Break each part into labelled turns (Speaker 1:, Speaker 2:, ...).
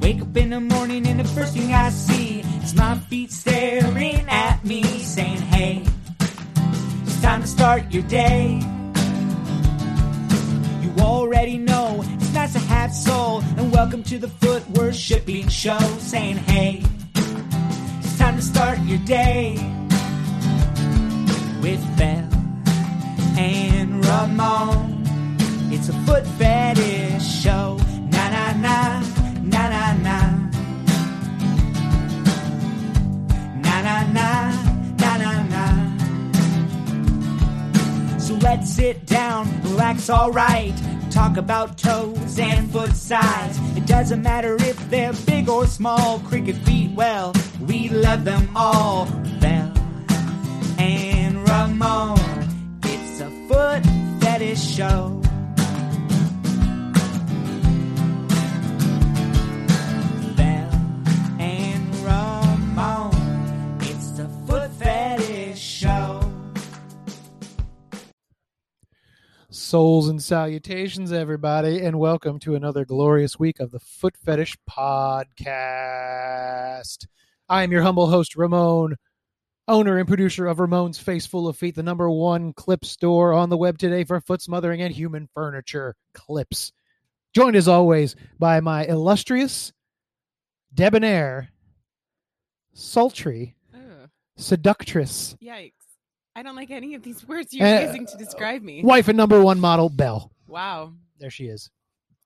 Speaker 1: Wake up in the morning and the first thing I see is my feet staring at me, saying, Hey, it's time to start your day. You already know it's nice to have soul, and welcome to the foot worshiping show, saying, Hey, it's time to start your day with Bell and Ramon. It's a foot fetish show. Na na na, na na na. Na na na, na na na. So let's sit down, relax, alright. Talk about toes and foot size. It doesn't matter if they're big or small. Cricket feet, well, we love them all. Bell and Ramon. It's a foot fetish show. Bell and Ramon. It's a foot fetish show.
Speaker 2: Souls and salutations, everybody, and welcome to another glorious week of the Foot Fetish Podcast. I am your humble host, Ramon, owner and producer of Ramon's Face Full of Feet, the number one clip store on the web today for foot smothering and human furniture clips. Joined as always by my illustrious, debonair, sultry,
Speaker 3: Ugh,
Speaker 2: seductress,
Speaker 3: yikes. I don't like any of these words you're
Speaker 2: Uh,
Speaker 3: using to describe me.
Speaker 2: wife and number one model, Belle.
Speaker 3: Wow.
Speaker 2: There she is.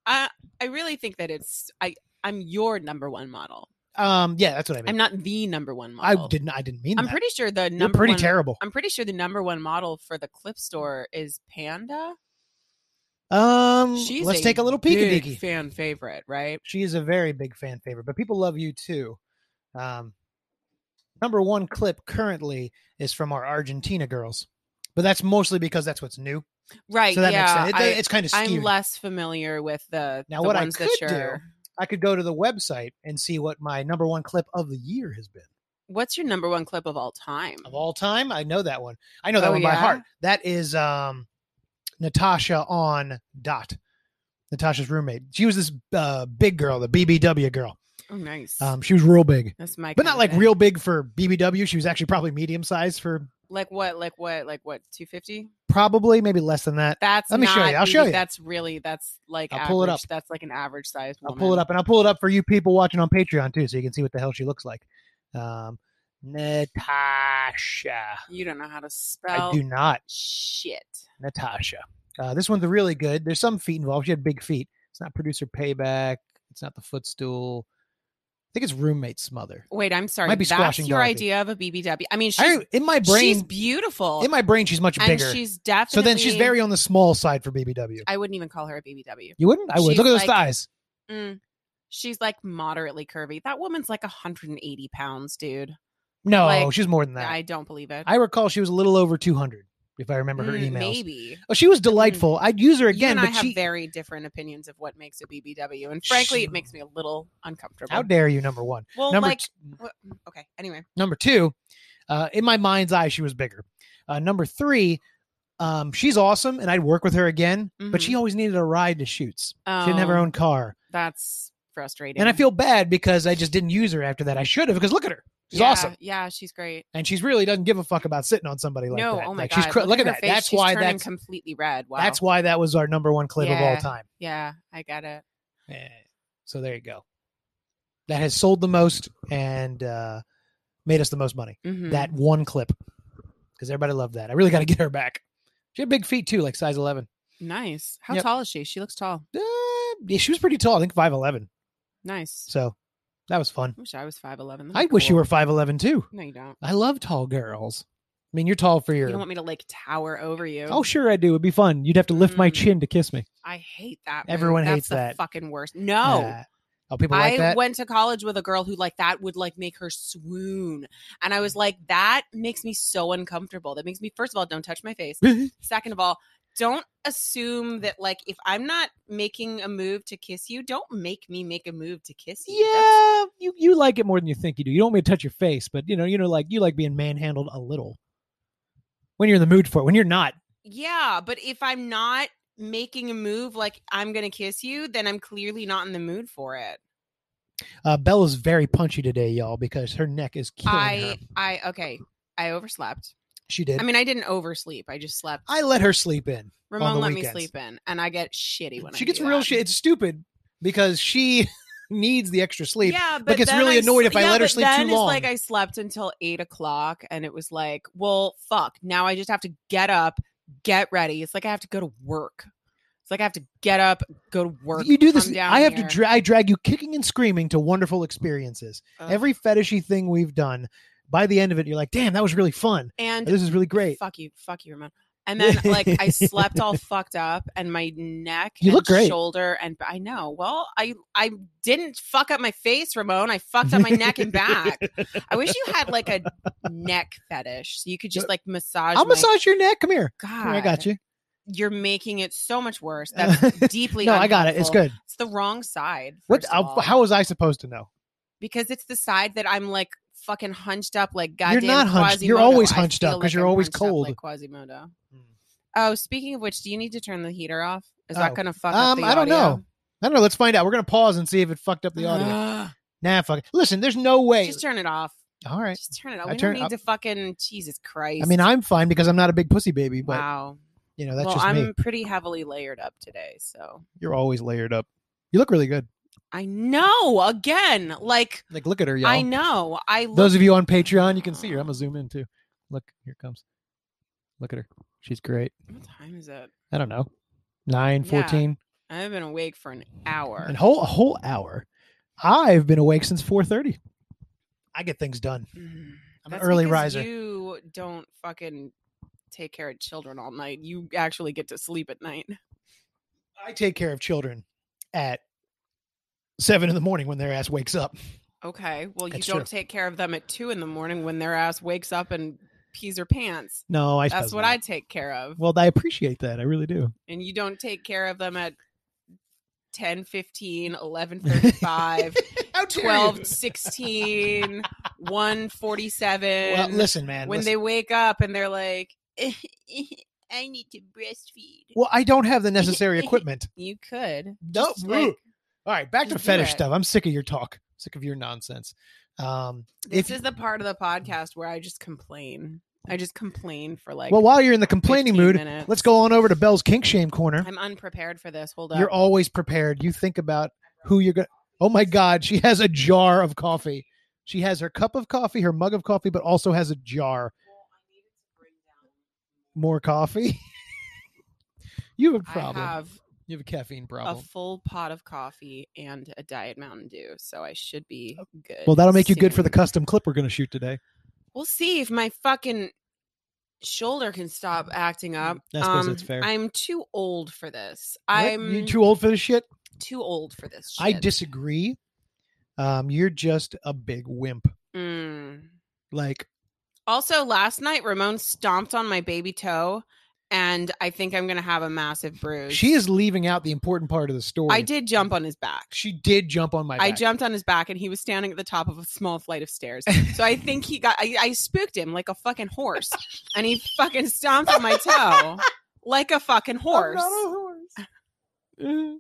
Speaker 3: I I really think that it's I I'm your number one model.
Speaker 2: Um, yeah, that's what I mean.
Speaker 3: I'm not the number one
Speaker 2: I
Speaker 3: model.
Speaker 2: didn't. I didn't mean
Speaker 3: I'm
Speaker 2: that.
Speaker 3: pretty sure the
Speaker 2: You're
Speaker 3: number
Speaker 2: pretty
Speaker 3: one,
Speaker 2: terrible.
Speaker 3: I'm pretty sure the number one model for the clip store is Panda.
Speaker 2: Um,
Speaker 3: She's
Speaker 2: let's take a little peek
Speaker 3: big
Speaker 2: at
Speaker 3: fan favorite, right?
Speaker 2: She is a very big fan favorite, but people love you too. Um, number one clip currently is from our Argentina girls, but that's mostly because that's what's new.
Speaker 3: Right.
Speaker 2: So that
Speaker 3: Uh, yeah.
Speaker 2: makes sense. It,
Speaker 3: I,
Speaker 2: it's kind of
Speaker 3: I'm
Speaker 2: skewed.
Speaker 3: less familiar with the
Speaker 2: Now,
Speaker 3: the
Speaker 2: what I
Speaker 3: ones that
Speaker 2: could do-
Speaker 3: you're-
Speaker 2: I could go to the website and see what my number one clip of the year has been
Speaker 3: What's your number one clip of all time?
Speaker 2: of all time. I know that one. I know that
Speaker 3: Oh,
Speaker 2: one by
Speaker 3: yeah?
Speaker 2: heart. That is um, Natasha on Dot. Natasha's roommate. She was this uh, big girl, the BBW girl.
Speaker 3: Oh, nice.
Speaker 2: Um, she was real big.
Speaker 3: That's my.
Speaker 2: but
Speaker 3: kind
Speaker 2: not
Speaker 3: of
Speaker 2: like
Speaker 3: thing.
Speaker 2: real big for BBW. She was actually probably medium size for
Speaker 3: Like what? Like what? Like what? Two fifty.
Speaker 2: probably maybe less than that.
Speaker 3: That's
Speaker 2: Let me show you.
Speaker 3: not
Speaker 2: I'll show
Speaker 3: really-
Speaker 2: you.
Speaker 3: That's really that's like
Speaker 2: I'll
Speaker 3: average.
Speaker 2: pull it up.
Speaker 3: That's like an average size.
Speaker 2: I'll
Speaker 3: Woman.
Speaker 2: pull it up and I'll pull it up for you people watching on Patreon too, so you can see what the hell she looks like. Um, Natasha.
Speaker 3: You don't know how to spell
Speaker 2: I do not
Speaker 3: shit.
Speaker 2: Natasha. Uh, this one's really good. There's some feet involved. She had big feet. It's not producer payback. It's not the footstool. I think it's roommate smother.
Speaker 3: Wait, I'm sorry.
Speaker 2: Might be
Speaker 3: that's
Speaker 2: squashing
Speaker 3: your
Speaker 2: Dorothy.
Speaker 3: idea of a BBW. I mean, she's,
Speaker 2: I, in my
Speaker 3: she's
Speaker 2: brain,
Speaker 3: beautiful.
Speaker 2: in my brain, she's much
Speaker 3: and
Speaker 2: bigger.
Speaker 3: she's
Speaker 2: So
Speaker 3: definitely.
Speaker 2: then she's very on the small side for BBW.
Speaker 3: I wouldn't even call her a BBW.
Speaker 2: You wouldn't? I would.
Speaker 3: She's
Speaker 2: Look at those
Speaker 3: like-
Speaker 2: thighs.
Speaker 3: Mm. She's like moderately curvy. That woman's like 180 pounds, dude.
Speaker 2: No,
Speaker 3: like,
Speaker 2: she's more than that.
Speaker 3: I don't believe it.
Speaker 2: I recall she was a little over 200, if I remember her
Speaker 3: Mm,
Speaker 2: emails.
Speaker 3: Maybe. Mm.
Speaker 2: Oh, she was delightful. I'd use her again,
Speaker 3: you and I
Speaker 2: but
Speaker 3: have
Speaker 2: she.
Speaker 3: very different opinions of what makes a BBW, and frankly,
Speaker 2: Sh-
Speaker 3: it makes me a little uncomfortable.
Speaker 2: How dare you? Number one.
Speaker 3: well,
Speaker 2: number
Speaker 3: like,
Speaker 2: t-
Speaker 3: what- okay. Anyway,
Speaker 2: number two, uh, in my mind's eye, she was bigger. Uh, number three, um, she's awesome, and I'd work with her again. But she always needed a ride to shoots. She didn't have her
Speaker 3: Mm-hmm. Oh,
Speaker 2: own car,
Speaker 3: That's frustrating.
Speaker 2: and I feel bad because I just didn't use her after that. I should have because look at her. She's
Speaker 3: yeah,
Speaker 2: awesome,
Speaker 3: Yeah, she's great.
Speaker 2: and she's really doesn't give a fuck about sitting on somebody like
Speaker 3: no,
Speaker 2: that.
Speaker 3: oh my
Speaker 2: Like,
Speaker 3: god,
Speaker 2: she's cr- look at
Speaker 3: her
Speaker 2: that.
Speaker 3: Face.
Speaker 2: That's
Speaker 3: she's
Speaker 2: why
Speaker 3: turning
Speaker 2: that's
Speaker 3: completely red. Wow.
Speaker 2: that's why that was our number one clip of all
Speaker 3: Yeah.
Speaker 2: time.
Speaker 3: Yeah, I got it.
Speaker 2: Eh, So there you go. That has sold the most and uh, made us the most money.
Speaker 3: Mhm.
Speaker 2: That one clip, because everybody loved that. I really got to get her back. She had big feet too, like size eleven.
Speaker 3: nice. How
Speaker 2: Yep.
Speaker 3: tall is she? She looks tall.
Speaker 2: Uh, yeah, she was pretty tall. I think five eleven.
Speaker 3: Nice.
Speaker 2: So that was fun.
Speaker 3: I wish I was five eleven.
Speaker 2: I wish you were five eleven too.
Speaker 3: No, you don't.
Speaker 2: I love tall girls. I mean, you're tall for your.
Speaker 3: You don't want me to like tower over you.
Speaker 2: oh, sure, I do. It'd be fun. You'd have to lift my
Speaker 3: Mm.
Speaker 2: chin to kiss me.
Speaker 3: I hate that. move.
Speaker 2: Everyone
Speaker 3: That's
Speaker 2: hates
Speaker 3: the
Speaker 2: that.
Speaker 3: Fucking worst. No.
Speaker 2: Uh, oh, people like
Speaker 3: I
Speaker 2: that.
Speaker 3: went to college with a girl who like that would like make her swoon. And I was like, that makes me so uncomfortable. That makes me first of all, don't touch my face. Second of all, don't assume that like if I'm not making a move to kiss you, don't make me make a move to kiss you. That's-
Speaker 2: Yeah, you, you like it more than you think you do. You don't want me to touch your face, but you know, you know, like you like being manhandled a little when you're in the mood for it. When you're not,
Speaker 3: yeah, but if I'm not making a move like I'm going to kiss you, then I'm clearly not in the mood for it.
Speaker 2: Uh, Bella's very punchy today, y'all, because her neck is killing her.
Speaker 3: I I okay. I overslept.
Speaker 2: She did.
Speaker 3: I mean, I didn't oversleep. I just slept.
Speaker 2: I let her sleep in.
Speaker 3: Ramon
Speaker 2: the
Speaker 3: let
Speaker 2: weekends.
Speaker 3: me sleep in, and I get shitty when I
Speaker 2: She gets
Speaker 3: do
Speaker 2: real
Speaker 3: that.
Speaker 2: shit. It's stupid because she needs the extra sleep.
Speaker 3: Yeah, but
Speaker 2: gets
Speaker 3: then
Speaker 2: really
Speaker 3: I
Speaker 2: annoyed
Speaker 3: sl-
Speaker 2: if I
Speaker 3: yeah,
Speaker 2: let her
Speaker 3: but
Speaker 2: sleep
Speaker 3: then
Speaker 2: too
Speaker 3: it's
Speaker 2: long.
Speaker 3: Like I slept until eight o'clock, and it was like, well, fuck. Now I just have to get up, get ready. It's like I have to go to work. It's like I have to get up, go to work.
Speaker 2: you do this.
Speaker 3: come down
Speaker 2: I have
Speaker 3: here.
Speaker 2: to. Dra- I drag you kicking and screaming to wonderful experiences.
Speaker 3: Ugh.
Speaker 2: Every fetishy thing we've done, by the end of it, you're like, "Damn, that was really fun.
Speaker 3: and
Speaker 2: This is really great."
Speaker 3: Fuck you, fuck you, Ramon. And then like I slept all fucked up, and my neck,
Speaker 2: You
Speaker 3: and
Speaker 2: look great.
Speaker 3: shoulder, and I know. Well, I I didn't fuck up my face, Ramon. I fucked up my neck and back. I wish you had like a neck fetish, so you could just like massage.
Speaker 2: I'll
Speaker 3: my-
Speaker 2: massage your neck. Come here.
Speaker 3: God,
Speaker 2: Come here, I got you.
Speaker 3: You're making it so much worse. That's deeply.
Speaker 2: no, I got it. It's
Speaker 3: unhelpful.
Speaker 2: good.
Speaker 3: It's the wrong side.
Speaker 2: What?
Speaker 3: first of
Speaker 2: I'll,
Speaker 3: all,
Speaker 2: how was I supposed to know?
Speaker 3: Because it's the side that I'm like fucking hunched up, like
Speaker 2: You're
Speaker 3: goddamn.
Speaker 2: not hunched- you're
Speaker 3: Quasimodo.
Speaker 2: always
Speaker 3: I
Speaker 2: hunched up
Speaker 3: feel
Speaker 2: 'cause you're
Speaker 3: I'm
Speaker 2: always
Speaker 3: hunched up
Speaker 2: cold.
Speaker 3: like Quasimodo.
Speaker 2: Hmm.
Speaker 3: Oh, speaking of which, do you need to turn the heater off? Is that
Speaker 2: Oh.
Speaker 3: gonna fuck up
Speaker 2: Um,
Speaker 3: the
Speaker 2: I don't
Speaker 3: audio?
Speaker 2: know. I don't know. Let's find out. We're gonna pause and see if it fucked up the audio.
Speaker 3: Ugh.
Speaker 2: nah, fuck. It. Listen, there's no way.
Speaker 3: Just turn it off.
Speaker 2: All right.
Speaker 3: Just turn it off.
Speaker 2: I
Speaker 3: We
Speaker 2: turn- uh
Speaker 3: don't need to fucking Jesus Christ.
Speaker 2: I mean, I'm fine because I'm not a big pussy baby, but
Speaker 3: wow.
Speaker 2: you know that's
Speaker 3: well,
Speaker 2: just
Speaker 3: I'm
Speaker 2: me.
Speaker 3: pretty heavily layered up today, so
Speaker 2: You're always layered up. You look really good.
Speaker 3: I know. Again, like
Speaker 2: Like, look at her, y'all.
Speaker 3: I know. I look
Speaker 2: Those of you on Patreon, you can see her. I'm gonna zoom in too. Look, here it comes. Look at her. She's great.
Speaker 3: What time is it?
Speaker 2: I don't know, nine,
Speaker 3: Yeah.
Speaker 2: fourteen,
Speaker 3: I've been awake for an hour.
Speaker 2: and whole a whole hour. I've been awake since four thirty. I get things done.
Speaker 3: Mm.
Speaker 2: I'm an
Speaker 3: That's
Speaker 2: early
Speaker 3: because
Speaker 2: riser.
Speaker 3: You don't fucking take care of children all night. You actually get to sleep at night.
Speaker 2: I take care of children at seven in the morning when their ass wakes up.
Speaker 3: Okay. Well, you
Speaker 2: That's
Speaker 3: don't
Speaker 2: true.
Speaker 3: take care of them at two in the morning when their ass wakes up and pees her pants.
Speaker 2: No, I.
Speaker 3: That's
Speaker 2: suppose
Speaker 3: what
Speaker 2: not.
Speaker 3: I take care of.
Speaker 2: Well, I appreciate that. I really do.
Speaker 3: And you don't take care of them at 10, 15, 11, 35,
Speaker 2: How
Speaker 3: 12, 16, 1, 47.
Speaker 2: Well, listen, man.
Speaker 3: when
Speaker 2: listen.
Speaker 3: they wake up and they're like, I need to breastfeed.
Speaker 2: well, I don't have the necessary equipment.
Speaker 3: You could.
Speaker 2: No.
Speaker 3: Just, like,
Speaker 2: All right, back to
Speaker 3: just do
Speaker 2: fetish
Speaker 3: it.
Speaker 2: stuff. I'm sick of your talk. Sick of your nonsense. Um,
Speaker 3: this
Speaker 2: If-
Speaker 3: is the part of the podcast where I just complain. I just complain for like.
Speaker 2: well, while you're in the complaining
Speaker 3: 15
Speaker 2: mood,
Speaker 3: minutes.
Speaker 2: let's go on over to Bell's kink shame corner.
Speaker 3: I'm unprepared for this. Hold up.
Speaker 2: You're always prepared. You think about who you're gonna. Oh my God, she has a jar of coffee. She has her cup of coffee, her mug of coffee, but also has a jar more coffee. you have a problem.
Speaker 3: I have
Speaker 2: you have a caffeine
Speaker 3: a
Speaker 2: problem.
Speaker 3: full pot of coffee and a diet Mountain Dew, so I should be good.
Speaker 2: Oh, well, that'll make you good for the
Speaker 3: soon.
Speaker 2: custom clip we're going to shoot today.
Speaker 3: We'll see if my fucking shoulder can stop acting up.
Speaker 2: Mm, I
Speaker 3: Um,
Speaker 2: suppose that's fair.
Speaker 3: I'm too old for this.
Speaker 2: What?
Speaker 3: I'm
Speaker 2: you
Speaker 3: too-,
Speaker 2: too old for this shit.
Speaker 3: old for this. Shit.
Speaker 2: I disagree. Um, you're just a big wimp.
Speaker 3: Mm.
Speaker 2: Like
Speaker 3: Also, last night Ramon stomped on my baby toe, and I think I'm gonna have a massive bruise.
Speaker 2: she is leaving out the important part of the story.
Speaker 3: I did jump on his back.
Speaker 2: She did jump on my.
Speaker 3: I
Speaker 2: back.
Speaker 3: jumped on his back and he was standing at the top of a small flight of stairs. So I think he got, I, I spooked him like a fucking horse and he fucking stomped on my toe like a fucking
Speaker 2: I'm
Speaker 3: horse.
Speaker 2: not a horse. Uh,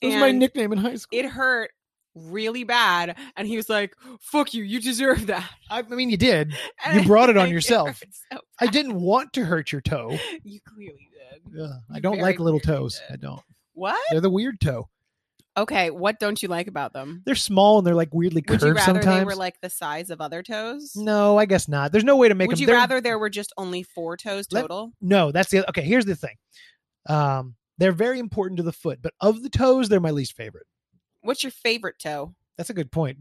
Speaker 2: It was my
Speaker 3: And
Speaker 2: nickname in high school.
Speaker 3: It hurt really bad. And he was like, fuck you, you deserve that.
Speaker 2: I I mean, you did.
Speaker 3: And
Speaker 2: You
Speaker 3: I
Speaker 2: brought it on
Speaker 3: think
Speaker 2: yourself.
Speaker 3: hurt so
Speaker 2: I didn't want to hurt your toe.
Speaker 3: bad. You clearly did.
Speaker 2: Ugh, I
Speaker 3: You
Speaker 2: don't
Speaker 3: very
Speaker 2: like little
Speaker 3: clearly
Speaker 2: toes.
Speaker 3: did.
Speaker 2: I don't.
Speaker 3: What?
Speaker 2: They're the weird toe.
Speaker 3: Okay, what don't you like about them?
Speaker 2: They're small and they're like weirdly
Speaker 3: Would
Speaker 2: curved
Speaker 3: you rather
Speaker 2: sometimes.
Speaker 3: they were like the size of other toes?
Speaker 2: no, I guess not. There's no way to make
Speaker 3: Would
Speaker 2: them.
Speaker 3: you
Speaker 2: they're-
Speaker 3: rather there were just only four toes
Speaker 2: Let-
Speaker 3: total?
Speaker 2: No, that's the okay. Here's the thing. Um, they're very important to the foot, but of the toes, they're my least favorite.
Speaker 3: What's your favorite toe?
Speaker 2: That's a good point.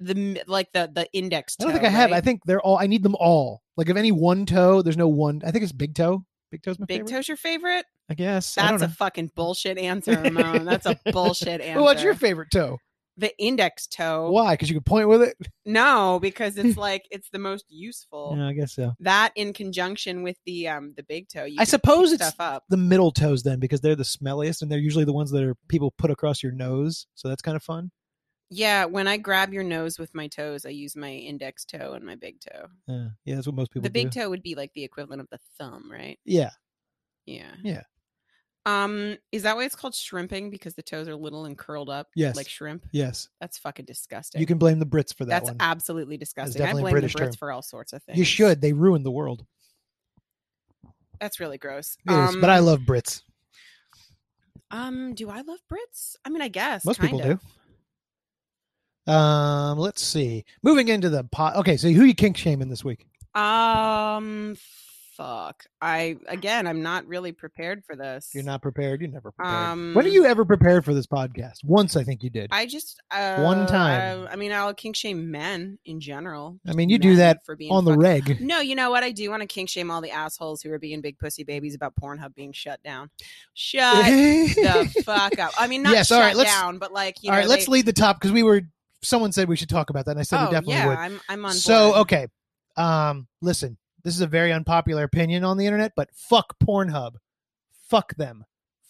Speaker 3: the m- like the the index.
Speaker 2: I don't
Speaker 3: toe,
Speaker 2: think I have. I
Speaker 3: right?
Speaker 2: think they're all. I need them all. Like if any one toe, there's no one. I think it's big toe. Big toe's my
Speaker 3: big
Speaker 2: favorite.
Speaker 3: toe's your favorite.
Speaker 2: I guess. I don't
Speaker 3: That's a
Speaker 2: know.
Speaker 3: fucking bullshit answer, Ramon. That's a bullshit answer.
Speaker 2: Well, what's your favorite toe?
Speaker 3: the index toe?
Speaker 2: Why? Because you could point with it.
Speaker 3: No, because it's like it's the most useful.
Speaker 2: Yeah, I guess so.
Speaker 3: That in conjunction with the um the big toe, you
Speaker 2: I
Speaker 3: can pick
Speaker 2: suppose it's-
Speaker 3: stuff up.
Speaker 2: The middle toes, then, because they're the smelliest, and they're usually the ones that are people put across your nose. So that's kind of fun.
Speaker 3: Yeah, when I grab your nose with my toes, I use my index toe and my big toe.
Speaker 2: Yeah, yeah, that's what most people.
Speaker 3: the big
Speaker 2: do.
Speaker 3: toe would be like the equivalent of the thumb, right?
Speaker 2: Yeah,
Speaker 3: Yeah.
Speaker 2: Yeah.
Speaker 3: Um, is that why it's called shrimping? Because the toes are little and curled up,
Speaker 2: Yes.
Speaker 3: like shrimp.
Speaker 2: Yes,
Speaker 3: That's fucking disgusting.
Speaker 2: you can blame the Brits for that
Speaker 3: That's
Speaker 2: one.
Speaker 3: absolutely disgusting. I
Speaker 2: definitely a
Speaker 3: blame
Speaker 2: British
Speaker 3: the
Speaker 2: term.
Speaker 3: Brits for all sorts of things.
Speaker 2: you should. They ruined the world.
Speaker 3: That's really gross.
Speaker 2: It is, but I love Brits.
Speaker 3: Um, do I love Brits? I mean, I guess
Speaker 2: Most people
Speaker 3: kind of.
Speaker 2: do. Um, let's see. Moving into the pot. Okay, so who you kink shaming this week?
Speaker 3: Um, fuck. I again, I'm not really prepared for this.
Speaker 2: You're not prepared. You're never prepared. when are
Speaker 3: Um,
Speaker 2: you ever prepared for this podcast? Once I think you did. I,
Speaker 3: I just uh,
Speaker 2: One time.
Speaker 3: I, I mean, I'll kink shame men in general.
Speaker 2: mean, you do
Speaker 3: Men
Speaker 2: that
Speaker 3: for being
Speaker 2: on the
Speaker 3: fuck-
Speaker 2: reg.
Speaker 3: No, you know what? I do want to kink shame all the assholes who are being big pussy babies about Pornhub being shut down. Shut the fuck up. I mean, not
Speaker 2: Yes, all
Speaker 3: shut
Speaker 2: right, let's-
Speaker 3: down, but like you
Speaker 2: All
Speaker 3: know,
Speaker 2: right, let's
Speaker 3: they-
Speaker 2: lead the top because we were. Someone said we should talk about that, and I said
Speaker 3: oh
Speaker 2: we definitely
Speaker 3: yeah,
Speaker 2: would.
Speaker 3: I'm I'm on.
Speaker 2: so
Speaker 3: board.
Speaker 2: okay, um, listen. This is a very unpopular opinion on the internet, but fuck Pornhub, fuck them,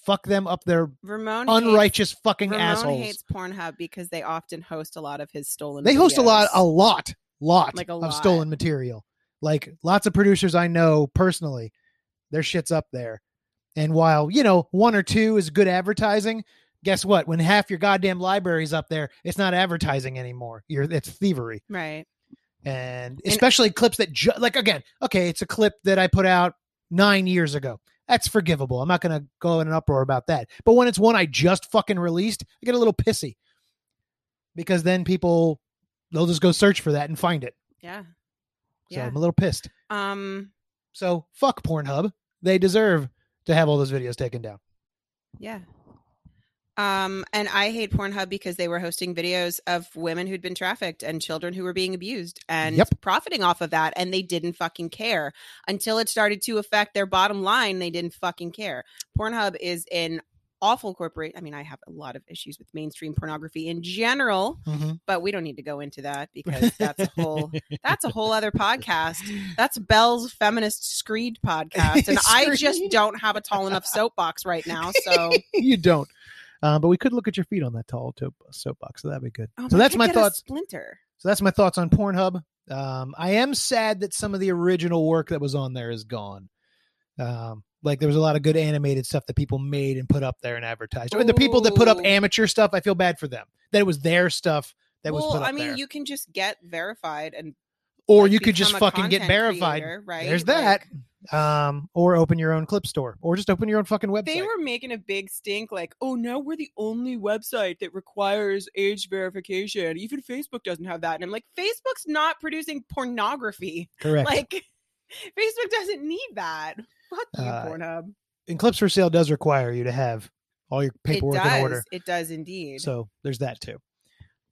Speaker 2: fuck them up their
Speaker 3: Ramon hates-
Speaker 2: unrighteous fucking
Speaker 3: Ramon
Speaker 2: assholes.
Speaker 3: hates Pornhub because they often host a lot of his stolen.
Speaker 2: they host a lot,
Speaker 3: videos.
Speaker 2: a lot, lot
Speaker 3: Like a
Speaker 2: of
Speaker 3: lot.
Speaker 2: stolen material. Like lots of producers I know personally, their shit's up there. And while you know one or two is good advertising, guess what? When half your goddamn library's up there, it's not advertising anymore. You're it's thievery.
Speaker 3: right.
Speaker 2: and especially clips that ju- like again okay it's a clip that i put out nine years ago that's forgivable i'm not going to go in an uproar about that but when it's one i just fucking released i get a little pissy because then people they'll just go search for that and find it
Speaker 3: Yeah.
Speaker 2: so
Speaker 3: Yeah.
Speaker 2: i'm a little pissed
Speaker 3: Um.
Speaker 2: so fuck pornhub they deserve to have all those videos taken down
Speaker 3: Yeah. Um, and I hate Pornhub because they were hosting videos of women who'd been trafficked and children who were being abused and
Speaker 2: Yep.
Speaker 3: profiting off of that. And they didn't fucking care until it started to affect their bottom line. They didn't fucking care. Pornhub is an awful corporate. I mean, I have a lot of issues with mainstream pornography in general, but we don't need to go into that because Mm-hmm. that's a whole that's a whole other podcast. That's Bell's feminist screed podcast, and I just
Speaker 2: Screed.
Speaker 3: don't have a tall enough soapbox right now. So.
Speaker 2: you don't uh, but we could look at your feet on that tall to- soapbox so that'd be good
Speaker 3: Oh,
Speaker 2: so
Speaker 3: but I
Speaker 2: that's
Speaker 3: could
Speaker 2: my
Speaker 3: get a
Speaker 2: thoughts
Speaker 3: splinter.
Speaker 2: So that's my thoughts on Pornhub. Um, I am sad that some of the original work that was on there is gone. Um, like there was a lot of good animated stuff that people made and put up there and advertised. And the people that put up
Speaker 3: Ooh.
Speaker 2: amateur stuff, I feel bad for them. That it was their stuff that
Speaker 3: well,
Speaker 2: was put up
Speaker 3: I mean,
Speaker 2: there.
Speaker 3: you can just get verified and
Speaker 2: or
Speaker 3: like,
Speaker 2: you could just
Speaker 3: become a
Speaker 2: fucking get
Speaker 3: content
Speaker 2: verified.
Speaker 3: creator, right?
Speaker 2: There's that.
Speaker 3: Like,
Speaker 2: Um, or open your own clip store, or just open your own fucking website.
Speaker 3: they were making a big stink, like, oh, now we're the only website that requires age verification. Even Facebook doesn't have that. And I'm like, Facebook's not producing pornography.
Speaker 2: Correct.
Speaker 3: Like, Facebook doesn't need that. Fuck you,
Speaker 2: Uh,
Speaker 3: Pornhub.
Speaker 2: and clips for sale does require you to have all your paperwork
Speaker 3: it does.
Speaker 2: in order.
Speaker 3: It does indeed.
Speaker 2: So there's that too.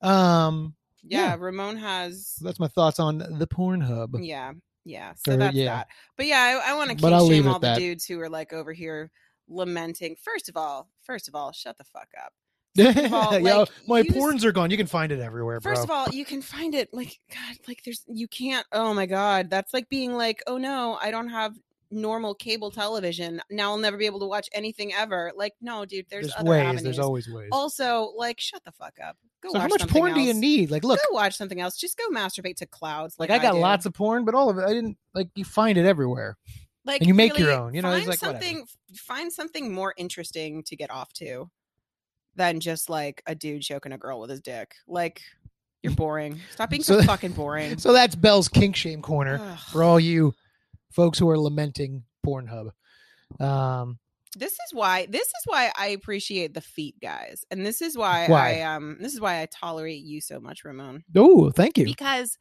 Speaker 2: Um,
Speaker 3: yeah,
Speaker 2: yeah.
Speaker 3: Ramon has.
Speaker 2: so that's my thoughts on the Pornhub.
Speaker 3: Yeah, yeah. So
Speaker 2: Or,
Speaker 3: that's
Speaker 2: yeah.
Speaker 3: that. But yeah, I, I want to
Speaker 2: But I'll
Speaker 3: kink
Speaker 2: leave
Speaker 3: shame
Speaker 2: it
Speaker 3: all the
Speaker 2: that.
Speaker 3: dudes who are like over here lamenting. First of all, first of all, shut the fuck up.
Speaker 2: yeah,
Speaker 3: of all, like,
Speaker 2: my
Speaker 3: use-
Speaker 2: porns are gone. You can find it everywhere, bro.
Speaker 3: First of all, you can find it like God, like there's you can't. Oh my God, that's like being like, oh no, I don't have normal cable television. Now I'll never be able to watch anything ever. Like no, dude, there's, other
Speaker 2: ways.
Speaker 3: avenues.
Speaker 2: There's always ways.
Speaker 3: also, like, shut the fuck up. Go
Speaker 2: so
Speaker 3: watch
Speaker 2: how much
Speaker 3: something
Speaker 2: porn do you
Speaker 3: else.
Speaker 2: need? Like, look,
Speaker 3: go watch something else. Just go masturbate to clouds.
Speaker 2: like
Speaker 3: Like,
Speaker 2: I got
Speaker 3: do.
Speaker 2: lots of porn, but all of it, I didn't like. You find it everywhere.
Speaker 3: like
Speaker 2: And you make your own, you know, it's
Speaker 3: find
Speaker 2: like, whatever.
Speaker 3: something f- find something more interesting to get off to than just like a dude choking a girl with his dick like you're boring stop being so,
Speaker 2: So-
Speaker 3: fucking boring
Speaker 2: So that's Bell's kink shame corner
Speaker 3: Ugh.
Speaker 2: for all you folks who are lamenting Pornhub. Um,
Speaker 3: this is why this is why i appreciate the feet guys and this is why,
Speaker 2: Why?
Speaker 3: i um this is why i tolerate you so much ramon
Speaker 2: oh, thank you.
Speaker 3: because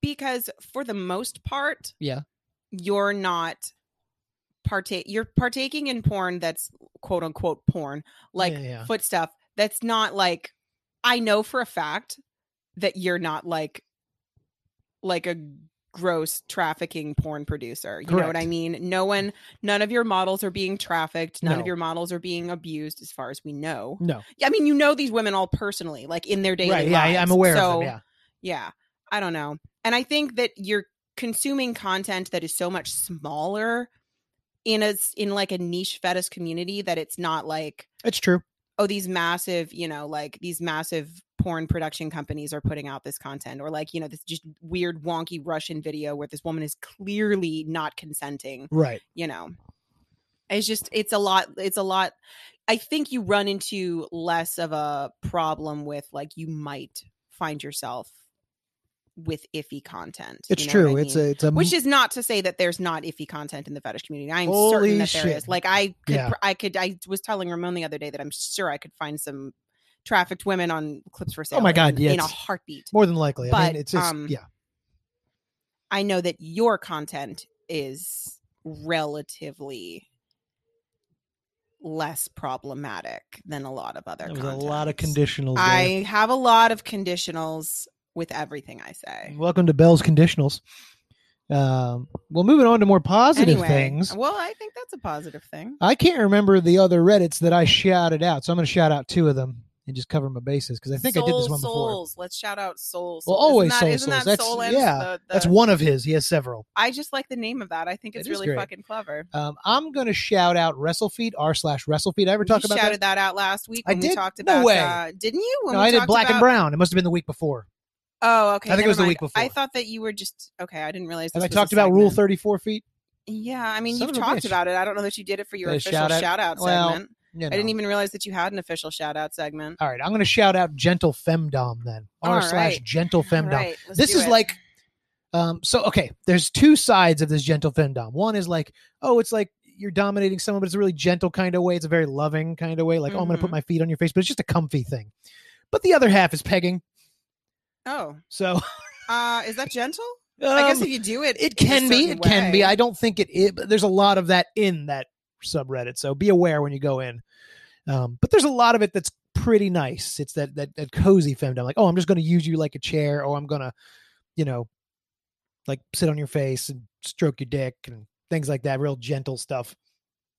Speaker 3: because for the most part
Speaker 2: Yeah.
Speaker 3: you're not partake you're partaking in porn that's quote unquote porn like
Speaker 2: Yeah, yeah.
Speaker 3: foot stuff that's not like i know for a fact that you're not like like a gross trafficking porn producer you know what i
Speaker 2: Correct.
Speaker 3: mean no one none of your models are being trafficked none
Speaker 2: No.
Speaker 3: of your models are being abused as far as we know
Speaker 2: No,
Speaker 3: i mean you know these women all personally like in their daily
Speaker 2: right? Yeah, I-
Speaker 3: lives.
Speaker 2: I'm aware
Speaker 3: so
Speaker 2: of them. Yeah,
Speaker 3: yeah i don't know and i think that you're consuming content that is so much smaller in a s- in like a niche fetish community that it's not like
Speaker 2: it's true.
Speaker 3: oh these massive you know like these massive porn production companies are putting out this content or like you know this just weird wonky russian video where this woman is clearly not consenting
Speaker 2: Right.
Speaker 3: you know It's just it's a lot it's a lot I think you run into less of a problem with like you might find yourself with iffy content.
Speaker 2: It's
Speaker 3: you know
Speaker 2: true.
Speaker 3: what I
Speaker 2: It's
Speaker 3: mean?
Speaker 2: a it's a
Speaker 3: which is not to say that there's not iffy content in the fetish community. I'm
Speaker 2: Holy
Speaker 3: certain that there is.
Speaker 2: shit.
Speaker 3: Like I could,
Speaker 2: Yeah.
Speaker 3: pr- I could, I was telling Ramon the other day that I'm sure I could find some trafficked women on clips for sale.
Speaker 2: Oh my God,
Speaker 3: in,
Speaker 2: yeah,
Speaker 3: in a
Speaker 2: it's-
Speaker 3: heartbeat.
Speaker 2: more than likely. I
Speaker 3: but,
Speaker 2: mean, it's just
Speaker 3: um,
Speaker 2: yeah.
Speaker 3: I know that your content is relatively less problematic than a lot of other.
Speaker 2: There was a lot of
Speaker 3: content.
Speaker 2: conditionals. there.
Speaker 3: I have a lot of conditionals with everything I say.
Speaker 2: Welcome to Bell's Conditionals. Um, well, moving on to more positive
Speaker 3: Anyway,
Speaker 2: things.
Speaker 3: Well, I think that's a positive thing.
Speaker 2: I can't remember the other Reddits that I shouted out, so I'm going to shout out two of them and just cover my bases because I think I did this
Speaker 3: Soul
Speaker 2: one before.
Speaker 3: Souls. Let's shout out Soul Souls.
Speaker 2: Well, always
Speaker 3: isn't
Speaker 2: Soul
Speaker 3: that,
Speaker 2: Souls.
Speaker 3: isn't That
Speaker 2: That's-
Speaker 3: Soul and
Speaker 2: yeah,
Speaker 3: the, the,
Speaker 2: That's one of his. He has several.
Speaker 3: I just like the name of that. I think
Speaker 2: It
Speaker 3: it's
Speaker 2: is
Speaker 3: really
Speaker 2: great.
Speaker 3: fucking clever.
Speaker 2: Um, I'm going to shout out WrestleFeed r slash WrestleFeed. I ever
Speaker 3: We
Speaker 2: talk about
Speaker 3: shouted
Speaker 2: that?
Speaker 3: that? out last week
Speaker 2: I
Speaker 3: when
Speaker 2: did?
Speaker 3: we talked
Speaker 2: No
Speaker 3: about
Speaker 2: way.
Speaker 3: uh, didn't you? When
Speaker 2: No,
Speaker 3: we
Speaker 2: I did
Speaker 3: talked
Speaker 2: Black and
Speaker 3: about-
Speaker 2: Brown. It must have been the week before.
Speaker 3: Oh, okay.
Speaker 2: I think it
Speaker 3: never
Speaker 2: was the
Speaker 3: mind.
Speaker 2: week before.
Speaker 3: I thought that you were just okay. I didn't realize.
Speaker 2: Have
Speaker 3: this
Speaker 2: I
Speaker 3: was
Speaker 2: talked
Speaker 3: a
Speaker 2: about Rule
Speaker 3: segment.
Speaker 2: 34 feet?
Speaker 3: Yeah, I mean,
Speaker 2: Son
Speaker 3: you've
Speaker 2: of a
Speaker 3: talked
Speaker 2: bitch.
Speaker 3: about it. I don't know that you did it for your
Speaker 2: Did I
Speaker 3: official
Speaker 2: shout out?
Speaker 3: shout out
Speaker 2: Well,
Speaker 3: segment.
Speaker 2: You
Speaker 3: I
Speaker 2: know.
Speaker 3: didn't even realize that you had an official shout out segment.
Speaker 2: All right, I'm going to shout out Gentle Femdom then. R
Speaker 3: All
Speaker 2: slash
Speaker 3: right.
Speaker 2: Gentle Femdom.
Speaker 3: All right, let's
Speaker 2: this
Speaker 3: do
Speaker 2: is
Speaker 3: it.
Speaker 2: like um so okay there's two sides of this gentle femdom one is like oh it's like you're dominating someone but it's a really gentle kind of way it's a very loving kind of way like oh i'm gonna put
Speaker 3: Mhm.
Speaker 2: my feet on your face but it's just a comfy thing but the other half is pegging
Speaker 3: oh,
Speaker 2: so
Speaker 3: uh, is that gentle? I guess
Speaker 2: um,
Speaker 3: if you do it,
Speaker 2: it
Speaker 3: in a
Speaker 2: can be
Speaker 3: certain
Speaker 2: it can be
Speaker 3: way-
Speaker 2: i don't think it is but there's a lot of that in that subreddit so be aware when you go in um but there's a lot of it that's pretty nice it's that that, that cozy femdom like oh i'm just gonna use you like a chair or i'm gonna you know like sit on your face and stroke your dick and things like that real gentle stuff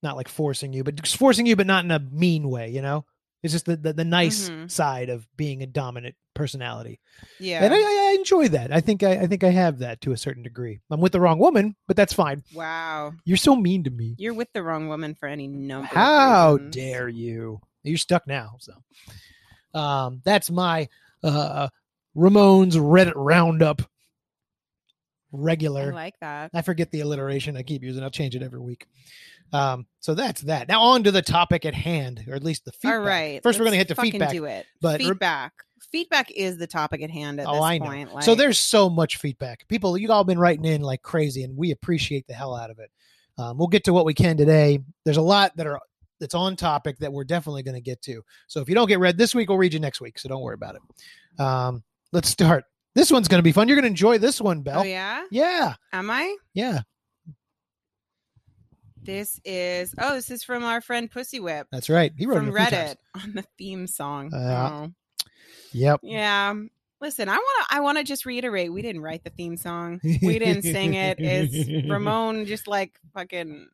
Speaker 2: not like forcing you but just forcing you but not in a mean way you know it's just the the, the nice
Speaker 3: Mhm.
Speaker 2: side of being a dominant personality
Speaker 3: yeah.
Speaker 2: and I, I I enjoy that. I think I, I think I have that to a certain degree. I'm with the wrong woman, but that's fine.
Speaker 3: wow,
Speaker 2: You're so mean to me.
Speaker 3: you're with the wrong woman for any number. of
Speaker 2: How
Speaker 3: reasons.
Speaker 2: dare you? You're stuck now. So, um, that's my uh, Ramones Reddit roundup.
Speaker 3: I
Speaker 2: Regular.
Speaker 3: like that.
Speaker 2: I forget the alliteration I keep using. I'll change it every week. Um, so that's that. Now on to the topic at hand, or at least the feedback.
Speaker 3: All right.
Speaker 2: First, we're going to
Speaker 3: let's
Speaker 2: hit the
Speaker 3: fucking
Speaker 2: feedback.
Speaker 3: Do it.
Speaker 2: but re-
Speaker 3: feedback. feedback is the topic at hand at
Speaker 2: Oh,
Speaker 3: this
Speaker 2: I know.
Speaker 3: point.
Speaker 2: so
Speaker 3: like-
Speaker 2: there's so much feedback. People, you all been writing in like crazy, and we appreciate the hell out of it. Um, we'll get to what we can today. There's a lot that are that's on topic that we're definitely going to get to. So if you don't get read this week, we'll read you next week. So don't worry about it. Um, let's start. This one's going to be fun. You're going to enjoy this one, Bell.
Speaker 3: Oh yeah.
Speaker 2: yeah,
Speaker 3: Am I?
Speaker 2: yeah,
Speaker 3: This is. Oh, this is from our friend Pussy Whip
Speaker 2: that's right. Uh, He wrote
Speaker 3: from
Speaker 2: it a few times.
Speaker 3: Reddit on the theme song.
Speaker 2: Uh,
Speaker 3: oh.
Speaker 2: Yep.
Speaker 3: Yeah. Listen, I want to. I want to just reiterate. We didn't write the theme song. We didn't sing it. It's Ramon just like fucking.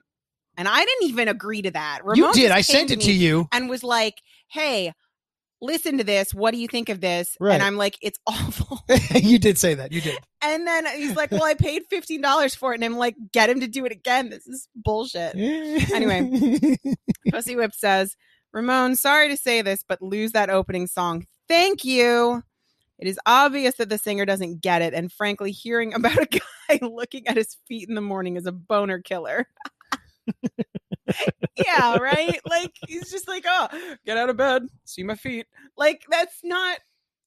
Speaker 3: And I didn't even agree to that. Ramon
Speaker 2: you did.
Speaker 3: just
Speaker 2: I sent
Speaker 3: pinged
Speaker 2: it
Speaker 3: me
Speaker 2: to you.
Speaker 3: and was like, "Hey, listen to this. What do you think of this?"
Speaker 2: Right.
Speaker 3: And I'm like, "It's awful."
Speaker 2: you did say that. You did.
Speaker 3: And then he's like, "Well, I paid fifteen dollars for it," and I'm like, "Get him to do it again. This is bullshit."
Speaker 2: Anyway.
Speaker 3: Pussy Whip says, "Ramon, sorry to say this, but lose that opening song. Thank you." It is obvious that the singer doesn't get it, and frankly, hearing about a guy looking at his feet in the morning is a boner killer. yeah, right? Like, he's just like, oh, get out of bed, see my feet. Like, that's not,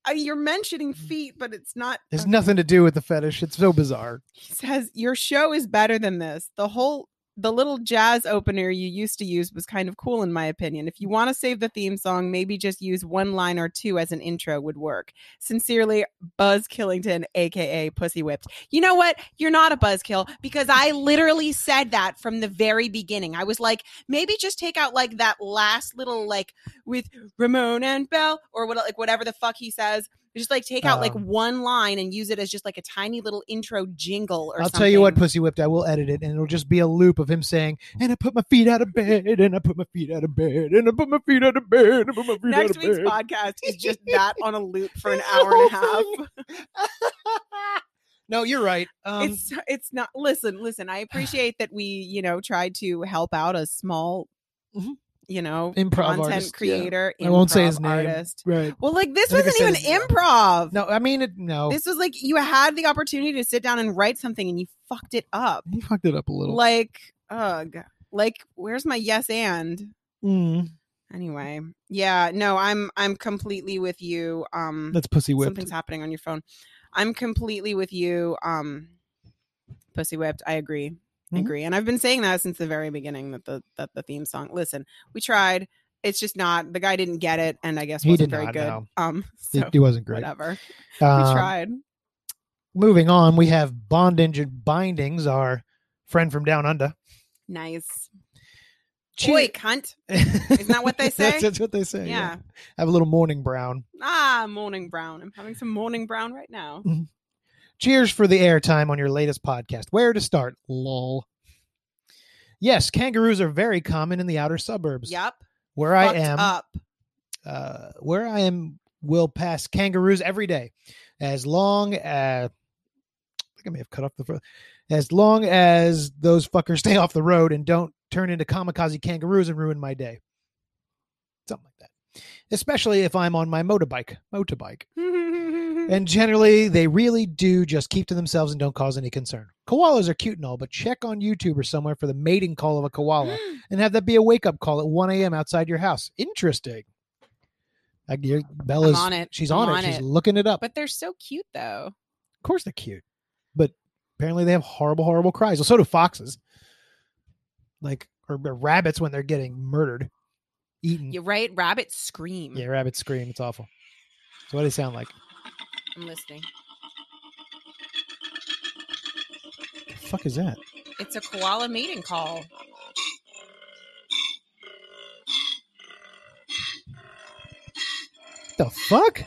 Speaker 3: I mean, you're mentioning feet, but it's not.
Speaker 2: There's nothing to do with the fetish. It's so bizarre.
Speaker 3: He says, Your show is better than this. The whole the little jazz opener you used to use was kind of cool in my opinion. If you want to save the theme song, maybe just use one line or two as an intro would work. Sincerely, Buzz Killington, aka Pussy Whipped. You know what? You're not a buzzkill because I literally said that from the very beginning. I was like, maybe just take out like that last little like with Ramon and Bell or what like whatever the fuck he says. Just like take out like
Speaker 2: Um,
Speaker 3: one line and use it as just like a tiny little intro jingle or
Speaker 2: I'll
Speaker 3: something.
Speaker 2: tell you what, Pussy Whipped, I will edit it and it'll just be a loop of him saying, and I put my feet out of bed, and I put my feet out of bed, and I put my feet out of bed, and I put my feet
Speaker 3: Next
Speaker 2: out of
Speaker 3: week's
Speaker 2: bed.
Speaker 3: podcast is just that on a loop for an
Speaker 2: It's the
Speaker 3: hour and a half.
Speaker 2: whole no, you're right. Um,
Speaker 3: it's it's not listen, listen, I appreciate that we, you know, tried to help out a small
Speaker 2: Mhm.
Speaker 3: you know,
Speaker 2: Improv
Speaker 3: content
Speaker 2: artist, yeah.
Speaker 3: creator,
Speaker 2: I won't say his
Speaker 3: improv
Speaker 2: name.
Speaker 3: artist.
Speaker 2: right.
Speaker 3: Well, like this
Speaker 2: I think I
Speaker 3: wasn't
Speaker 2: said
Speaker 3: even
Speaker 2: his name.
Speaker 3: improv.
Speaker 2: No, I mean, it, no.
Speaker 3: This was like you had the opportunity to sit down and write something and you fucked it up.
Speaker 2: he fucked it up a little.
Speaker 3: Like, ugh. like where's my yes and
Speaker 2: Mm,
Speaker 3: anyway yeah no i'm i'm completely with you um
Speaker 2: that's pussy whipped.
Speaker 3: something's happening on your phone i'm completely with you um pussy whipped i agree I
Speaker 2: Mhm.
Speaker 3: agree and i've been saying that since the very beginning that the that the theme song listen we tried it's just not the guy didn't get it and i guess
Speaker 2: He
Speaker 3: wasn't
Speaker 2: did
Speaker 3: very
Speaker 2: not,
Speaker 3: good
Speaker 2: no.
Speaker 3: um so
Speaker 2: It, it wasn't great.
Speaker 3: whatever we
Speaker 2: Um,
Speaker 3: tried
Speaker 2: Moving on, we have Bond Engine Bindings, our friend from Down Under.
Speaker 3: nice
Speaker 2: Cheer-
Speaker 3: boy cunt
Speaker 2: Isn't
Speaker 3: that what they say?
Speaker 2: that's, that's what they say.
Speaker 3: yeah
Speaker 2: Have a little morning brown.
Speaker 3: ah morning brown i'm having some morning brown right now
Speaker 2: Cheers for the airtime on your latest podcast. Where to start? Lol. Yes, kangaroos are very common in the outer suburbs.
Speaker 3: yep
Speaker 2: Where I
Speaker 3: fucked
Speaker 2: am,
Speaker 3: up
Speaker 2: uh, where I am, will pass kangaroos every day, as long as I think I may have cut off the fir- as long as those fuckers stay off the road and don't turn into kamikaze kangaroos and ruin my day. Something like that. Especially if I'm on my motorbike. Motorbike. And generally, they really do just keep to themselves and don't cause any concern. Koalas are cute and all, but check on YouTube or somewhere for the mating call of a koala and have that be a wake up call at 1 a.m. outside your house. Interesting. I, your Bella's
Speaker 3: on it.
Speaker 2: She's
Speaker 3: I'm
Speaker 2: on,
Speaker 3: on
Speaker 2: it. She's
Speaker 3: it.
Speaker 2: looking it up.
Speaker 3: but they're so cute though
Speaker 2: of course, they're cute, but apparently they have horrible, horrible cries. Well, so do foxes, like or, or rabbits when they're getting murdered, eaten.
Speaker 3: you're right rabbits scream
Speaker 2: Mm. Yeah, rabbits scream. It's awful. So what do they sound like?
Speaker 3: i'm listening
Speaker 2: The fuck is that?
Speaker 3: It's a koala mating call.
Speaker 2: the fuck?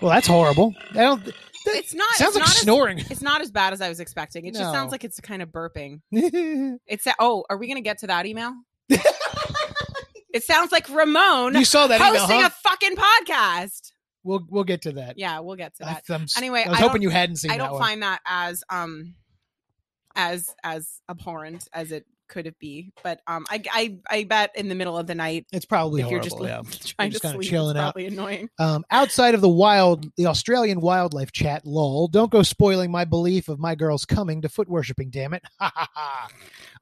Speaker 2: Well, that's horrible. I don't. That
Speaker 3: It's not.
Speaker 2: sounds
Speaker 3: it's
Speaker 2: like
Speaker 3: not
Speaker 2: snoring.
Speaker 3: As, it's not as bad as I was expecting. It just
Speaker 2: No.
Speaker 3: sounds like it's kind of burping.
Speaker 2: you
Speaker 3: It's a, oh, are we gonna get to that email? it sounds like Ramon
Speaker 2: saw that email,
Speaker 3: hosting
Speaker 2: huh?
Speaker 3: a fucking podcast.
Speaker 2: we'll we'll get to that.
Speaker 3: Yeah, we'll get to
Speaker 2: I,
Speaker 3: that.
Speaker 2: I'm s-
Speaker 3: Anyway,
Speaker 2: I was
Speaker 3: I
Speaker 2: hoping
Speaker 3: don't-
Speaker 2: you hadn't seen
Speaker 3: I
Speaker 2: that
Speaker 3: don't
Speaker 2: one.
Speaker 3: find that as um as as abhorrent as it could have be, but um, I I I bet in the middle of the night.
Speaker 2: it's probably
Speaker 3: if
Speaker 2: horrible.
Speaker 3: you're
Speaker 2: yeah.
Speaker 3: just trying
Speaker 2: just
Speaker 3: to
Speaker 2: kinda
Speaker 3: sleep,
Speaker 2: chilling
Speaker 3: it's
Speaker 2: out.
Speaker 3: probably annoying.
Speaker 2: Um, outside of the wild, the Australian wildlife chat, lol. Don't go spoiling my belief of my girl's coming to foot worshipping. Damn it! Ha ha ha.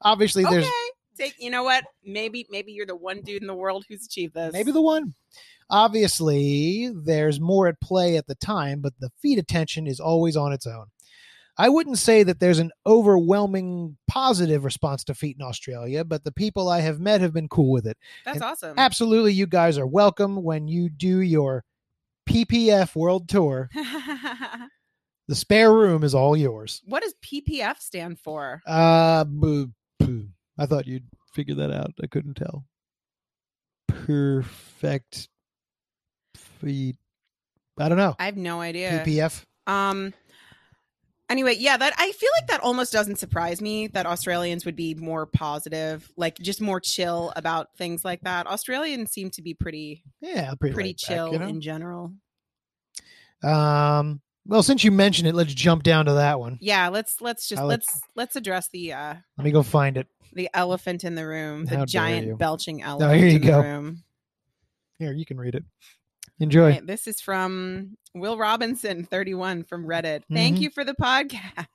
Speaker 2: Obviously,
Speaker 3: Okay,
Speaker 2: there's
Speaker 3: take. You know what? Maybe maybe you're the one dude in the world who's achieved this.
Speaker 2: maybe the one. Obviously, there's more at play at the time, but the feed attention is always on its own. I wouldn't say that there's an overwhelming positive response to feet in Australia, but the people I have met have been cool with it.
Speaker 3: That's
Speaker 2: And
Speaker 3: awesome.
Speaker 2: Absolutely, you guys are welcome when you do your PPF World Tour. The spare room is all yours.
Speaker 3: what does PPF stand for?
Speaker 2: Uh, boo, poo. I thought you'd figure that out. I couldn't tell. Perfect feet. I don't know.
Speaker 3: I uh, have no idea.
Speaker 2: PPF.
Speaker 3: Um. Anyway, yeah, that I feel like that almost doesn't surprise me that Australians would be more positive, like just more chill about things like that. Australians seem to be pretty
Speaker 2: Yeah, pretty,
Speaker 3: pretty
Speaker 2: laid back,
Speaker 3: chill
Speaker 2: you know?
Speaker 3: in general.
Speaker 2: Um, well, since you mentioned it, let's jump down to that one.
Speaker 3: Yeah, let's let's just
Speaker 2: I like-
Speaker 3: let's let's address the uh
Speaker 2: Let me go find it.
Speaker 3: the elephant in the room, the
Speaker 2: How dare you.
Speaker 3: giant belching elephant
Speaker 2: here you
Speaker 3: in
Speaker 2: go.
Speaker 3: the room.
Speaker 2: Here, you can read it. Enjoy.
Speaker 3: Okay, this is from Will Robinson, 31 from Reddit. Thank
Speaker 2: Mhm.
Speaker 3: you for the podcast.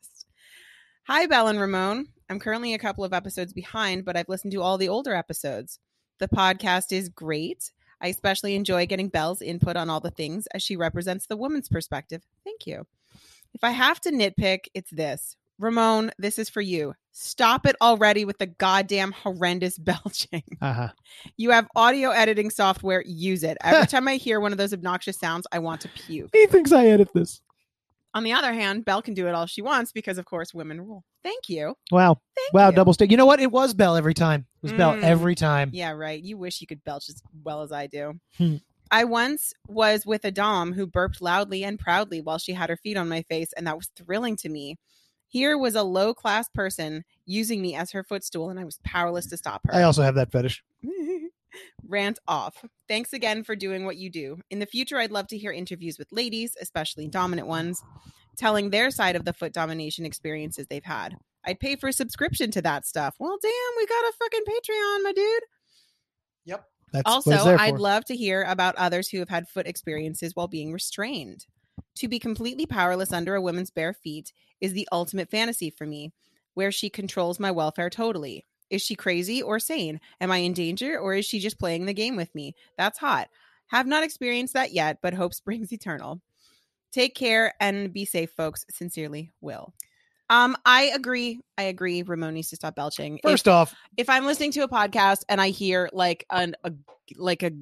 Speaker 3: Hi, Bell and Ramon. I'm currently a couple of episodes behind, but I've listened to all the older episodes. The podcast is great. I especially enjoy getting Bell's input on all the things as she represents the woman's perspective. Thank you. If I have to nitpick, it's this Ramon, this is for you. Stop it already with the goddamn horrendous belching.
Speaker 2: Uh huh.
Speaker 3: You have audio editing software, use it. Every time I hear one of those obnoxious sounds, I want to puke.
Speaker 2: He thinks I edit this.
Speaker 3: On the other hand, Belle can do it all she wants because, of course, women rule. Thank you.
Speaker 2: Wow.
Speaker 3: Thank
Speaker 2: Wow.
Speaker 3: you.
Speaker 2: Double stick. You know what? It was Bell every time. It was Bell
Speaker 3: Mm.
Speaker 2: every time.
Speaker 3: Yeah, right. You wish you could belch as well as I do.
Speaker 2: Hmm.
Speaker 3: I once was with a Dom who burped loudly and proudly while she had her feet on my face, and that was thrilling to me. Here was a low class person using me as her footstool, and I was powerless to stop her.
Speaker 2: I also have that fetish.
Speaker 3: Rant off. Thanks again for doing what you do. In the future, I'd love to hear interviews with ladies, especially dominant ones, telling their side of the foot domination experiences they've had. I'd pay for a subscription to that stuff. Well, damn, we got a fucking Patreon, my dude.
Speaker 2: That's what it's
Speaker 3: Also,
Speaker 2: there
Speaker 3: I'd
Speaker 2: for.
Speaker 3: love to hear about others who have had foot experiences while being restrained. To be completely powerless under a woman's bare feet is the ultimate fantasy for me, where she controls my welfare totally. Is she crazy or sane? Am I in danger or is she just playing the game with me? That's hot. Have not experienced that yet, but hope springs eternal. Take care and be safe, folks. Sincerely, Will. Um, I agree. I agree. Ramon needs to stop belching. If-
Speaker 2: First off,
Speaker 3: if I'm listening to a podcast and I hear like an a like a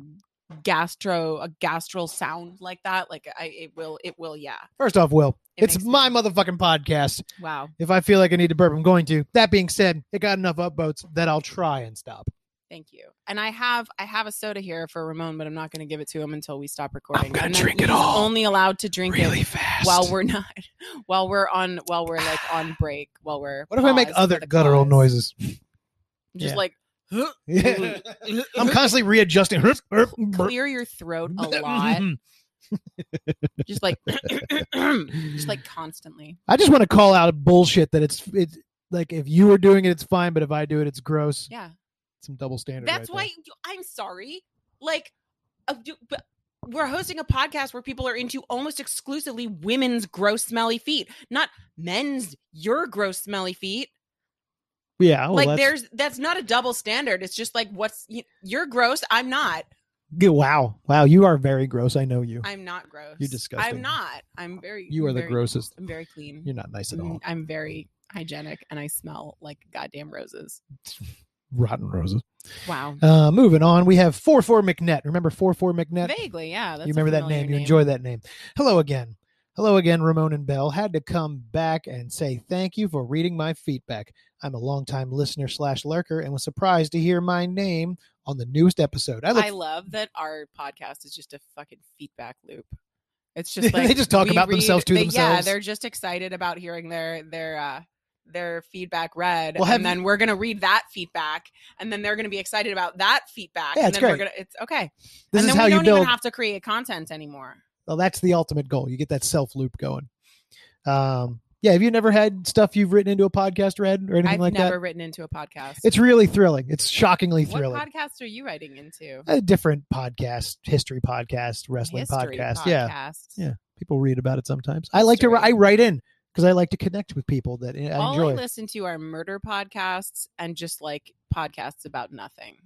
Speaker 3: gastro a gastral sound like that, like I it will it will yeah.
Speaker 2: first off, Will,
Speaker 3: It
Speaker 2: it's
Speaker 3: makes
Speaker 2: my motherfucking podcast.
Speaker 3: Wow.
Speaker 2: If I feel like I need to burp, I'm going to. That being said, it got enough upvotes that I'll try and stop.
Speaker 3: Thank you. And I have I have a soda here for Ramon, but I'm not going to give it to him until we stop recording.
Speaker 2: gonna
Speaker 3: And then
Speaker 2: drink it
Speaker 3: he's
Speaker 2: all
Speaker 3: Only allowed to drink it
Speaker 2: fast.
Speaker 3: while we're not while we're on while we're like on break while we're.
Speaker 2: what if I make
Speaker 3: paused for
Speaker 2: other
Speaker 3: the
Speaker 2: guttural
Speaker 3: cause?
Speaker 2: noises?
Speaker 3: Just
Speaker 2: Yeah.
Speaker 3: like
Speaker 2: I'm constantly readjusting. Herp, herp, burp.
Speaker 3: clear your throat a lot. just like just like constantly.
Speaker 2: I just want to call out bullshit that it's it's like if you were doing it, it's fine, but if I do it, it's gross.
Speaker 3: Yeah.
Speaker 2: Some double standard.
Speaker 3: That's
Speaker 2: right
Speaker 3: why you, I'm sorry. Like, uh, do, but we're hosting a podcast where people are into almost exclusively women's gross smelly feet, not men's your gross smelly feet.
Speaker 2: There. Yeah, well,
Speaker 3: like,
Speaker 2: Oh, that's-
Speaker 3: there's that's not a double standard. It's just like what's y- you're gross. I'm not.
Speaker 2: Good- Wow, wow, you are very gross. I know you.
Speaker 3: I'm not gross.
Speaker 2: You're disgusting.
Speaker 3: I'm not. I'm very.
Speaker 2: you are the
Speaker 3: very- Mm.
Speaker 2: grossest.
Speaker 3: I'm very clean.
Speaker 2: You're not nice at
Speaker 3: I'm,
Speaker 2: all.
Speaker 3: I'm very hygienic, and I smell like goddamn roses.
Speaker 2: Rotten roses.
Speaker 3: Wow.
Speaker 2: Uh, moving on, we have four four McNett. Remember four four McNett?
Speaker 3: Vaguely, yeah. That's a
Speaker 2: you remember that
Speaker 3: familiar
Speaker 2: name. You enjoy that name. Hello again. Hello again, Ramon and Bell. Had to come back and say thank you for reading my feedback. I'm a longtime listener slash lurker and was surprised to hear my name on the newest episode. I look
Speaker 3: I love that our podcast is just a fucking feedback loop. It's just
Speaker 2: They
Speaker 3: like
Speaker 2: just talk
Speaker 3: we
Speaker 2: about themselves to
Speaker 3: they- Yeah,
Speaker 2: themselves.
Speaker 3: they're just excited about hearing their their uh their feedback read,
Speaker 2: Well, have
Speaker 3: and then we're gonna read that feedback, and then they're gonna be excited about that feedback.
Speaker 2: Yeah,
Speaker 3: and
Speaker 2: it's
Speaker 3: then We're
Speaker 2: great.
Speaker 3: gonna, it's okay.
Speaker 2: this
Speaker 3: and
Speaker 2: is
Speaker 3: then
Speaker 2: how
Speaker 3: we
Speaker 2: you
Speaker 3: don't
Speaker 2: build.
Speaker 3: even have to create content anymore.
Speaker 2: well, that's the ultimate goal. You get that self loop going. Um, yeah. Have you never had stuff you've written into a podcast read or anything
Speaker 3: I've
Speaker 2: like
Speaker 3: never
Speaker 2: that?
Speaker 3: written into a podcast.
Speaker 2: It's really thrilling. It's shockingly
Speaker 3: what
Speaker 2: thrilling.
Speaker 3: podcast are you writing into?
Speaker 2: a different podcast, history podcast, wrestling
Speaker 3: History
Speaker 2: podcast. Yeah.
Speaker 3: podcasts.
Speaker 2: Yeah. People read about it sometimes. I like to to. I
Speaker 3: History.
Speaker 2: write in because I like to connect with people that eh, I
Speaker 3: All I
Speaker 2: enjoy.
Speaker 3: listen to are murder podcasts and just like podcasts about nothing.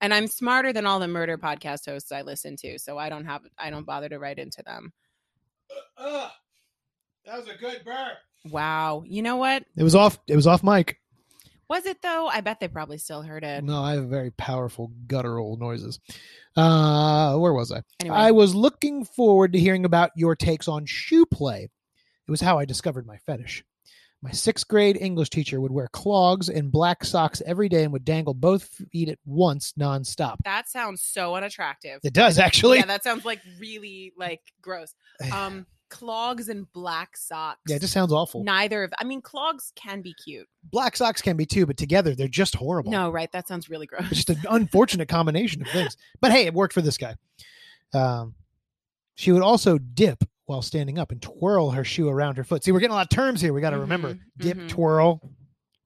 Speaker 3: And I'm smarter than all the murder podcast hosts I listen to, so I don't have I don't bother to write into them.
Speaker 2: that was a good burp.
Speaker 3: Wow. You know what?
Speaker 2: It was off. It was off mic.
Speaker 3: Was it though? I bet they probably still heard it.
Speaker 2: No, I have very powerful guttural noises. Uh, where was I?
Speaker 3: Anyway,
Speaker 2: I was looking forward to hearing about your takes on shoe play. It was how I discovered my fetish. My sixth grade English teacher would wear clogs and black socks every day and would dangle both feet at once nonstop.
Speaker 3: that sounds so unattractive.
Speaker 2: It does actually.
Speaker 3: Yeah, that sounds like really like gross. Um clogs and black socks.
Speaker 2: Yeah, it just sounds awful.
Speaker 3: neither of I mean clogs can be cute.
Speaker 2: Black socks can be too, but together they're just horrible.
Speaker 3: No, right. That sounds really gross.
Speaker 2: It's just an unfortunate combination of things. But hey, it worked for this guy. Um, she would also dip while standing up and twirl her shoe around her foot. See, we're getting a lot of terms here. We got to remember
Speaker 3: Mhm,
Speaker 2: dip,
Speaker 3: mhm.
Speaker 2: twirl,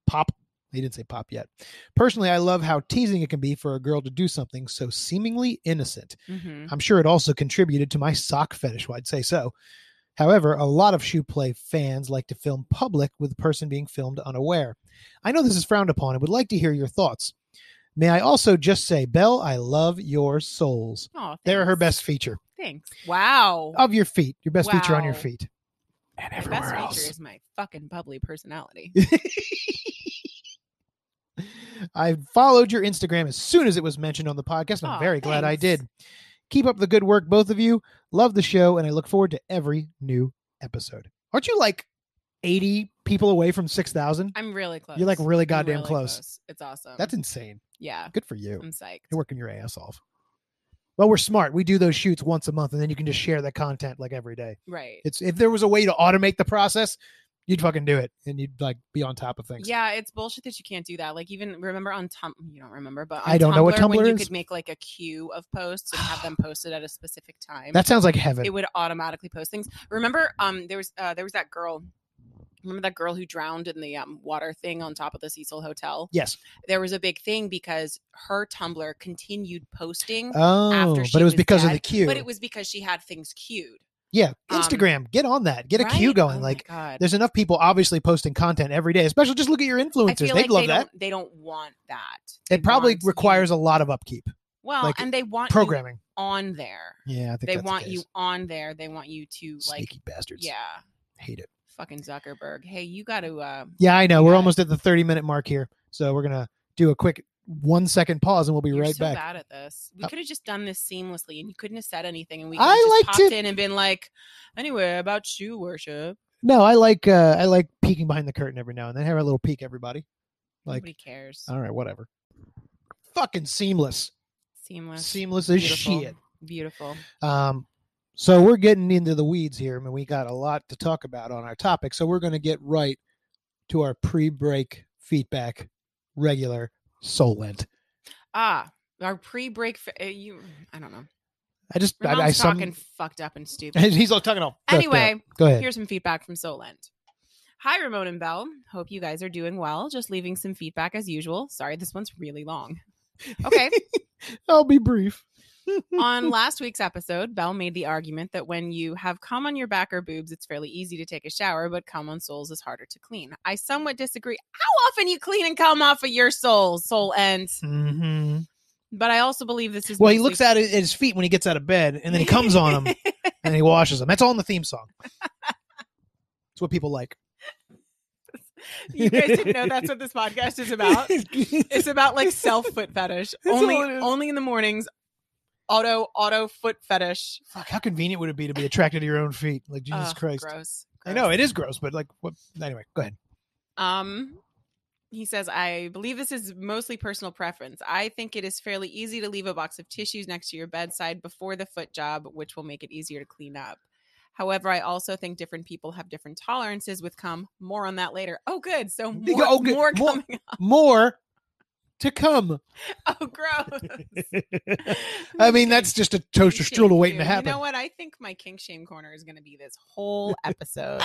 Speaker 2: pop. They didn't say pop yet. Personally, I love how teasing it can be for a girl to do something so seemingly innocent.
Speaker 3: Mhm.
Speaker 2: I'm sure it also contributed to my sock fetish. Well, I'd say so. However, a lot of shoe play fans like to film public with the person being filmed unaware. I know this is frowned upon and would like to hear your thoughts. May I also just say, Belle, I love your soles.
Speaker 3: Aw,
Speaker 2: They're her
Speaker 3: thanks.
Speaker 2: best Oh, feature
Speaker 3: Thanks. Wow.
Speaker 2: of your feet, your best feature on your
Speaker 3: Wow.
Speaker 2: feet. And
Speaker 3: My best feature is my fucking bubbly personality.
Speaker 2: I followed your Instagram as soon as it was mentioned on the podcast. and I'm
Speaker 3: Aw,
Speaker 2: very glad I
Speaker 3: thanks.
Speaker 2: did. Keep up the good work, both of you. Love the show, and I look forward to every new episode. Aren't you like 80 people away from 6,000?
Speaker 3: I'm really close.
Speaker 2: You're like really
Speaker 3: I'm
Speaker 2: goddamn
Speaker 3: really
Speaker 2: close.
Speaker 3: It's awesome.
Speaker 2: That's insane.
Speaker 3: yeah.
Speaker 2: Good for you.
Speaker 3: I'm psyched.
Speaker 2: You're working your ass off. Well, we're smart. We do those shoots once a month, and then you can just share that content like every day.
Speaker 3: Right.
Speaker 2: It's if there was a way to automate the process, you'd fucking do it, and you'd like be on top of things.
Speaker 3: Yeah, it's bullshit that you can't do that. Like even remember on Tumblr, you don't remember, but on
Speaker 2: I don't know what
Speaker 3: when
Speaker 2: Tumblr
Speaker 3: you
Speaker 2: is.
Speaker 3: could make like a queue of posts and have them posted at a specific time.
Speaker 2: That sounds like heaven.
Speaker 3: it would automatically post things. Remember, um, there was uh, there was that girl. Remember that girl who drowned in the um, water thing on top of the Cecil Hotel?
Speaker 2: yes.
Speaker 3: There was a big thing because her Tumblr continued posting
Speaker 2: Oh,
Speaker 3: she
Speaker 2: but it was,
Speaker 3: was
Speaker 2: because of
Speaker 3: dead,
Speaker 2: the queue.
Speaker 3: But it was because she had things queued.
Speaker 2: Yeah,
Speaker 3: Um,
Speaker 2: Instagram, get on that. Get a queue
Speaker 3: Right?
Speaker 2: going.
Speaker 3: Oh my
Speaker 2: like
Speaker 3: God.
Speaker 2: there's enough people obviously posting content every day, especially just look at your
Speaker 3: I
Speaker 2: influencers.
Speaker 3: feel
Speaker 2: They'd
Speaker 3: like
Speaker 2: love
Speaker 3: they
Speaker 2: that.
Speaker 3: don't they don't want that. They
Speaker 2: It probably
Speaker 3: want you-
Speaker 2: requires a lot of upkeep,
Speaker 3: well,
Speaker 2: like,
Speaker 3: and they want you
Speaker 2: programming.
Speaker 3: on there.
Speaker 2: Yeah, I think
Speaker 3: They
Speaker 2: that's the
Speaker 3: want
Speaker 2: case.
Speaker 3: you on there. They want you to like
Speaker 2: sneaky bastards.
Speaker 3: yeah,
Speaker 2: hate it.
Speaker 3: fucking Zuckerberg. Hey, you got to uh
Speaker 2: Yeah, I know. We're
Speaker 3: Yeah.
Speaker 2: almost at the 30 minute mark here, so we're gonna do a quick one second pause, and we'll be
Speaker 3: You're
Speaker 2: right
Speaker 3: so
Speaker 2: back.
Speaker 3: bad at this. We
Speaker 2: Uh,
Speaker 3: could have just done this seamlessly, and you couldn't have said anything, and we
Speaker 2: I
Speaker 3: could have
Speaker 2: like
Speaker 3: just popped
Speaker 2: to-
Speaker 3: in and been like, "Anyway, about shoe worship."
Speaker 2: No, I like uh, I like peeking behind the curtain every now and then. Have a little peek, everybody. Like, uh,
Speaker 3: Nobody cares.
Speaker 2: all right, whatever. Fucking seamless,
Speaker 3: Seamless.
Speaker 2: seamless as
Speaker 3: beautiful,
Speaker 2: shit.
Speaker 3: Beautiful.
Speaker 2: Um, so we're getting into the weeds here. I mean, we got a lot to talk about on our topic, so we're going to get right to our pre-break feedback, regular solent.
Speaker 3: Ah, our pre-break. Fa- uh, you, I don't know.
Speaker 2: I just,
Speaker 3: Your
Speaker 2: I, I
Speaker 3: mom's
Speaker 2: some,
Speaker 3: talking fucked up and stupid.
Speaker 2: he's all talking all. fucked up.
Speaker 3: Anyway,
Speaker 2: go ahead.
Speaker 3: Here's some feedback from Solent. Hi, Ramon and Bell. Hope you guys are doing well. Just leaving some feedback as usual. Sorry, this one's really long. Okay.
Speaker 2: I'll be brief.
Speaker 3: on last week's episode, Bell made the argument that when you have cum on your back or boobs, it's fairly easy to take a shower, but cum on soles is harder to clean. I somewhat disagree. How often you clean and cum off of your soles, sole ends?
Speaker 2: Mm-hmm.
Speaker 3: But I also believe this is
Speaker 2: Well, he
Speaker 3: mostly-
Speaker 2: looks at, it- at his feet when he gets out of bed, and then he comes on them, and he washes them. That's all in the theme song. It's what people like.
Speaker 3: you guys didn't know that's what this podcast is about. It's about like self foot fetish.
Speaker 2: That's
Speaker 3: only
Speaker 2: all it is.
Speaker 3: only in the mornings. Auto auto foot fetish.
Speaker 2: Fuck, how convenient would it be to be attracted to your own feet? Like Jesus
Speaker 3: Ugh,
Speaker 2: Christ.
Speaker 3: Oh, Gross.
Speaker 2: I know
Speaker 3: gross.
Speaker 2: it is gross, but like what? Anyway, go ahead.
Speaker 3: Um he says, I believe this is mostly personal preference. I think it is fairly easy to leave a box of tissues next to your bedside before the foot job, which will make it easier to clean up. However, I also think different people have different tolerances with cum. More on that later. Oh, good. So
Speaker 2: You go-
Speaker 3: more,
Speaker 2: oh, good.
Speaker 3: more
Speaker 2: More-
Speaker 3: coming
Speaker 2: More to come.
Speaker 3: up. Oh, gross.
Speaker 2: I mean, that's just a toaster
Speaker 3: Kink
Speaker 2: strudel
Speaker 3: shame
Speaker 2: waiting to
Speaker 3: too.
Speaker 2: happen.
Speaker 3: You know what? I think my kink shame corner is going to be this whole episode.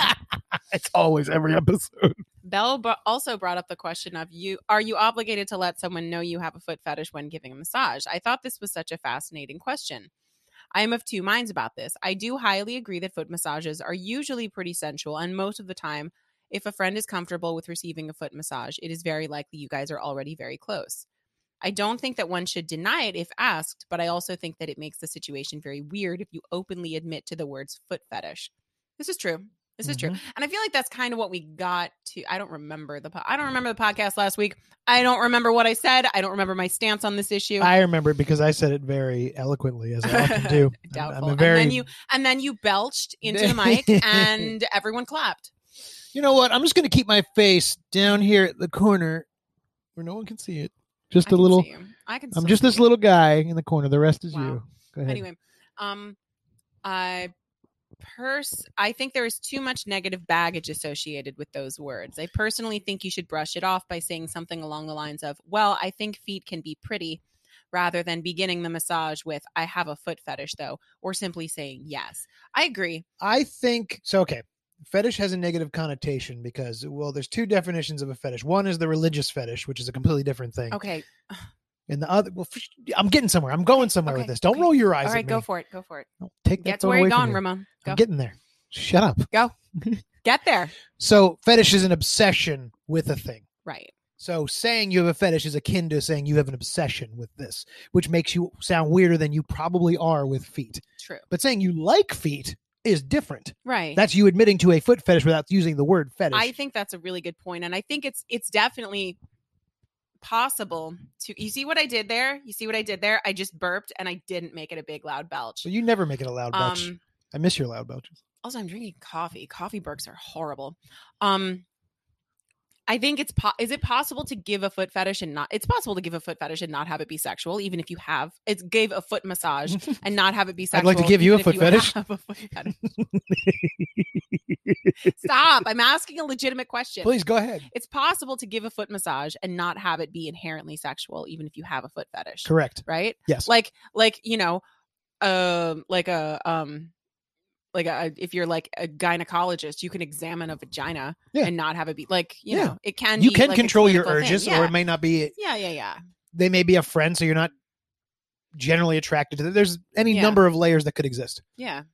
Speaker 2: It's always every episode.
Speaker 3: Bell bu- also brought up the question of you are you obligated to let someone know you have a foot fetish when giving a massage? I thought this was such a fascinating question. I am of two minds about this. I do highly agree that foot massages are usually pretty sensual and most of the time if a friend is comfortable with receiving a foot massage, it is very likely you guys are already very close. I don't think that one should deny it if asked, but I also think that it makes the situation very weird if you openly admit to the words foot fetish. This is true. This is true. And I feel like that's kind of what we got to. I don't remember the po- I don't remember the podcast last week. I don't remember what I said. I don't remember my stance on this issue.
Speaker 2: I remember it because I said it very eloquently, as I often do. I'm-
Speaker 3: Doubtful.
Speaker 2: I'm, a very.
Speaker 3: And then you and then you belched into the mic and everyone clapped.
Speaker 2: you know what? I'm just going to keep my face down here at the corner where no one can see it.
Speaker 3: I
Speaker 2: Just a
Speaker 3: can
Speaker 2: little.
Speaker 3: see you. I can
Speaker 2: I'm
Speaker 3: still
Speaker 2: just
Speaker 3: see
Speaker 2: this
Speaker 3: you.
Speaker 2: little guy in the corner. The rest is
Speaker 3: Wow.
Speaker 2: you. Go ahead.
Speaker 3: Anyway, um I pers I think there is too much negative baggage associated with those words. I personally think you should brush it off by saying something along the lines of, "Well, I think feet can be pretty." Rather than beginning the massage with, I have a foot fetish though, or simply saying yes. I agree.
Speaker 2: I think so. Okay, fetish has a negative connotation because well, there's two definitions of a fetish. One is the religious fetish, which is a completely different thing,
Speaker 3: Okay.
Speaker 2: and the other. Well, f- I'm getting somewhere. I'm going somewhere with
Speaker 3: okay,
Speaker 2: this. Don't
Speaker 3: okay.
Speaker 2: roll your eyes.
Speaker 3: All right,
Speaker 2: at
Speaker 3: go
Speaker 2: me.
Speaker 3: for it. Go for it.
Speaker 2: Don't Take that
Speaker 3: Get to
Speaker 2: phone
Speaker 3: where you're
Speaker 2: away from
Speaker 3: going,
Speaker 2: me.
Speaker 3: Ramon. Go.
Speaker 2: I'm getting there. Shut up.
Speaker 3: Get there.
Speaker 2: So fetish is an obsession with a thing.
Speaker 3: Right.
Speaker 2: So saying you have a fetish is akin to saying you have an obsession with this, which makes you sound weirder than you probably are with feet.
Speaker 3: True.
Speaker 2: But saying you like feet is different.
Speaker 3: Right.
Speaker 2: That's you admitting to a foot fetish without using the word fetish.
Speaker 3: I think that's a really good point, and I think it's it's definitely possible to. You see what I did there? You see what I did there? I just burped, and I didn't make it a big loud belch.
Speaker 2: So you never make it a loud belch.
Speaker 3: Um,
Speaker 2: I miss your loud belches.
Speaker 3: also, I'm drinking coffee. Coffee burps are horrible. Um, I think it's po- is it possible to give a foot fetish and not? It's possible to give a foot fetish and not have it be sexual, even if you have it's gave a foot massage and not have it be
Speaker 2: I'd
Speaker 3: sexual.
Speaker 2: like to give you a
Speaker 3: even if
Speaker 2: foot fetish.
Speaker 3: have a foot fetish. Stop! I'm asking a legitimate question.
Speaker 2: Please go ahead.
Speaker 3: It's possible to give a foot massage and not have it be inherently sexual, even if you have a foot fetish,
Speaker 2: Correct.
Speaker 3: right?
Speaker 2: Yes.
Speaker 3: Like, like you know, um, like a um, like a if you're like a gynecologist, you can examine a vagina
Speaker 2: Yeah.
Speaker 3: and not have it be like you
Speaker 2: Yeah.
Speaker 3: know it can
Speaker 2: you
Speaker 3: be
Speaker 2: can
Speaker 3: like a
Speaker 2: control your
Speaker 3: clinical thing.
Speaker 2: urges,
Speaker 3: yeah.
Speaker 2: or it may not be.
Speaker 3: yeah, yeah, yeah.
Speaker 2: They may be a friend, so you're not generally attracted to them. There's any
Speaker 3: Yeah.
Speaker 2: number of layers that could exist.
Speaker 3: Yeah.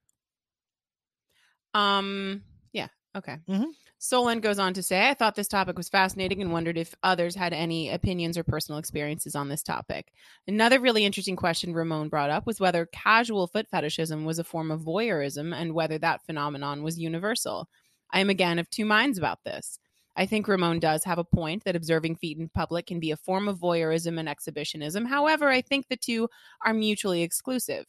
Speaker 3: Um, yeah, okay.
Speaker 2: Mhm.
Speaker 3: Solon goes on to say, I thought this topic was fascinating and wondered if others had any opinions or personal experiences on this topic. Another really interesting question Ramon brought up was whether casual foot fetishism was a form of voyeurism and whether that phenomenon was universal. I am again of two minds about this. I think Ramon does have a point that observing feet in public can be a form of voyeurism and exhibitionism. However, I think the two are mutually exclusive.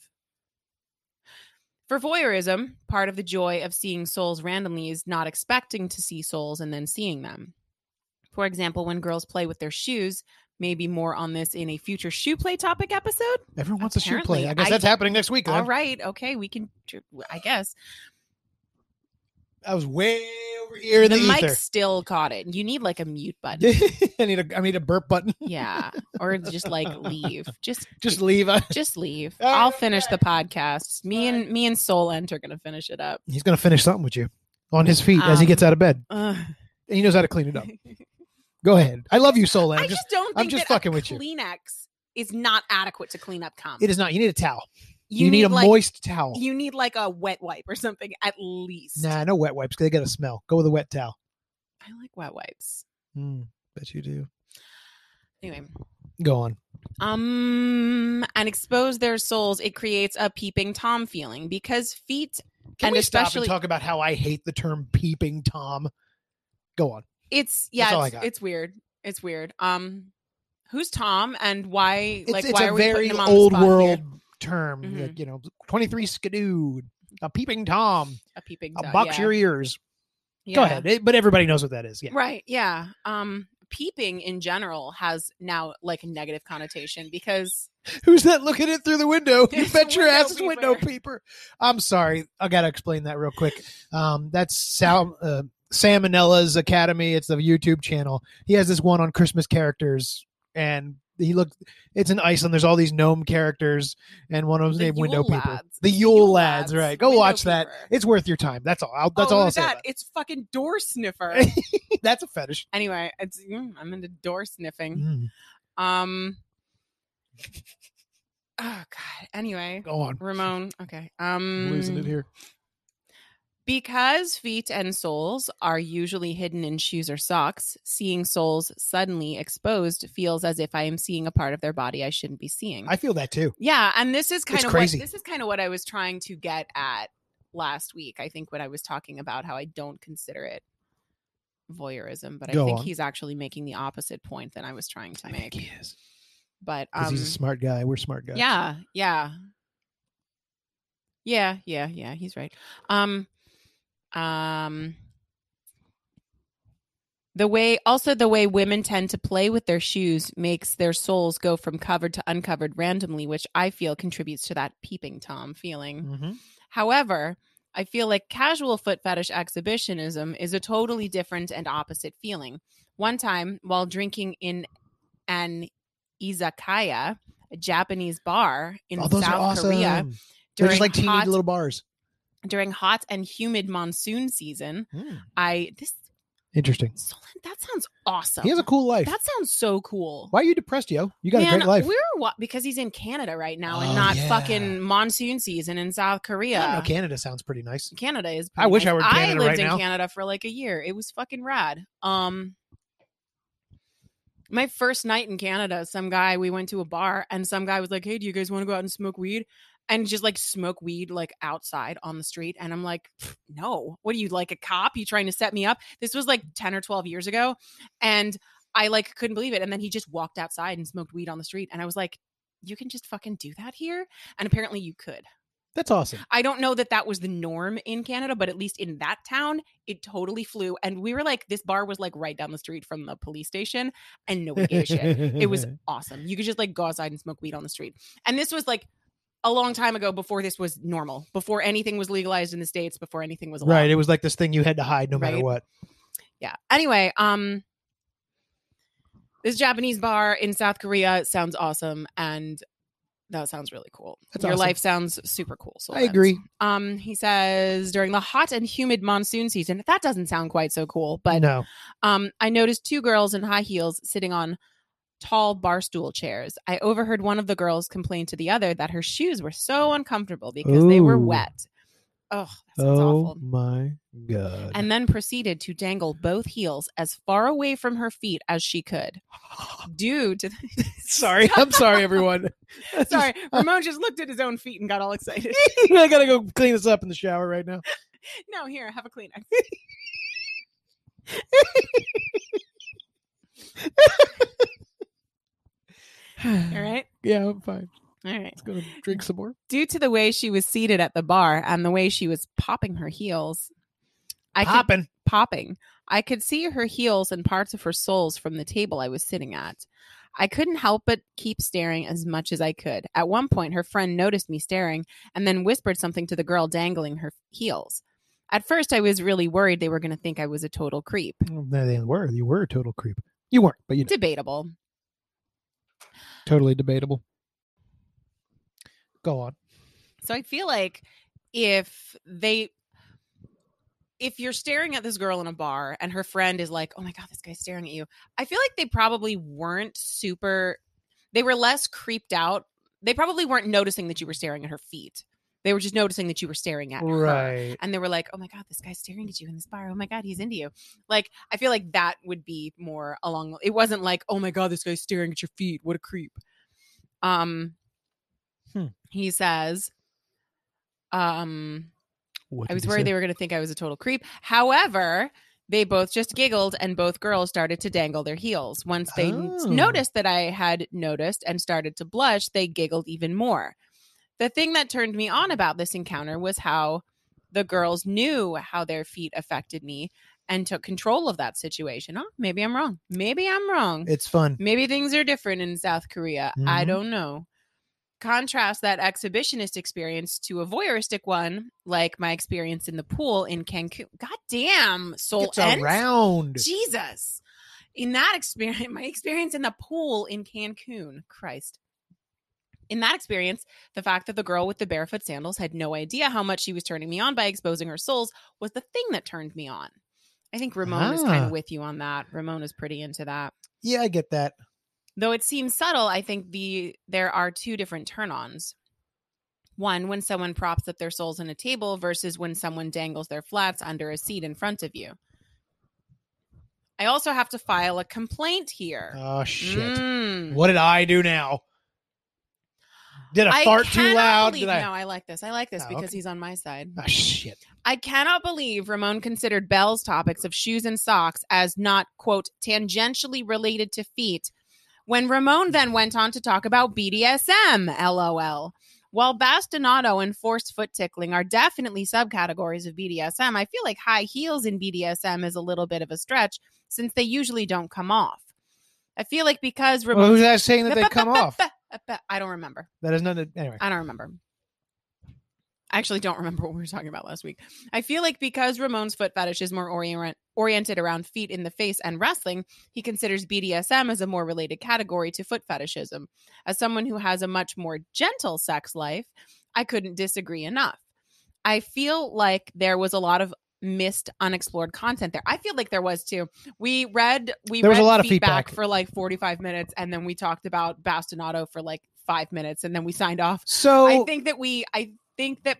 Speaker 3: For voyeurism, part of the joy of seeing souls randomly is not expecting to see souls and then seeing them. For example, when girls play with their shoes, maybe more on this in a future shoe play topic episode.
Speaker 2: Everyone wants a shoe
Speaker 3: Apparently,
Speaker 2: play. I guess
Speaker 3: I-
Speaker 2: that's happening next week.
Speaker 3: All
Speaker 2: All right.
Speaker 3: right, okay, we can, I guess.
Speaker 2: I was way over here in the,
Speaker 3: the mic
Speaker 2: ether.
Speaker 3: still caught it. You need like a mute button.
Speaker 2: I need a I need a burp button.
Speaker 3: yeah, or just like leave. Just
Speaker 2: Just leave. I-
Speaker 3: just leave.
Speaker 2: All
Speaker 3: I'll
Speaker 2: right,
Speaker 3: finish
Speaker 2: okay.
Speaker 3: the podcast. Me and me and Soul Ent are gonna finish it up.
Speaker 2: He's gonna finish something with you on his feet as he
Speaker 3: Um,
Speaker 2: gets out of bed,
Speaker 3: Ugh.
Speaker 2: and he knows how to clean it up. Go ahead. I love you, Soul.
Speaker 3: I
Speaker 2: I'm
Speaker 3: just,
Speaker 2: just,
Speaker 3: don't
Speaker 2: I'm
Speaker 3: think
Speaker 2: just
Speaker 3: that
Speaker 2: fucking
Speaker 3: a
Speaker 2: with you.
Speaker 3: Kleenex is not adequate to clean up cum.
Speaker 2: it is not. You need a towel. You, need, a
Speaker 3: like,
Speaker 2: moist towel.
Speaker 3: You need like a wet wipe or something at least.
Speaker 2: nah, no wet wipes. 'cause They got a smell. Go with a wet towel.
Speaker 3: I like wet wipes. Hmm.
Speaker 2: Mm, bet you do.
Speaker 3: Anyway,
Speaker 2: Go on.
Speaker 3: um, and expose their souls. It creates a peeping tom feeling because feet.
Speaker 2: Can
Speaker 3: And
Speaker 2: we stop
Speaker 3: especially-
Speaker 2: and talk about how I hate the term peeping tom? Go on.
Speaker 3: It's
Speaker 2: That's all
Speaker 3: yeah.
Speaker 2: I
Speaker 3: It's,
Speaker 2: got.
Speaker 3: it's weird. It's weird. Um, who's Tom and why?
Speaker 2: It's,
Speaker 3: like
Speaker 2: it's
Speaker 3: why
Speaker 2: a
Speaker 3: are we putting
Speaker 2: very
Speaker 3: him on the
Speaker 2: old
Speaker 3: spot here?
Speaker 2: world term.
Speaker 3: Mhm.
Speaker 2: Like, you know, 23 skidoo, a peeping tom,
Speaker 3: A peeping.
Speaker 2: a
Speaker 3: tom,
Speaker 2: box
Speaker 3: yeah.
Speaker 2: your ears.
Speaker 3: yeah.
Speaker 2: Go ahead. It- but everybody knows what that is. Yeah.
Speaker 3: Right. Yeah. Um, peeping in general has now like a negative connotation because
Speaker 2: Who's that looking in through the window? You
Speaker 3: It's
Speaker 2: bet
Speaker 3: a
Speaker 2: your
Speaker 3: window
Speaker 2: ass is window
Speaker 3: peeper.
Speaker 2: peeper. I'm sorry. I got to explain that real quick. Um, that's Sal, uh, Salmonella's Academy. It's the YouTube channel. He has this one on Christmas characters, and he looked. It's in Iceland. There's all these gnome characters, and one of them's
Speaker 3: The
Speaker 2: named Window
Speaker 3: Yule
Speaker 2: Peeper.
Speaker 3: Lads.
Speaker 2: The Yule, Lads, right? Go
Speaker 3: Window
Speaker 2: watch that.
Speaker 3: peeper.
Speaker 2: It's worth your time. That's all. I'll, that's
Speaker 3: Oh,
Speaker 2: all
Speaker 3: look
Speaker 2: I'll
Speaker 3: at
Speaker 2: say.
Speaker 3: that.
Speaker 2: about
Speaker 3: It's fucking door sniffer.
Speaker 2: it. That's a fetish.
Speaker 3: anyway, it's mm, I'm into door sniffing.
Speaker 2: Mm,
Speaker 3: Um Oh god. Anyway,
Speaker 2: go on.
Speaker 3: Ramon, okay.
Speaker 2: I'm
Speaker 3: Um
Speaker 2: losing it here.
Speaker 3: Because feet and soles are usually hidden in shoes or socks, seeing soles suddenly exposed feels as if I am seeing a part of their body I shouldn't be seeing.
Speaker 2: I feel that too.
Speaker 3: Yeah, and this is kind
Speaker 2: It's
Speaker 3: of
Speaker 2: crazy.
Speaker 3: What, this is kind of what I was trying to get at last week. I think when I was talking about how I don't consider it voyeurism, but I
Speaker 2: Go
Speaker 3: think
Speaker 2: on.
Speaker 3: he's actually making the opposite point that I was trying to
Speaker 2: I think
Speaker 3: make.
Speaker 2: he is
Speaker 3: but
Speaker 2: because
Speaker 3: um,
Speaker 2: he's a smart guy. We're smart guys.
Speaker 3: yeah, yeah, yeah, yeah, yeah. He's right. Um, um. The way, also the way women tend to play with their shoes makes their soles go from covered to uncovered randomly, which I feel contributes to that peeping tom feeling.
Speaker 2: hmm
Speaker 3: However, I feel like casual foot fetish exhibitionism is a totally different and opposite feeling. One time, while drinking in an izakaya, a Japanese bar in
Speaker 2: oh, those
Speaker 3: South
Speaker 2: are awesome.
Speaker 3: Korea,
Speaker 2: They're
Speaker 3: during
Speaker 2: just like teeny
Speaker 3: hot,
Speaker 2: little bars.
Speaker 3: during hot and humid monsoon season,
Speaker 2: Hmm.
Speaker 3: I this
Speaker 2: Interesting.
Speaker 3: Solon, that sounds awesome.
Speaker 2: He has a cool life.
Speaker 3: that sounds so cool.
Speaker 2: Why are you depressed, yo? You got
Speaker 3: Man,
Speaker 2: a great life.
Speaker 3: We're wa- because he's in Canada right now and
Speaker 2: Oh,
Speaker 3: not
Speaker 2: yeah.
Speaker 3: fucking monsoon season in South Korea.
Speaker 2: I don't know, Canada sounds pretty nice.
Speaker 3: Canada is.
Speaker 2: I wish I were in
Speaker 3: I
Speaker 2: Canada
Speaker 3: lived
Speaker 2: right
Speaker 3: in
Speaker 2: now.
Speaker 3: Canada for like a year. It was fucking rad. Um, my first night in Canada, some guy we went to a bar, and some guy was like, "Hey, do you guys want to go out and smoke weed?" And just like smoke weed like outside on the street, and I'm like, "Pfft, "No, what are you like a cop? You trying to set me up?" This was like ten or twelve years ago, and I like couldn't believe it. And then he just walked outside and smoked weed on the street, and I was like, "You can just fucking do that here?" And apparently, you could.
Speaker 2: That's awesome.
Speaker 3: I don't know that that was the norm in Canada, but at least in that town, it totally flew. And we were like, this bar was like right down the street from the police station, and nobody gave a shit. It was awesome. You could just like go outside and smoke weed on the street. And this was like a long time ago before this was normal, before anything was legalized in the states, before anything was allowed.
Speaker 2: right. It was like this thing you had to hide no matter
Speaker 3: Right.
Speaker 2: what.
Speaker 3: Yeah. Anyway, um this Japanese bar in South Korea sounds awesome and that sounds really cool.
Speaker 2: That's
Speaker 3: Your
Speaker 2: awesome.
Speaker 3: life sounds super cool. So
Speaker 2: I
Speaker 3: that's-
Speaker 2: agree.
Speaker 3: Um, he says during the hot and humid monsoon season, that doesn't sound quite so cool, but
Speaker 2: no,
Speaker 3: um, I noticed two girls in high heels sitting on tall bar stool chairs. I overheard one of the girls complain to the other that her shoes were so uncomfortable because they were
Speaker 2: Ooh.
Speaker 3: wet. Oh, that sounds
Speaker 2: Oh
Speaker 3: awful.
Speaker 2: my god.
Speaker 3: And then proceeded to dangle both heels as far away from her feet as she could. Due to the-
Speaker 2: sorry. I'm sorry, everyone. That's
Speaker 3: sorry, Ramon just looked at his own feet and got all excited.
Speaker 2: just- I gotta go clean this up in the shower right now.
Speaker 3: no, here, have a Kleenex. All right,
Speaker 2: Yeah, I'm fine.
Speaker 3: all right.
Speaker 2: Let's go drink some more.
Speaker 3: Due to the way she was seated at the bar and the way she was popping her heels, I could
Speaker 2: Popping.
Speaker 3: popping. I could see her heels and parts of her soles from the table I was sitting at. I couldn't help but keep staring as much as I could. At one point, her friend noticed me staring and then whispered something to the girl dangling her heels. At first, I was really worried they were going to think I was a total creep.
Speaker 2: Oh, No, they were. You were a total creep. You weren't, but you
Speaker 3: Debatable.
Speaker 2: totally debatable. Go on.
Speaker 3: So I feel like if they if you're staring at this girl in a bar and her friend is like, "Oh my god, this guy's staring at you." I feel like they probably weren't super they were less creeped out. They probably weren't noticing that you were staring at her feet. They were just noticing that you were staring at her. And they were like, "Oh my god, this guy's staring at you in this bar. Oh my god, he's into you." Like, I feel like that would be more along it wasn't like, "Oh my god, this guy's staring at your feet. What a creep." Um
Speaker 2: Hmm.
Speaker 3: he says um I was worried they were going to think I was a total creep. However, they both just giggled and both girls started to dangle their heels. Once they n-
Speaker 2: Oh.
Speaker 3: noticed that I had noticed and started to blush, they giggled even more. The thing that turned me on about this encounter was how the girls knew how their feet affected me and took control of that situation. Oh, maybe I'm wrong. Maybe I'm wrong.
Speaker 2: It's fun.
Speaker 3: Maybe things are different in South Korea. I
Speaker 2: Mhm.
Speaker 3: don't know. Contrast that exhibitionist experience to a voyeuristic one, like my experience in the pool in Cancun. God damn, soul
Speaker 2: It's
Speaker 3: ends?
Speaker 2: around.
Speaker 3: Jesus. In that experience, my experience in the pool in Cancun, Christ. In that experience, the fact that the girl with the barefoot sandals had no idea how much she was turning me on by exposing her soles was the thing that turned me on. I think Ramon is kind
Speaker 2: Ah.
Speaker 3: of with you on that. Ramon is pretty into that.
Speaker 2: Yeah, I get that.
Speaker 3: Though it seems subtle, I think the there are two different turn-ons. One, when someone props up their soles on a table versus when someone dangles their flats under a seat in front of you. I also have to file a complaint here.
Speaker 2: Oh shit.
Speaker 3: Mm.
Speaker 2: What did I do now? Did I, fart too
Speaker 3: cannot
Speaker 2: loud?
Speaker 3: Believe,
Speaker 2: Did I?
Speaker 3: No, I like this. I like this
Speaker 2: Oh,
Speaker 3: because
Speaker 2: okay.
Speaker 3: he's on my side.
Speaker 2: Oh shit.
Speaker 3: I cannot believe Ramon considered Bell's topics of shoes and socks as not, quote, tangentially related to feet, when Ramon then went on to talk about BDSM, lol. While bastinado and forced foot tickling are definitely subcategories of BDSM, I feel like high heels in BDSM is a little bit of a stretch since they usually don't come off. I feel like because Ramon.
Speaker 2: Well, who's that saying that they come off?
Speaker 3: I don't remember.
Speaker 2: That is none. Of, anyway.
Speaker 3: I don't remember. I actually don't remember what we were talking about last week. I feel like because Ramon's foot fetish is more orient- oriented around feet in the face and wrestling, he considers BDSM as a more related category to foot fetishism. As someone who has a much more gentle sex life, I couldn't disagree enough. I feel like there was a lot of missed unexplored content there. I feel like there was too. We read we
Speaker 2: There was
Speaker 3: read
Speaker 2: a lot of feedback.
Speaker 3: for like 45 minutes and then we talked about Bastinado for like 5 minutes and then we signed off
Speaker 2: So
Speaker 3: I think that we I think that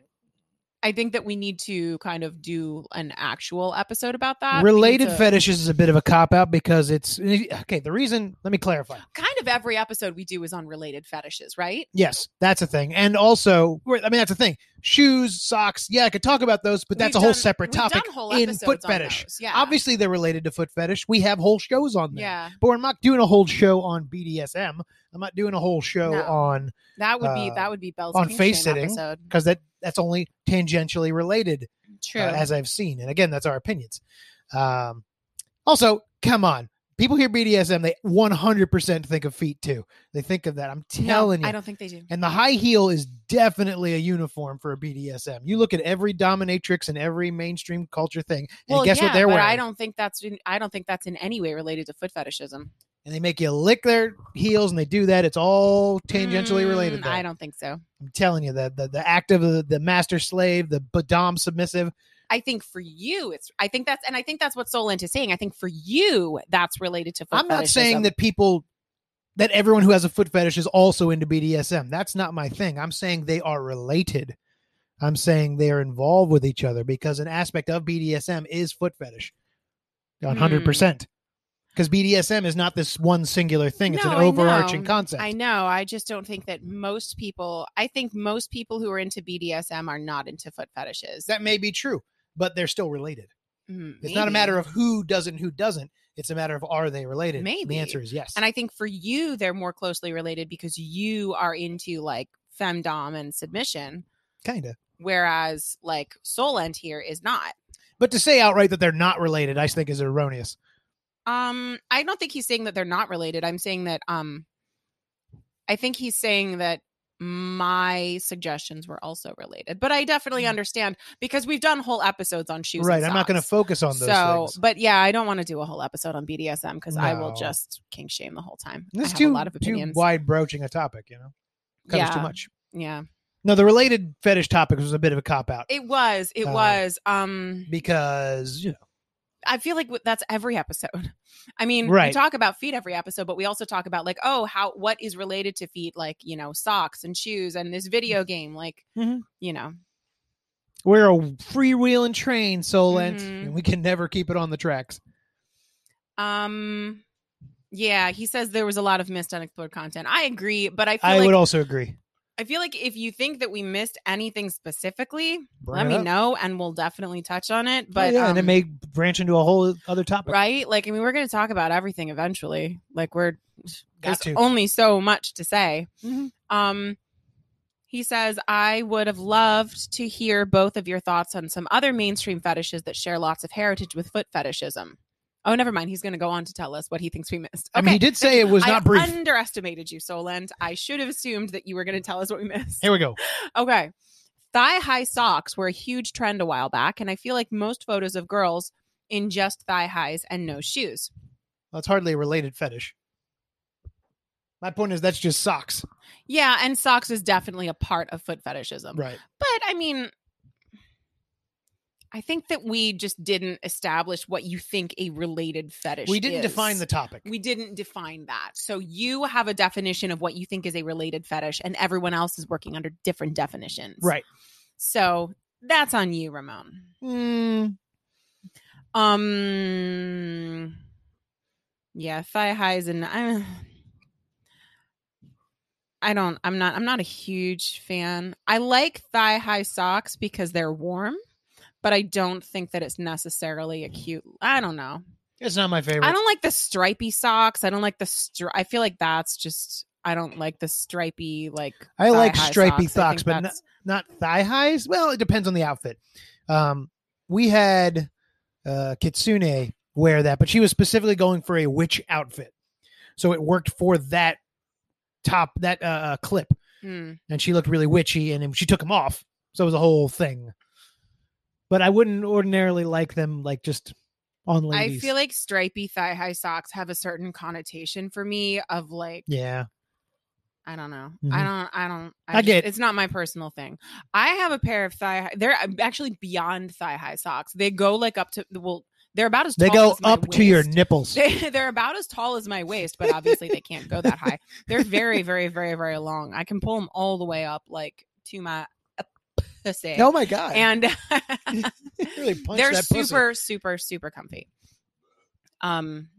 Speaker 3: I think that we need to kind of do an actual episode about that. We need
Speaker 2: related
Speaker 3: to-
Speaker 2: fetishes is a bit of a cop out because it's okay. The reason. Let me clarify.
Speaker 3: kind of every episode we do is on related fetishes, right?
Speaker 2: Yes, that's a thing, and also, wait, I mean, that's a thing. Shoes, socks. Yeah, I could talk about those, but that's
Speaker 3: We've
Speaker 2: a whole
Speaker 3: done-
Speaker 2: separate
Speaker 3: we've done
Speaker 2: topic
Speaker 3: whole
Speaker 2: in
Speaker 3: episodes
Speaker 2: foot
Speaker 3: on
Speaker 2: fetish.
Speaker 3: those, Yeah.
Speaker 2: Obviously, they're related to foot fetish. We have whole shows on them.
Speaker 3: Yeah.
Speaker 2: But we're not doing a whole show on BDSM. I'm not doing a whole show
Speaker 3: No.
Speaker 2: on
Speaker 3: That would be
Speaker 2: Uh,
Speaker 3: that would be Bell's
Speaker 2: on
Speaker 3: King
Speaker 2: face
Speaker 3: Shame
Speaker 2: sitting.
Speaker 3: episode.
Speaker 2: because that that's only tangentially related, uh,
Speaker 3: True.
Speaker 2: as I've seen. And again, that's our opinions. Um, also, come on, people hear BDSM, they 100% think of feet too. They think of that. I'm
Speaker 3: No,
Speaker 2: telling you.
Speaker 3: I don't think they do.
Speaker 2: And the high heel is definitely a uniform for a BDSM. You look at every dominatrix and every mainstream culture thing, and
Speaker 3: Well,
Speaker 2: guess
Speaker 3: yeah,
Speaker 2: what they're
Speaker 3: but
Speaker 2: wearing?
Speaker 3: I don't think that's in, I don't think that's in any way related to foot fetishism.
Speaker 2: and they make you lick their heels, and they do that. It's all tangentially related.
Speaker 3: Mm,
Speaker 2: Though.
Speaker 3: I don't think so.
Speaker 2: I'm telling you, the the, the act of the, the master slave, the b- dom submissive.
Speaker 3: I think for you, it's. I think that's, and I think that's what Solent is saying. I think for you, that's related to. Foot
Speaker 2: I'm not saying
Speaker 3: fetishism.
Speaker 2: that people that everyone who has a foot fetish is also into BDSM. That's not my thing. I'm saying they are related. I'm saying they're involved with each other because an aspect of BDSM is foot fetish.
Speaker 3: Hmm.
Speaker 2: 100%. Because BDSM is not this one singular thing, it's
Speaker 3: No,
Speaker 2: an
Speaker 3: I
Speaker 2: overarching
Speaker 3: know.
Speaker 2: concept.
Speaker 3: I know. I just don't think that most people, I think most people who are into BDSM are not into foot fetishes.
Speaker 2: That may be true, but they're still related.
Speaker 3: Mm,
Speaker 2: It's not a
Speaker 3: maybe.
Speaker 2: matter of who doesn't, who doesn't. It's a matter of are they related?
Speaker 3: Maybe.
Speaker 2: The answer is yes.
Speaker 3: And I think for you, they're more closely related because you are into like femdom and submission,
Speaker 2: kind of.
Speaker 3: whereas like soul end here is not.
Speaker 2: But to say outright that they're not related, I think is erroneous.
Speaker 3: Um, I don't think he's saying that they're not related. I'm saying that um, I think he's saying that my suggestions were also related, but I definitely understand because we've done whole episodes on shoes. and
Speaker 2: Mm. right. I'm not going to
Speaker 3: socks.
Speaker 2: focus on those
Speaker 3: so,
Speaker 2: things.
Speaker 3: but yeah, I don't want to do a whole episode on BDSM because I will
Speaker 2: No.
Speaker 3: just kink shame the whole time. I
Speaker 2: That's
Speaker 3: have
Speaker 2: too,
Speaker 3: a lot of
Speaker 2: too
Speaker 3: opinions.
Speaker 2: wide broaching a topic, you know? Covers
Speaker 3: yeah,
Speaker 2: too much.
Speaker 3: Yeah,
Speaker 2: No, the related fetish topic was a bit of a cop out
Speaker 3: it was. It
Speaker 2: Uh,
Speaker 3: was. Um,
Speaker 2: because, you know,
Speaker 3: I feel like that's every episode. I mean, we
Speaker 2: Right.
Speaker 3: talk about feet every episode, but we also talk about like, oh, how what is related to feet, like you know, socks and shoes and this video game, like
Speaker 2: Mhm.
Speaker 3: you know,
Speaker 2: we're a freewheeling train, Solent,
Speaker 3: Mhm.
Speaker 2: and we can never keep it on the tracks.
Speaker 3: um, yeah. He says there was a lot of missed unexplored content. I agree, but I feel
Speaker 2: I
Speaker 3: like
Speaker 2: would also agree.
Speaker 3: I feel like if you think that we missed anything specifically,
Speaker 2: Bring
Speaker 3: let
Speaker 2: it
Speaker 3: me
Speaker 2: up.
Speaker 3: know, and we'll definitely touch on it.
Speaker 2: Oh,
Speaker 3: But
Speaker 2: yeah, and it
Speaker 3: um,
Speaker 2: may branch into a whole other topic.
Speaker 3: right? Like, I mean, we're going to talk about everything eventually. Like, we're there's
Speaker 2: Got to. Mm-hmm.
Speaker 3: only so much to say. Um, he says, I would have loved to hear both of your thoughts on some other mainstream fetishes that share lots of heritage with foot fetishism. Oh, never mind. He's going to go on to tell us what he thinks we missed.
Speaker 2: I mean, he did say it was
Speaker 3: I
Speaker 2: not brief.
Speaker 3: underestimated you, Solent. I should have assumed that you were going to tell us what we missed.
Speaker 2: Here we go.
Speaker 3: Okay. Thigh high socks were a huge trend a while back, and I feel like most photos of girls in just thigh highs and no shoes.
Speaker 2: That's hardly a related fetish. My point is that's just socks.
Speaker 3: Yeah, and socks is definitely a part of foot fetishism.
Speaker 2: Right.
Speaker 3: But I mean, I think that we just didn't establish what you think a related fetish
Speaker 2: We didn't define
Speaker 3: is.
Speaker 2: the topic.
Speaker 3: we didn't define that. So you have a definition of what you think is a related fetish, and everyone else is working under different definitions.
Speaker 2: right.
Speaker 3: So that's on you, Ramon.
Speaker 2: Mm,
Speaker 3: Um. Yeah, thigh highs and I. I don't. I'm not. I'm not a huge fan. I like thigh high socks because they're warm, but I don't think that it's necessarily a cute. I don't know.
Speaker 2: it's not my favorite.
Speaker 3: I don't like the stripy socks. I don't like the. Stri- I feel like that's just. I don't like the stripy like.
Speaker 2: I like
Speaker 3: thigh-high
Speaker 2: stripy
Speaker 3: I
Speaker 2: socks,
Speaker 3: think
Speaker 2: but
Speaker 3: that's-
Speaker 2: not thigh highs. Well, it depends on the outfit. Um, we had uh, Kitsune wear that, but she was specifically going for a witch outfit, so it worked for that top that uh, uh, clip,
Speaker 3: Hmm.
Speaker 2: and she looked really witchy, and then she took them off, so it was a whole thing. But I wouldn't ordinarily like them, like just on
Speaker 3: I
Speaker 2: ladies.
Speaker 3: feel like stripy thigh high socks have a certain connotation for me of like
Speaker 2: yeah,
Speaker 3: I don't know. I
Speaker 2: Mhm.
Speaker 3: don't. I don't.
Speaker 2: I get it.
Speaker 3: It's not my personal thing. I have a pair of thigh. High, they're um, actually beyond thigh high socks. They go like up to well. They're about as
Speaker 2: they
Speaker 3: tall
Speaker 2: go
Speaker 3: as my
Speaker 2: up to your
Speaker 3: waist.
Speaker 2: nipples.
Speaker 3: They, they're about as tall as my waist, but obviously they can't go that high. They're very, very, very, very long. I can pull them all the way up, like to my uh, pussy.
Speaker 2: oh my god!
Speaker 3: And
Speaker 2: really punch
Speaker 3: they're
Speaker 2: that pussy.
Speaker 3: super super super comfy um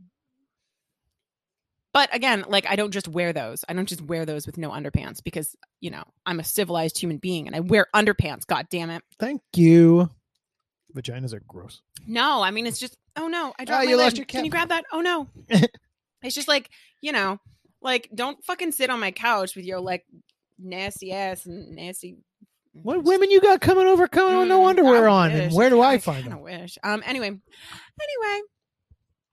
Speaker 3: but again like i don't just wear those i don't just wear those with no underpants because you know i'm a civilized human being and i wear underpants god damn it
Speaker 2: Thank you. Vaginas are gross.
Speaker 3: no i mean it's just oh no i dropped
Speaker 2: Ah,
Speaker 3: my
Speaker 2: you
Speaker 3: lid.
Speaker 2: lost your
Speaker 3: can you grab that oh no it's just like you know like don't fucking sit on my couch with your like nasty ass and nasty
Speaker 2: What women you got coming over coming with no
Speaker 3: Mm,
Speaker 2: underwear
Speaker 3: I
Speaker 2: on? And
Speaker 3: wish.
Speaker 2: where do I find
Speaker 3: kinda
Speaker 2: them?
Speaker 3: wish um anyway anyway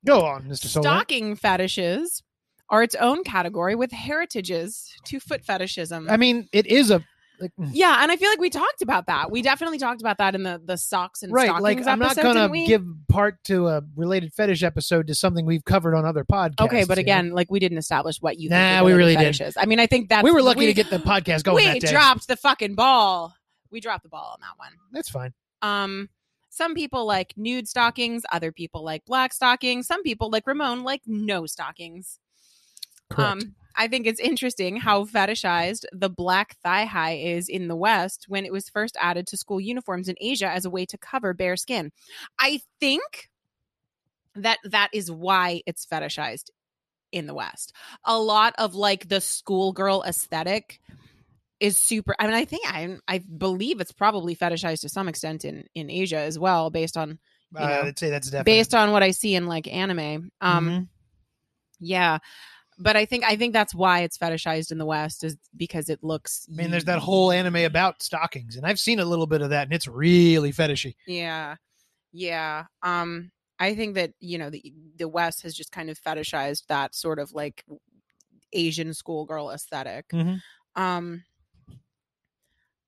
Speaker 2: Go on, Mr. Solent.
Speaker 3: Stocking fetishes are its own category with heritages to foot fetishism.
Speaker 2: I mean, it is a like,
Speaker 3: yeah, and I feel like we talked about that. We definitely talked about that in the the socks and
Speaker 2: right.
Speaker 3: stockings
Speaker 2: Like I'm not
Speaker 3: episode,
Speaker 2: gonna
Speaker 3: didn't we?
Speaker 2: give part to a related fetish episode to something we've covered on other podcasts.
Speaker 3: Okay, but
Speaker 2: you
Speaker 3: again, like we didn't establish what you.
Speaker 2: Nah,
Speaker 3: think are
Speaker 2: we really
Speaker 3: fetishes. I mean, I think
Speaker 2: know?
Speaker 3: that's
Speaker 2: we were lucky to get the podcast going
Speaker 3: we
Speaker 2: that day.
Speaker 3: dropped the fucking ball. We dropped the ball on that one.
Speaker 2: That's fine.
Speaker 3: Um, some people like nude stockings. Other people like black stockings. Some people like Ramon like no stockings.
Speaker 2: Correct.
Speaker 3: Um, I think it's interesting how fetishized the black thigh high is in the West when it was first added to school uniforms in Asia as a way to cover bare skin. I think that that is why it's fetishized in the West. A lot of like the schoolgirl aesthetic is super I mean I think I I believe it's probably fetishized to some extent in in Asia as well based on you know,
Speaker 2: Uh, I'd say that's definitely Mm-hmm.
Speaker 3: based on what I see in like anime. Um yeah. But I think I think that's why it's fetishized in the West is because it looks
Speaker 2: I mean, there's that whole anime about stockings, and I've seen a little bit of that, and it's really fetishy.
Speaker 3: Yeah. Yeah. Um I think that, you know, the the West has just kind of fetishized that sort of like Asian schoolgirl esthetic
Speaker 2: Mhm.
Speaker 3: Um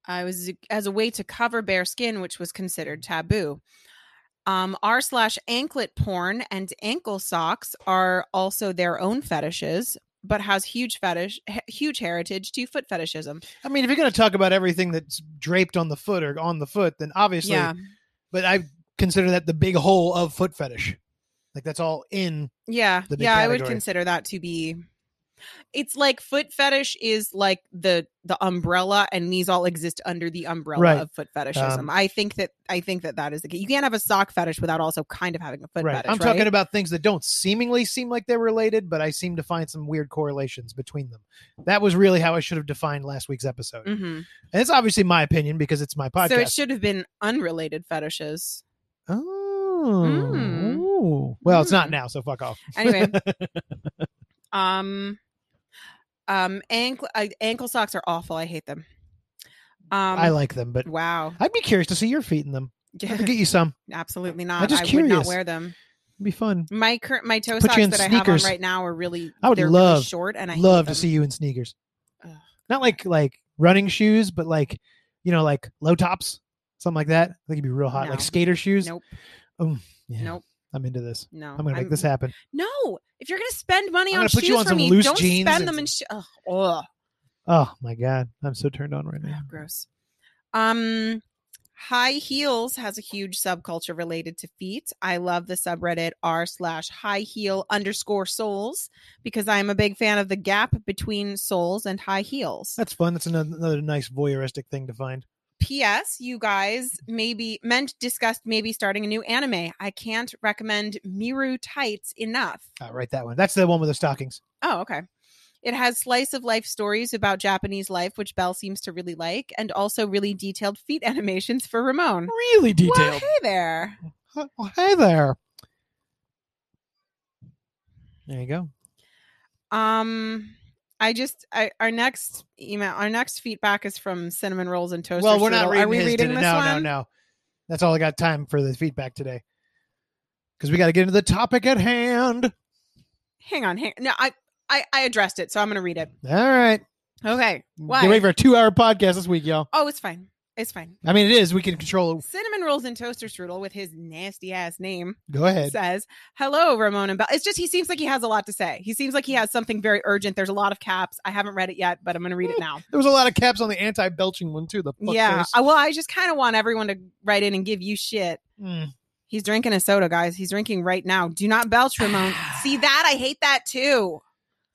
Speaker 3: I was as a way to cover bare skin, which was considered taboo. Um, R slash anklet porn and ankle socks are also their own fetishes, but has huge fetish, huge heritage to foot fetishism.
Speaker 2: I mean, if you're going to talk about everything that's draped on the foot or on the foot, then obviously,
Speaker 3: Yeah,
Speaker 2: but I consider that the big hole of foot fetish. Like that's all in.
Speaker 3: Yeah.
Speaker 2: the big
Speaker 3: Yeah, I would
Speaker 2: category.
Speaker 3: consider that to be it's like foot fetish is like the the umbrella and these all exist under the umbrella
Speaker 2: Right.
Speaker 3: of foot fetishism.
Speaker 2: Um,
Speaker 3: I think that I think that that is the case. You can't have a sock fetish without also kind of having a foot
Speaker 2: right.
Speaker 3: fetish,
Speaker 2: I'm
Speaker 3: right?
Speaker 2: talking about things that don't seemingly seem like they're related, but I seem to find some weird correlations between them. That was really how I should have defined last week's episode.
Speaker 3: Mhm.
Speaker 2: And it's obviously my opinion because it's my podcast.
Speaker 3: So it should have been unrelated fetishes.
Speaker 2: oh.
Speaker 3: Mm.
Speaker 2: Ooh. Well, it's not
Speaker 3: Mm.
Speaker 2: now, so fuck off.
Speaker 3: Anyway, um um ankle uh, ankle socks are awful. I hate them. Um
Speaker 2: I like them, but
Speaker 3: wow.
Speaker 2: I'd be curious to see your feet in them. I'll get you some.
Speaker 3: Absolutely not.
Speaker 2: just
Speaker 3: I would
Speaker 2: curious.
Speaker 3: not wear them.
Speaker 2: It'd be fun.
Speaker 3: My cur- my toe
Speaker 2: Put you
Speaker 3: socks
Speaker 2: in
Speaker 3: that I have on
Speaker 2: sneakers.
Speaker 3: right now are really
Speaker 2: I would
Speaker 3: they're
Speaker 2: love-
Speaker 3: really short and I hate
Speaker 2: love to
Speaker 3: them.
Speaker 2: see you in sneakers.
Speaker 3: Ugh.
Speaker 2: Not like like running shoes, but like you know, like low tops, something like that. I think it'd be real hot, like
Speaker 3: No.
Speaker 2: skater shoes.
Speaker 3: Nope.
Speaker 2: Um, yeah,
Speaker 3: Nope.
Speaker 2: I'm into this.
Speaker 3: No,
Speaker 2: I'm gonna make
Speaker 3: I'm-
Speaker 2: this happen.
Speaker 3: No, if you're gonna spend money
Speaker 2: I'm
Speaker 3: on
Speaker 2: gonna put
Speaker 3: shoes
Speaker 2: you on
Speaker 3: for
Speaker 2: some
Speaker 3: me,
Speaker 2: loose
Speaker 3: don't
Speaker 2: jeans
Speaker 3: spend
Speaker 2: and
Speaker 3: them in. Sh- Ugh, ugh,
Speaker 2: Oh my god, I'm so turned on right now.
Speaker 3: ugh, gross. Um, high heels has a huge subculture related to feet. I love the subreddit r slash high heel underscore soles because I am a big fan of the gap between soles and high heels.
Speaker 2: That's fun. That's another, another nice voyeuristic thing to find.
Speaker 3: P.S. You guys maybe meant discussed maybe starting a new anime. I can't recommend Miru Tights enough.
Speaker 2: Uh, write that one. That's the one with the stockings.
Speaker 3: Oh, okay. It has slice of life stories about Japanese life, which Belle seems to really like, and also really detailed feet animations for Ramon.
Speaker 2: Really
Speaker 3: Well,
Speaker 2: detailed.
Speaker 3: hey there.
Speaker 2: Huh, Well, hey there. There you go.
Speaker 3: Um, I just I, our next email, our next feedback is from Cinnamon Rolls and Toaster.
Speaker 2: well, we're not
Speaker 3: Strudel.
Speaker 2: reading
Speaker 3: Are we
Speaker 2: his
Speaker 3: reading
Speaker 2: dinner.
Speaker 3: this
Speaker 2: no,
Speaker 3: one?
Speaker 2: no, no. That's all I got time for the feedback today. Because we got to get into the topic at hand.
Speaker 3: Hang on, hang. No, I I, I addressed it, so I'm going to read it.
Speaker 2: All right.
Speaker 3: Okay. Why?
Speaker 2: Get ready for a two hour podcast this week, y'all.
Speaker 3: oh, it's fine. It's fine.
Speaker 2: I mean, it is. We can control it.
Speaker 3: Cinnamon Rolls and Toaster Strudel with his nasty ass name
Speaker 2: Go ahead.
Speaker 3: says, Hello, Ramon and Bell. It's just he seems like he has a lot to say. He seems like he has something very urgent. There's a lot of caps. I haven't read it yet, but I'm going to read it now.
Speaker 2: There was a lot of caps on the anti belching one, too. The fuck
Speaker 3: yeah.
Speaker 2: face.
Speaker 3: I- Well, I just kind of want everyone to write in and give you shit.
Speaker 2: Mm.
Speaker 3: He's drinking a soda, guys. He's drinking right now. Do not belch, Ramon. See that? I hate that too.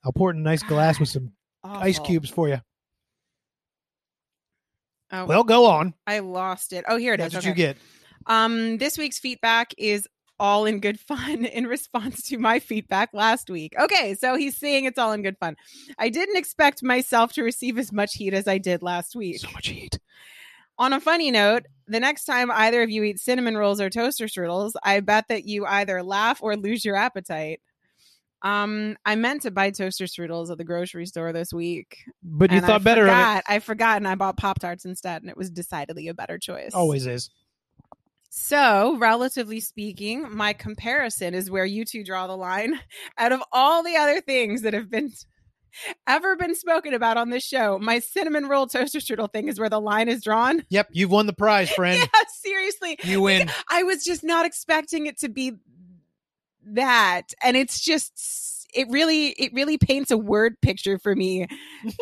Speaker 2: I'll pour it in a nice glass with some ice
Speaker 3: Awful.
Speaker 2: cubes for you.
Speaker 3: Oh,
Speaker 2: Well, go on.
Speaker 3: I lost it. Oh, here it is.
Speaker 2: That's what
Speaker 3: Okay.
Speaker 2: you get.
Speaker 3: Um, this week's feedback is all in good fun in response to my feedback last week. Okay, so he's saying it's all in good fun. I didn't expect myself to receive as much heat as I did last week.
Speaker 2: So much heat.
Speaker 3: On a funny note, the next time either of you eat cinnamon rolls or toaster strudels, I bet that you either laugh or lose your appetite. Um, I meant to buy toaster strudels at the grocery store this week.
Speaker 2: But you
Speaker 3: and
Speaker 2: thought
Speaker 3: I
Speaker 2: better of
Speaker 3: forgot, I forgot and I bought Pop Tarts instead, and it was decidedly a better choice.
Speaker 2: it. Always is.
Speaker 3: So, relatively speaking, my comparison is where you two draw the line. Out of all the other things that have been ever been spoken about on this show, my cinnamon roll toaster strudel thing is where the line is drawn.
Speaker 2: Yep. You've won the prize, friend.
Speaker 3: Yeah, seriously.
Speaker 2: You win.
Speaker 3: I was just not expecting it to be that. And it's just it really it really paints a word picture for me.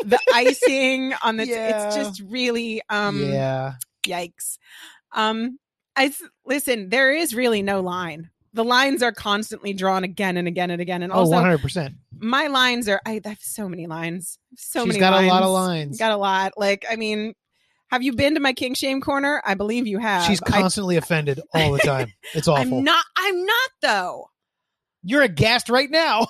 Speaker 3: The icing on the
Speaker 2: Yeah.
Speaker 3: it's just really um
Speaker 2: yeah.
Speaker 3: yikes. Um I s- listen, there is really no line. the lines are constantly drawn again and again and again. And
Speaker 2: Oh,
Speaker 3: also,
Speaker 2: 100%.
Speaker 3: my lines are I, I have so many lines. So
Speaker 2: She's
Speaker 3: many
Speaker 2: got
Speaker 3: lines.
Speaker 2: a lot of lines.
Speaker 3: Got a lot. Like, I mean, have you been to my King Shame Corner? I believe you have.
Speaker 2: She's
Speaker 3: I,
Speaker 2: constantly offended all the time. It's awful.
Speaker 3: I'm not I'm not though.
Speaker 2: You're aghast right now.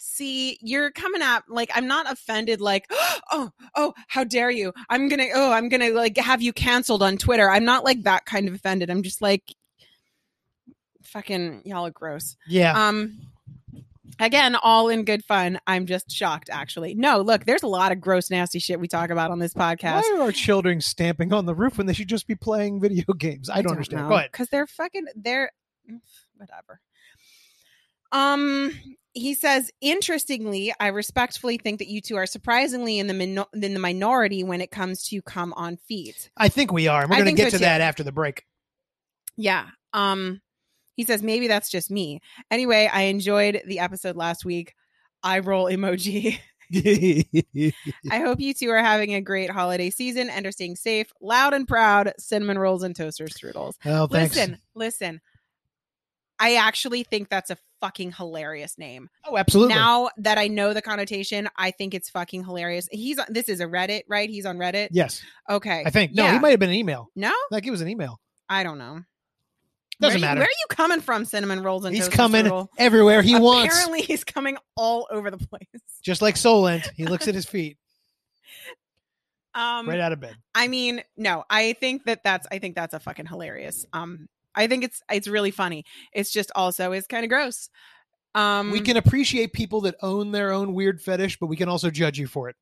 Speaker 3: See, you're coming up like I'm not offended like oh, oh, how dare you? I'm going to oh, I'm going to like have you canceled on Twitter. I'm not like that kind of offended. I'm just like fucking y'all are gross.
Speaker 2: Yeah.
Speaker 3: Um again, all in good fun. I'm just shocked actually. No, look, there's a lot of gross nasty shit we talk about on this podcast.
Speaker 2: Why are our children stamping on the roof when they should just be playing video games? I don't, understand. Go ahead.
Speaker 3: Cuz they're fucking they're mm, whatever. Um he says, interestingly, I respectfully think that you two are surprisingly in the min- in the minority when it comes to come on feet.
Speaker 2: I think we are. and We're
Speaker 3: I
Speaker 2: going to
Speaker 3: think
Speaker 2: get to
Speaker 3: so, too.
Speaker 2: that after the break.
Speaker 3: Yeah. Um he says maybe that's just me. Anyway, I enjoyed the episode last week. I roll emoji. I hope you two are having a great holiday season and are staying safe, loud and proud, cinnamon rolls and toaster strudels.
Speaker 2: oh, thanks.
Speaker 3: Listen, listen. I actually think that's a fucking hilarious name.
Speaker 2: oh, absolutely.
Speaker 3: Now that I know the connotation, I think it's fucking hilarious. He's on this is a Reddit, right? He's on Reddit.
Speaker 2: yes.
Speaker 3: Okay.
Speaker 2: I think. No,
Speaker 3: Yeah.
Speaker 2: he might have been an email.
Speaker 3: No?
Speaker 2: Like it was an email.
Speaker 3: I don't know.
Speaker 2: Doesn't
Speaker 3: Where you-
Speaker 2: matter.
Speaker 3: where are you coming from, cinnamon rolls and
Speaker 2: He's
Speaker 3: toaster
Speaker 2: coming
Speaker 3: strudel?
Speaker 2: Everywhere he wants.
Speaker 3: Apparently he's coming all over the place.
Speaker 2: Just like Solent, he looks at his feet
Speaker 3: Um
Speaker 2: right out of bed.
Speaker 3: I mean, no, I think that that's I think that's a fucking hilarious. Um, I think it's it's really funny. It's just also is kind of gross. Um,
Speaker 2: we can appreciate people that own their own weird fetish, but we can also judge you for it.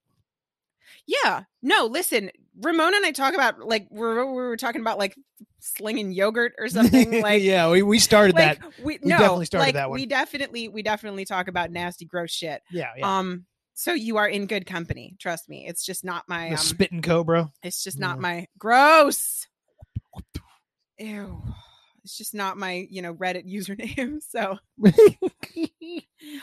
Speaker 3: yeah, no, listen, Ramona and I talk about like we're, we were talking about like slinging yogurt or something like.
Speaker 2: yeah, we, we started
Speaker 3: Like
Speaker 2: that.
Speaker 3: we,
Speaker 2: We
Speaker 3: no,
Speaker 2: definitely started
Speaker 3: like,
Speaker 2: that one.
Speaker 3: We definitely, we definitely talk about nasty, gross shit.
Speaker 2: Yeah, yeah.
Speaker 3: Um, so you are in good company. Trust me. It's just not my.
Speaker 2: the
Speaker 3: um,
Speaker 2: spitting cobra.
Speaker 3: It's just not
Speaker 2: Yeah.
Speaker 3: my gross. Ew. It's just not my, you know, Reddit username. So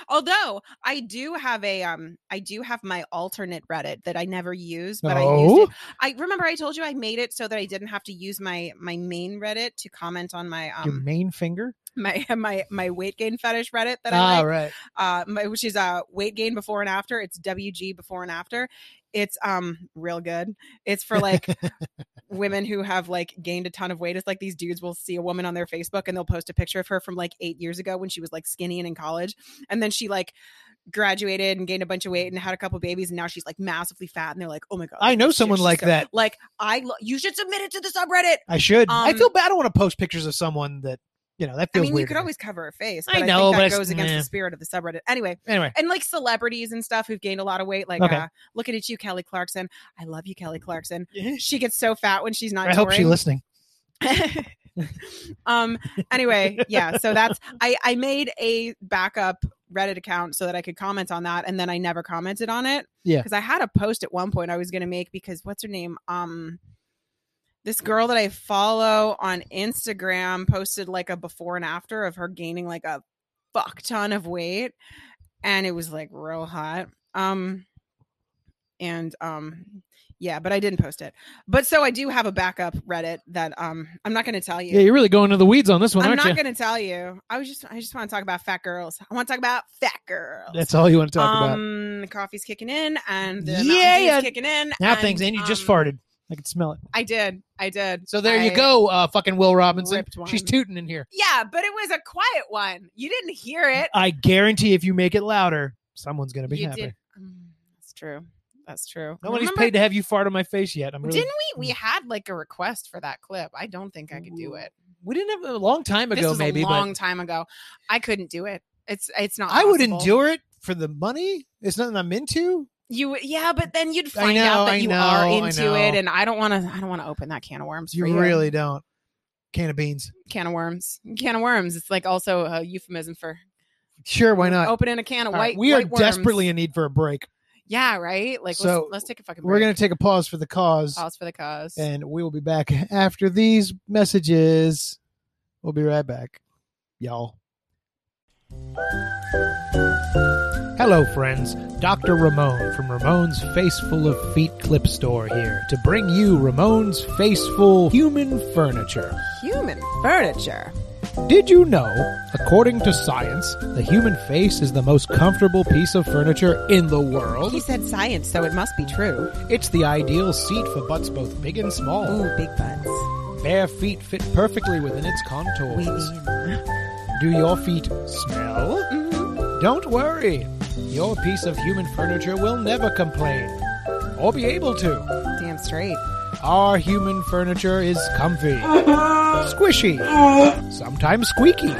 Speaker 3: although I do have a um I do have my alternate Reddit that I never use, but I
Speaker 2: Oh?
Speaker 3: used it. I remember I told you I made it so that I didn't have to use my my main Reddit to comment on my
Speaker 2: your
Speaker 3: um
Speaker 2: main finger.
Speaker 3: my my my weight gain fetish Reddit that I
Speaker 2: ah,
Speaker 3: like
Speaker 2: right.
Speaker 3: uh, my, which is uh, weight gain before and after. It's WG before and after. It's um real good. It's for like women who have like gained a ton of weight. It's like these dudes will see a woman on their Facebook and they'll post a picture of her from like eight years ago when she was like skinny and in college, and then she like graduated and gained a bunch of weight and had a couple babies, and now she's like massively fat, and they're like, oh my god,
Speaker 2: I know
Speaker 3: she's-
Speaker 2: someone
Speaker 3: she's
Speaker 2: like
Speaker 3: so-"
Speaker 2: that.
Speaker 3: Like I, lo- you should submit it to the subreddit.
Speaker 2: I should. I
Speaker 3: Um,
Speaker 2: feel bad. I don't want to post pictures of someone that you know that
Speaker 3: I
Speaker 2: feels
Speaker 3: mean, you
Speaker 2: weird.
Speaker 3: could
Speaker 2: to me.
Speaker 3: always cover her face.
Speaker 2: I
Speaker 3: But I,
Speaker 2: know,
Speaker 3: think
Speaker 2: but
Speaker 3: that
Speaker 2: it's-
Speaker 3: goes against
Speaker 2: meh.
Speaker 3: the spirit of the subreddit. Anyway,
Speaker 2: anyway.
Speaker 3: and like celebrities and stuff who've gained a lot of weight. Like,
Speaker 2: Okay.
Speaker 3: uh, looking at you, Kelly Clarkson. I love you, Kelly Clarkson. She gets so fat when she's not.
Speaker 2: I hope she
Speaker 3: touring.
Speaker 2: listening.
Speaker 3: um. Anyway, yeah. So that's I. I made a backup Reddit account so that I could comment on that, and then I never commented on it.
Speaker 2: Yeah.
Speaker 3: Because I had a post at one point I was going to make because what's her name? Um. This girl that I follow on Instagram posted like a before and after of her gaining like a fuck ton of weight and it was like real hot um and um yeah but i didn't post it but so i do have a backup reddit that um i'm not going to tell
Speaker 2: Yeah,
Speaker 3: you
Speaker 2: you're really going to the weeds on this one,
Speaker 3: i'm
Speaker 2: aren't
Speaker 3: not
Speaker 2: you?
Speaker 3: going to tell you i was just i just want to talk about fat girls i want to talk about fat girls
Speaker 2: That's all you want to talk about.
Speaker 3: um the coffee's kicking in and the
Speaker 2: Yeah,
Speaker 3: yeah,
Speaker 2: yeah.
Speaker 3: kicking in
Speaker 2: Now
Speaker 3: and,
Speaker 2: things, and you just
Speaker 3: um,
Speaker 2: farted. I can smell it.
Speaker 3: i did i did
Speaker 2: So there you
Speaker 3: I-
Speaker 2: go, uh, fucking Will Robinson.
Speaker 3: ripped one.
Speaker 2: She's tooting in here.
Speaker 3: yeah but it was a quiet one you didn't hear it
Speaker 2: I guarantee if you make it louder, someone's gonna be
Speaker 3: you
Speaker 2: happy.
Speaker 3: did Mm, that's true that's true
Speaker 2: Nobody's
Speaker 3: Remember-
Speaker 2: paid to have you fart on my face yet. I'm really.
Speaker 3: Didn't we? We had like a request for that clip. I don't think I could do it.
Speaker 2: we didn't have a long time
Speaker 3: This
Speaker 2: ago,
Speaker 3: was
Speaker 2: maybe,
Speaker 3: a long
Speaker 2: but
Speaker 3: time ago. I couldn't do it. It's it's not.
Speaker 2: I would
Speaker 3: possible.
Speaker 2: endure it for the money. It's nothing I'm into.
Speaker 3: you. Yeah, but then you'd
Speaker 2: I
Speaker 3: find
Speaker 2: know,
Speaker 3: out
Speaker 2: I
Speaker 3: that you are
Speaker 2: know, I
Speaker 3: into it,
Speaker 2: know.
Speaker 3: and I don't want to. I don't want to open that can of worms.
Speaker 2: You
Speaker 3: for you.
Speaker 2: really don't. Can of beans.
Speaker 3: can of worms. Can of worms. It's like also a euphemism for
Speaker 2: Sure, why not?
Speaker 3: opening a can of
Speaker 2: Uh, All
Speaker 3: Oh, white.
Speaker 2: right, we are
Speaker 3: white worms.
Speaker 2: desperately in need for a break.
Speaker 3: Yeah. Right. Like
Speaker 2: So,
Speaker 3: let's, let's take a fucking. Break.
Speaker 2: We're going to take a pause for the cause,
Speaker 3: pause for the cause.
Speaker 2: and we will be back after these messages. We'll be right back, y'all. Hello, friends. Dr. Ramon from Ramon's Faceful of Feet Clip Store here to bring you Ramon's Faceful Human Furniture.
Speaker 3: Human furniture.
Speaker 2: Did you know, according to science, the human face is the most comfortable piece of furniture in the world?
Speaker 3: He said science, so it must be true.
Speaker 2: It's the ideal seat for butts both big and small.
Speaker 3: Ooh, big butts.
Speaker 2: Bare feet fit perfectly within its contours.
Speaker 3: We in.
Speaker 2: Do your feet smell? Don't worry. Your piece of human furniture will never complain. Or be able to.
Speaker 3: Damn straight.
Speaker 2: Our human furniture is comfy, squishy, sometimes squeaky,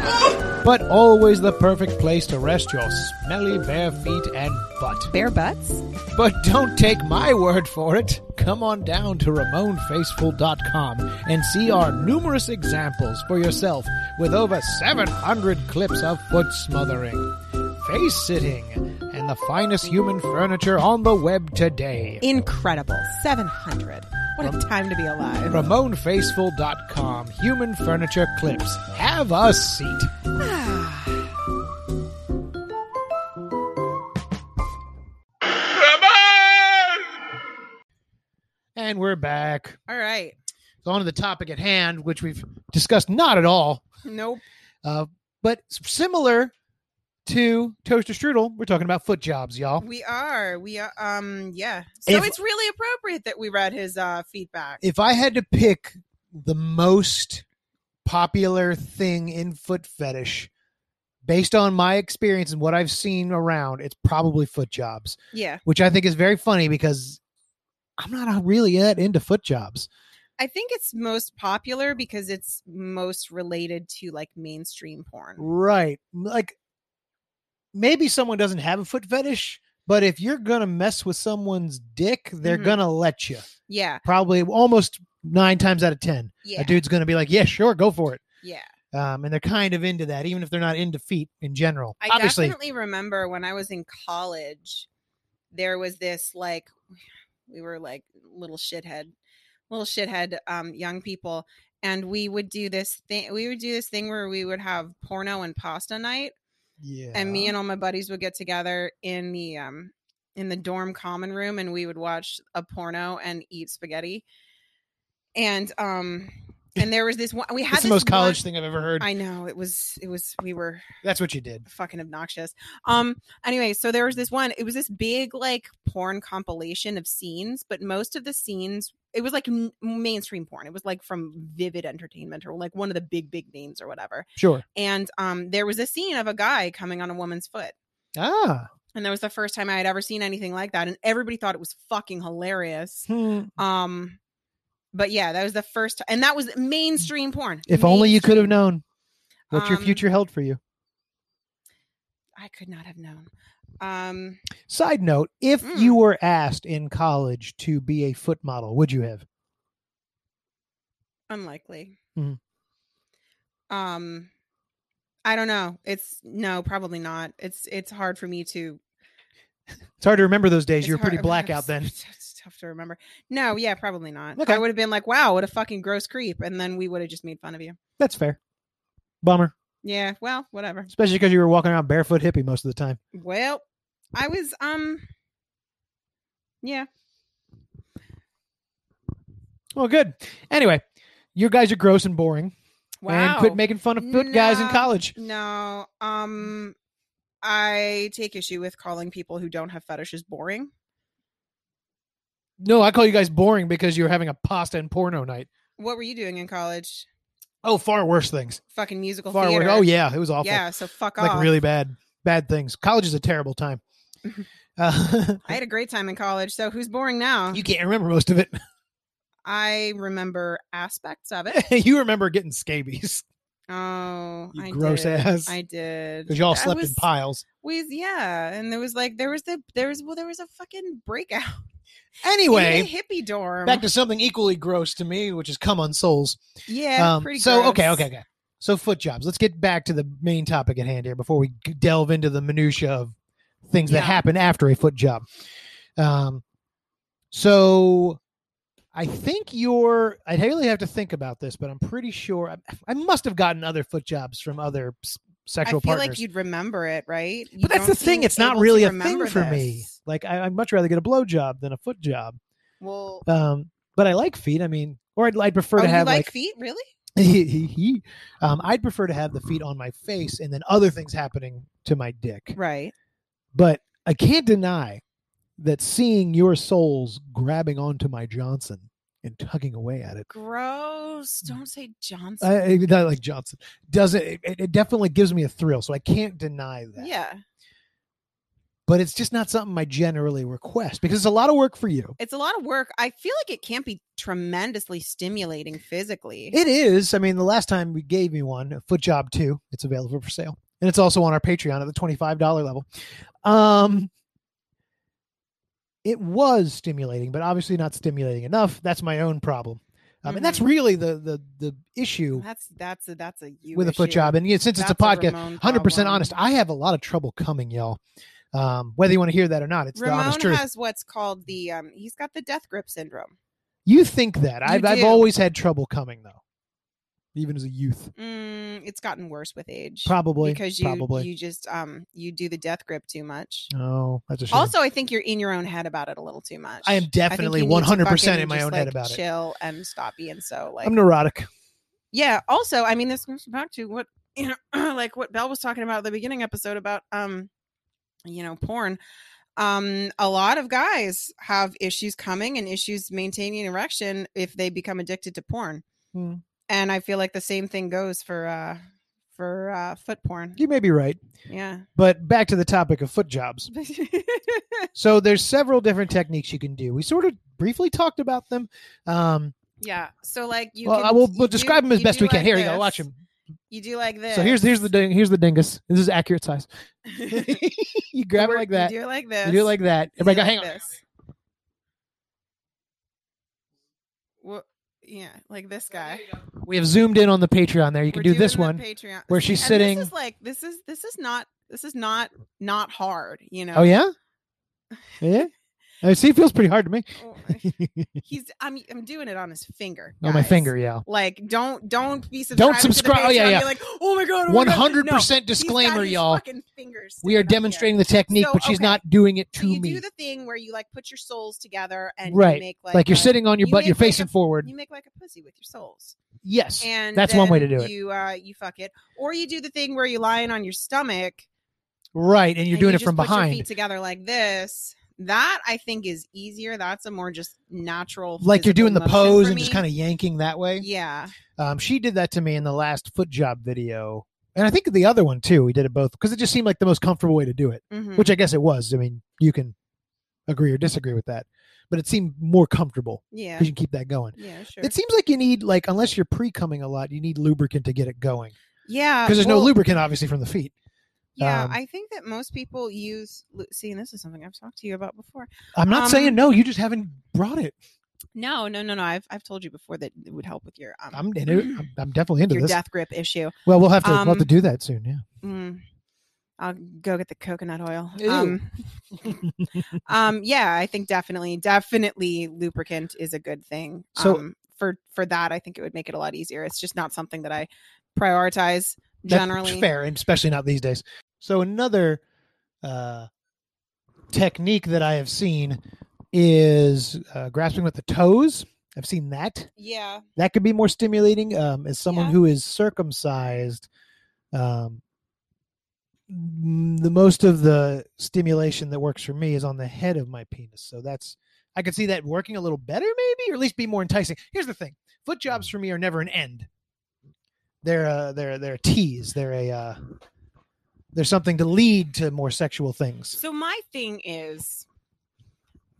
Speaker 2: but always the perfect place to rest your smelly bare feet and butt.
Speaker 3: Bare butts?
Speaker 2: But don't take my word for it. Come on down to RamonFaceful.com and see our numerous examples for yourself with over 700 clips of foot smothering, face sitting, and the finest human furniture on the web today.
Speaker 3: Incredible. 700. What a time to be alive.
Speaker 2: RamonFaceful.com Human Furniture Clips. Have a seat. And we're back.
Speaker 3: All right.
Speaker 2: So on to the topic at hand, which we've discussed not at all,
Speaker 3: Nope.
Speaker 2: uh, but s- similar to toaster strudel, we're talking about foot jobs, y'all.
Speaker 3: We are. We are. Um. Yeah. So
Speaker 2: If-
Speaker 3: it's really appropriate that we read his uh feedback.
Speaker 2: If I had to pick the most popular thing in foot fetish, based on my experience and what I've seen around, it's probably foot jobs,
Speaker 3: yeah.
Speaker 2: which I think is very funny because I'm not uh, really that into foot jobs.
Speaker 3: I think it's most popular because it's most related to like mainstream porn.
Speaker 2: Right. Like maybe someone doesn't have a foot fetish, but if you're going to mess with someone's dick, they're
Speaker 3: Mhm.
Speaker 2: going to let you.
Speaker 3: Yeah.
Speaker 2: Probably almost 9 times out of 10.
Speaker 3: Yeah.
Speaker 2: A dude's going to be like, "Yeah, sure, go for it."
Speaker 3: Yeah.
Speaker 2: Um, and they're kind of into that even if they're not into feet in general.
Speaker 3: I
Speaker 2: Obviously,
Speaker 3: definitely remember when I was in college, there was this like we were like little shithead, little shithead um, young people, and we would do this thing. We would do this thing where we would have porno and pasta night,
Speaker 2: yeah.
Speaker 3: and me and all my buddies would get together in the um in the dorm common room, and we would watch a porno and eat spaghetti, and um and there was this one we had
Speaker 2: it's the
Speaker 3: this
Speaker 2: most college
Speaker 3: one-
Speaker 2: thing I've ever heard.
Speaker 3: I know it was it was we were
Speaker 2: That's what you did.
Speaker 3: fucking obnoxious. Um anyway, so there was this one, it was this big like porn compilation of scenes, but most of the scenes it was like m- mainstream porn. It was like from Vivid Entertainment or like one of the big big names or whatever.
Speaker 2: Sure.
Speaker 3: And um there was a scene of a guy coming on a woman's foot.
Speaker 2: Ah.
Speaker 3: And that was the first time I had ever seen anything like that and everybody thought it was fucking hilarious.
Speaker 2: Hmm.
Speaker 3: Um but yeah, that was the first time and that was mainstream porn.
Speaker 2: If only you could have
Speaker 3: Mainstream.
Speaker 2: known what your
Speaker 3: Um,
Speaker 2: future held for you.
Speaker 3: I could not have known. Um
Speaker 2: Side note, if
Speaker 3: Mm.
Speaker 2: you were asked in college to be a foot model, would you have?
Speaker 3: unlikely
Speaker 2: Mhm. Mm-hmm.
Speaker 3: um i don't know it's no probably not it's it's hard for me to
Speaker 2: It's hard to remember those days.
Speaker 3: it's
Speaker 2: you were pretty
Speaker 3: hard-
Speaker 2: black out then.
Speaker 3: it's, it's tough to remember no yeah probably not
Speaker 2: Okay.
Speaker 3: i would have been like wow what a fucking gross creep and then we would have just made fun of you
Speaker 2: That's fair. Bummer.
Speaker 3: yeah well whatever
Speaker 2: Especially because you were walking around barefoot hippie most of the time.
Speaker 3: well i was um yeah
Speaker 2: Well, good. Anyway, you guys are gross and boring.
Speaker 3: wow uh,
Speaker 2: And quit Mm. making fun of foot guys in
Speaker 3: No.
Speaker 2: college.
Speaker 3: no um i take issue with calling people who don't have fetishes boring
Speaker 2: No, I call you guys boring because you were having a pasta and porno night.
Speaker 3: what were you doing in college
Speaker 2: Oh, far worse things.
Speaker 3: fucking musical
Speaker 2: Far
Speaker 3: theater.
Speaker 2: worse. Oh, yeah. It was awful.
Speaker 3: yeah. So fuck
Speaker 2: like
Speaker 3: off.
Speaker 2: really bad, bad things. College is a terrible time. uh,
Speaker 3: I had a great time in college. So who's boring now?
Speaker 2: you can't remember most of it.
Speaker 3: I remember aspects of it.
Speaker 2: you remember getting scabies.
Speaker 3: Oh,
Speaker 2: You
Speaker 3: I
Speaker 2: gross
Speaker 3: did.
Speaker 2: ass.
Speaker 3: I did.
Speaker 2: Because y'all
Speaker 3: I
Speaker 2: slept in
Speaker 3: was-
Speaker 2: piles.
Speaker 3: We yeah, and there was like there was the there was well there was a fucking breakout. in
Speaker 2: Anyway,
Speaker 3: the hippie dorm.
Speaker 2: back to something equally gross to me, which is come on souls.
Speaker 3: yeah,
Speaker 2: Um,
Speaker 3: pretty.
Speaker 2: so
Speaker 3: gross.
Speaker 2: okay, okay, okay. So foot jobs. Let's get back to the main topic at hand here before we g- delve into the minutia of things that
Speaker 3: Yeah.
Speaker 2: happen after a foot job. Um, so I think you're. I really have to think about this, but I'm pretty sure I, I must have gotten other foot jobs from other s-
Speaker 3: I
Speaker 2: sexual
Speaker 3: feel
Speaker 2: partners.
Speaker 3: like you'd remember it, right? You
Speaker 2: but that's the
Speaker 3: don't
Speaker 2: thing;
Speaker 3: seem
Speaker 2: it's not
Speaker 3: able to
Speaker 2: really a thing
Speaker 3: remember
Speaker 2: for me.
Speaker 3: this.
Speaker 2: Like I, I'd much rather get a blow job than a foot job.
Speaker 3: Well,
Speaker 2: Um, but I like feet. I mean, or I'd, I'd prefer
Speaker 3: oh,
Speaker 2: to
Speaker 3: you
Speaker 2: have
Speaker 3: like,
Speaker 2: like
Speaker 3: feet, really?
Speaker 2: um, I'd prefer to have the feet on my face and then other things happening to my dick.
Speaker 3: Right.
Speaker 2: But I can't deny that seeing your souls grabbing onto my Johnson and tugging away at it.
Speaker 1: Gross. Don't say Johnson.
Speaker 2: Mm. I, I- not like Johnson doesn't. It, it it definitely gives me a thrill, so I can't deny that.
Speaker 3: Yeah.
Speaker 2: but it's just not something I generally request because it's a lot of work for you.
Speaker 3: It's a lot of work. I feel like it can't be tremendously stimulating physically.
Speaker 2: It is. I mean, the last time we gave me one, Foot Job 2, it's available for sale. And it's also on our Patreon at the $25 level. Um it was stimulating, but obviously not stimulating enough. That's my own problem. Um, And
Speaker 3: Mm-hmm.
Speaker 2: that's really the the the issue
Speaker 3: that's that's a that's a you
Speaker 2: with a foot
Speaker 3: issue.
Speaker 2: job. And yeah, since it's a
Speaker 3: That's
Speaker 2: podcast,
Speaker 3: Ramon
Speaker 2: 100%
Speaker 3: problem.
Speaker 2: honest, I have a lot of trouble coming, y'all. Um, whether you want to hear that or not, it's the honest
Speaker 3: Ramon
Speaker 2: truth.
Speaker 3: has what's called the um he's got the death grip syndrome.
Speaker 2: You think that. I've, I've
Speaker 3: do.
Speaker 2: always had trouble coming, though, even as a youth.
Speaker 3: Mm, it's gotten worse with age.
Speaker 2: Probably.
Speaker 3: because you
Speaker 2: probably.
Speaker 3: you just um you do the death grip too much.
Speaker 2: oh, that's a shame.
Speaker 3: Also, I think you're in your own head about it a little too much.
Speaker 2: I am definitely 100% in my own head about
Speaker 3: chill
Speaker 2: it.
Speaker 3: Chill and stop being so like
Speaker 2: I'm neurotic.
Speaker 3: yeah. Also, I mean, this goes back to what you know, like what Belle was talking about at the beginning episode about um, you know, porn. Um, a lot of guys have issues coming and issues maintaining erection if they become addicted to porn.
Speaker 2: Hmm.
Speaker 3: And I feel like the same thing goes for uh for uh foot porn.
Speaker 2: You may be right.
Speaker 3: Yeah.
Speaker 2: But back to the topic of foot jobs. So there's several different techniques you can do. We sort of briefly talked about them. Um,
Speaker 3: yeah. So like you
Speaker 2: well,
Speaker 3: can-
Speaker 2: I will we'll
Speaker 3: you
Speaker 2: describe
Speaker 3: do-
Speaker 2: them as
Speaker 3: you
Speaker 2: best
Speaker 3: do
Speaker 2: we can.
Speaker 3: like
Speaker 2: Here you go.
Speaker 3: this.
Speaker 2: Watch him.
Speaker 3: You do like this.
Speaker 2: So here's here's the ding- here's the dingus. This is accurate size.
Speaker 3: the
Speaker 2: you grab it
Speaker 3: work-
Speaker 2: like that.
Speaker 3: You
Speaker 2: You
Speaker 3: do it like this.
Speaker 2: do it like that.
Speaker 3: You do
Speaker 2: Everybody go,
Speaker 3: it
Speaker 2: hang on.
Speaker 3: like this. Wha- yeah, like this guy.
Speaker 2: We have zoomed in on the Patreon there. You can do
Speaker 3: We're
Speaker 2: this
Speaker 3: doing
Speaker 2: one
Speaker 3: the Patreon.
Speaker 2: where
Speaker 3: See,
Speaker 2: she's
Speaker 3: and
Speaker 2: sitting.
Speaker 3: This is like this is this is not this is not not hard. You know.
Speaker 2: Oh yeah, yeah. I see. It feels pretty hard to me.
Speaker 3: Oh, He's I'm I'm doing it on his finger.
Speaker 2: on Oh, my
Speaker 3: guys.
Speaker 2: finger, yeah.
Speaker 3: Like don't don't be
Speaker 2: Don't
Speaker 3: subscribed.
Speaker 2: subscribe-
Speaker 3: To the
Speaker 2: oh, yeah,
Speaker 3: Patreon and
Speaker 2: yeah.
Speaker 3: be Like oh my god. oh my
Speaker 2: One
Speaker 3: God."
Speaker 2: hundred
Speaker 3: No,
Speaker 2: percent
Speaker 3: he's got
Speaker 2: disclaimer,
Speaker 3: his
Speaker 2: y'all.
Speaker 3: fucking fingers
Speaker 2: We are
Speaker 3: sticking up here.
Speaker 2: demonstrating the technique,
Speaker 3: So,
Speaker 2: but she's
Speaker 3: okay.
Speaker 2: not doing it
Speaker 3: So
Speaker 2: to
Speaker 3: you
Speaker 2: me.
Speaker 3: do the thing where you like put your soles together and you
Speaker 2: Right.
Speaker 3: make like
Speaker 2: like you're
Speaker 3: a-
Speaker 2: sitting on your
Speaker 3: you
Speaker 2: butt, you're
Speaker 3: make like a-
Speaker 2: facing forward.
Speaker 3: You make like a pussy with your soles.
Speaker 2: yes,
Speaker 3: and
Speaker 2: That's one way
Speaker 3: then
Speaker 2: to do it.
Speaker 3: You uh, you fuck it, or you do the thing where you're lying on your stomach.
Speaker 2: right, and you're
Speaker 3: and
Speaker 2: doing
Speaker 3: you
Speaker 2: it
Speaker 3: just
Speaker 2: from
Speaker 3: put
Speaker 2: behind,
Speaker 3: Your feet together like this. That I think is easier. That's a more just natural.
Speaker 2: like you're
Speaker 3: physical
Speaker 2: doing the
Speaker 3: motion
Speaker 2: pose
Speaker 3: for
Speaker 2: and just
Speaker 3: me.
Speaker 2: kind of yanking that way.
Speaker 3: Yeah,
Speaker 2: Um, she did that to me in the last foot job video, and I think the other one too. We did it both because it just seemed like the most comfortable way to do it,
Speaker 3: mhm.
Speaker 2: which I guess it was. I mean, you can agree or disagree with that, but it seemed more comfortable
Speaker 3: yeah,
Speaker 2: because you can keep that going.
Speaker 3: yeah, sure.
Speaker 2: It seems like you need like unless you're pre-coming a lot, you need lubricant to get it going
Speaker 3: yeah,
Speaker 2: because there's no
Speaker 3: Uh, well,
Speaker 2: lubricant obviously from the feet.
Speaker 3: Yeah,
Speaker 2: um,
Speaker 3: I think that most people use. lu- See, and this is something I've talked to you about before.
Speaker 2: I'm not saying
Speaker 3: um,
Speaker 2: no, you just haven't brought it.
Speaker 3: No, no, no, no. I've I've told you before that it would help with your um
Speaker 2: I'm into, I'm, I'm definitely into
Speaker 3: your
Speaker 2: this.
Speaker 3: death grip issue.
Speaker 2: Well, we'll have to we'll have to
Speaker 3: um,
Speaker 2: do that soon. Yeah,
Speaker 3: Mm. I'll go get the coconut oil.
Speaker 2: Ew.
Speaker 3: Um, um, yeah, I think definitely, definitely lubricant is a good thing.
Speaker 2: So-
Speaker 3: um, for for that, I think it would make it a lot easier. It's just not something that I prioritize
Speaker 2: That's
Speaker 3: generally.
Speaker 2: fair, and especially not these days. So another uh, technique that I have seen is uh, grasping with the toes. I've seen that.
Speaker 3: Yeah,
Speaker 2: that could be more stimulating um, as someone
Speaker 3: Yeah.
Speaker 2: who is circumcised um, mm, the most of the stimulation that works for me is on the head of my penis so that's i could see that working a little better maybe or at least be more enticing here's the thing foot jobs
Speaker 1: Mm.
Speaker 2: for me are never an end they're a, they're they're a tease they're a uh, they're something to lead to more sexual things
Speaker 1: So my thing is,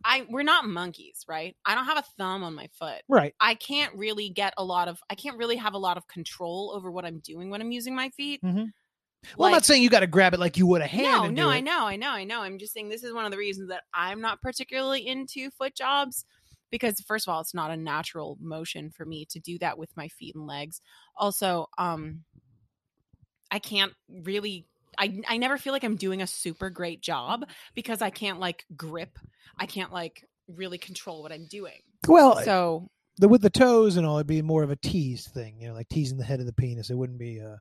Speaker 1: I we're not monkeys, right? I don't have a thumb on my foot.
Speaker 2: right
Speaker 1: I can't really get a lot of. I can't really have a lot of control over what I'm doing when I'm using my feet.
Speaker 2: Mhm. well i'm
Speaker 1: Like-
Speaker 2: not saying you got to grab it like you would a hand
Speaker 1: no,
Speaker 2: and
Speaker 1: no,
Speaker 2: do
Speaker 1: I
Speaker 2: it.
Speaker 1: know, I know, I know. I'm just saying this is one of the reasons that I'm not particularly into foot jobs because first of all, it's not a natural motion for me to do that with my feet and legs. Also, um I can't really I, I never feel like I'm doing a super great job because I can't like grip. I can't like really control what I'm doing.
Speaker 2: well
Speaker 1: So
Speaker 2: the with the toes and all, it'd be more of a tease thing, you know, like teasing the head of the penis. It wouldn't be, uh,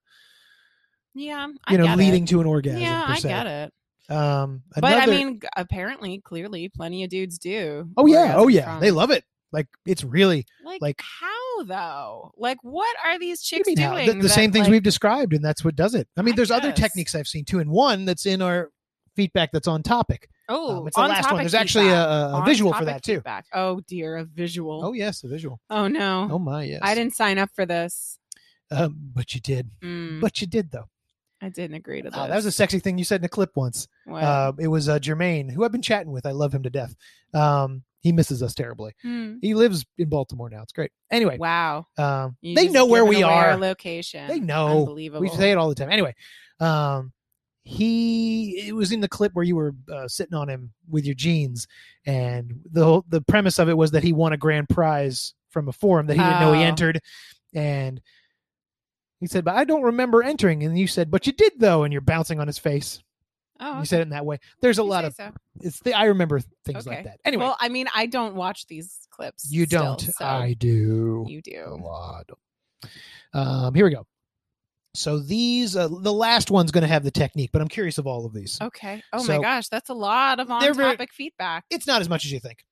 Speaker 1: yeah, I
Speaker 2: you know,
Speaker 1: get
Speaker 2: leading to an
Speaker 1: It.
Speaker 2: orgasm.
Speaker 1: Yeah,
Speaker 2: per
Speaker 1: I
Speaker 2: se.
Speaker 1: get it.
Speaker 2: Um,
Speaker 1: But I
Speaker 2: another-
Speaker 1: mean, g- apparently, clearly, plenty of dudes do.
Speaker 2: oh yeah,
Speaker 1: orgasm
Speaker 2: oh yeah,
Speaker 1: from-
Speaker 2: they love it. Like it's really
Speaker 1: Like,
Speaker 2: Like,
Speaker 1: how
Speaker 3: know though? Like, what are these chicks
Speaker 2: What do you mean how?
Speaker 3: doing?
Speaker 2: The, the
Speaker 3: that,
Speaker 2: same things
Speaker 3: like-
Speaker 2: we've described, and that's what does it. I mean,
Speaker 3: I
Speaker 2: there's other
Speaker 3: guess.
Speaker 2: techniques I've seen too, and one that's in our feedback that's on topic. Um,
Speaker 3: Oh,
Speaker 2: it's the
Speaker 3: on
Speaker 2: last one.
Speaker 3: topic
Speaker 2: There's actually a,
Speaker 3: feedback.
Speaker 2: a
Speaker 3: On
Speaker 2: visual for
Speaker 3: topic
Speaker 2: that too.
Speaker 3: feedback. Oh dear, a visual.
Speaker 2: Oh yes, a visual.
Speaker 3: Oh no.
Speaker 2: Oh my yes.
Speaker 3: I didn't sign up for this.
Speaker 2: Um, but you did.
Speaker 3: Mm,
Speaker 2: But you did though.
Speaker 3: I didn't agree to this.
Speaker 2: Wow, that was a sexy thing you said in a clip once.
Speaker 3: What?
Speaker 2: Uh, it was uh, Jermaine, who I've been chatting with. I love him to death. Um, he misses us terribly.
Speaker 3: Hmm.
Speaker 2: He lives in Baltimore now. It's great. Anyway,
Speaker 3: Wow.
Speaker 2: um,
Speaker 3: You
Speaker 2: they
Speaker 3: just
Speaker 2: know where
Speaker 3: given
Speaker 2: we
Speaker 3: away Our
Speaker 2: are.
Speaker 3: location.
Speaker 2: They know.
Speaker 3: Unbelievable.
Speaker 2: We say it all the time. Anyway, um, he it was in the clip where you were uh, sitting on him with your jeans, and the whole, the premise of it was that he won a grand prize from a forum that he didn't know he
Speaker 3: Oh.
Speaker 2: entered, and he said, "But I don't remember entering." And you said, "But you did though," and you're bouncing on his face.
Speaker 3: oh,
Speaker 2: You said it in that way. There's a
Speaker 3: you
Speaker 2: lot
Speaker 3: say
Speaker 2: of
Speaker 3: so.
Speaker 2: it's the I remember things like
Speaker 3: Okay.
Speaker 2: that. Anyway,
Speaker 3: Well, I mean, I don't watch these clips.
Speaker 2: you
Speaker 3: still,
Speaker 2: don't.
Speaker 3: so
Speaker 2: I do.
Speaker 3: You
Speaker 2: a
Speaker 3: do.
Speaker 2: lot. Um, here we go. So these, uh, the last one's going to have the technique, but I'm curious of all of these.
Speaker 3: Okay. Oh
Speaker 2: So-
Speaker 3: my gosh, that's a lot of
Speaker 2: They're
Speaker 3: on-topic
Speaker 2: very-
Speaker 3: feedback.
Speaker 2: It's not as much as you think.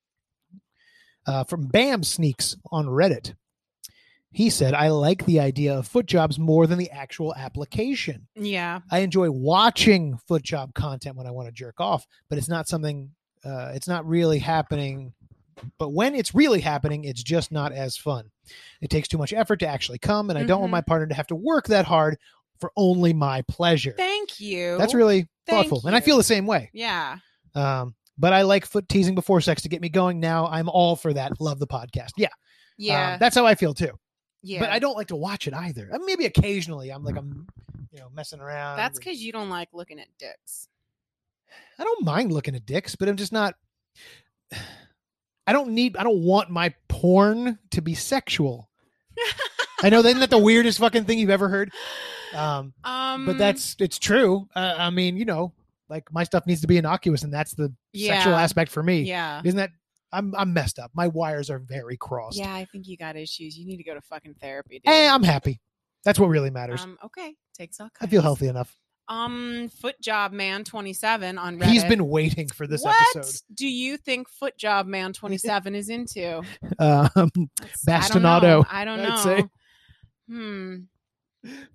Speaker 2: Uh, from Bam Sneaks on Reddit, he said, "I like the idea of foot jobs more than the actual application.
Speaker 3: Yeah.
Speaker 2: I enjoy watching foot job content when I want to jerk off, but it's not something. Uh, it's not really happening. But when it's really happening, it's just not as fun. It takes too much effort to actually come, and I don't want
Speaker 3: Mhm.
Speaker 2: my partner to have to work that hard for only my pleasure.
Speaker 3: Thank you.
Speaker 2: That's really
Speaker 3: Thank
Speaker 2: thoughtful, and I
Speaker 3: you.
Speaker 2: feel the same way.
Speaker 3: Yeah.
Speaker 2: Um, but I like foot teasing before sex to get me going. Now I'm all for that. Love the podcast. Yeah, um,
Speaker 3: Yeah.
Speaker 2: that's how I feel too.
Speaker 3: yeah.
Speaker 2: But I don't like to watch it either. Uh, Maybe occasionally I'm like I'm, you know, messing around.
Speaker 3: That's
Speaker 2: or-
Speaker 3: because you don't like looking at dicks.
Speaker 2: I don't mind looking at dicks, but I'm just not. I don't need. I don't want my porn to be sexual. I know, isn't that the weirdest fucking thing you've ever heard? Um,
Speaker 3: Um.
Speaker 2: but that's it's true. Uh, I mean, you know, like my stuff needs to be innocuous, and that's the sexual
Speaker 3: Yeah.
Speaker 2: aspect for me.
Speaker 3: Yeah.
Speaker 2: Isn't that? I'm I'm messed up. My wires are very crossed.
Speaker 3: Yeah, I think you got issues. You need to go to fucking therapy. Dude.
Speaker 2: Eh, I'm happy. That's what really matters.
Speaker 3: Um, okay, takes all.
Speaker 2: I feel
Speaker 3: kinds.
Speaker 2: healthy enough.
Speaker 3: Um, foot job man twenty seven on Reddit.
Speaker 2: He's been waiting for this
Speaker 3: what
Speaker 2: episode.
Speaker 3: do you think foot job man twenty seven is into?
Speaker 2: Um,
Speaker 3: That's- I don't know.
Speaker 2: Bastinado,
Speaker 3: I don't
Speaker 2: I'd
Speaker 3: know.
Speaker 2: say.
Speaker 3: Hmm.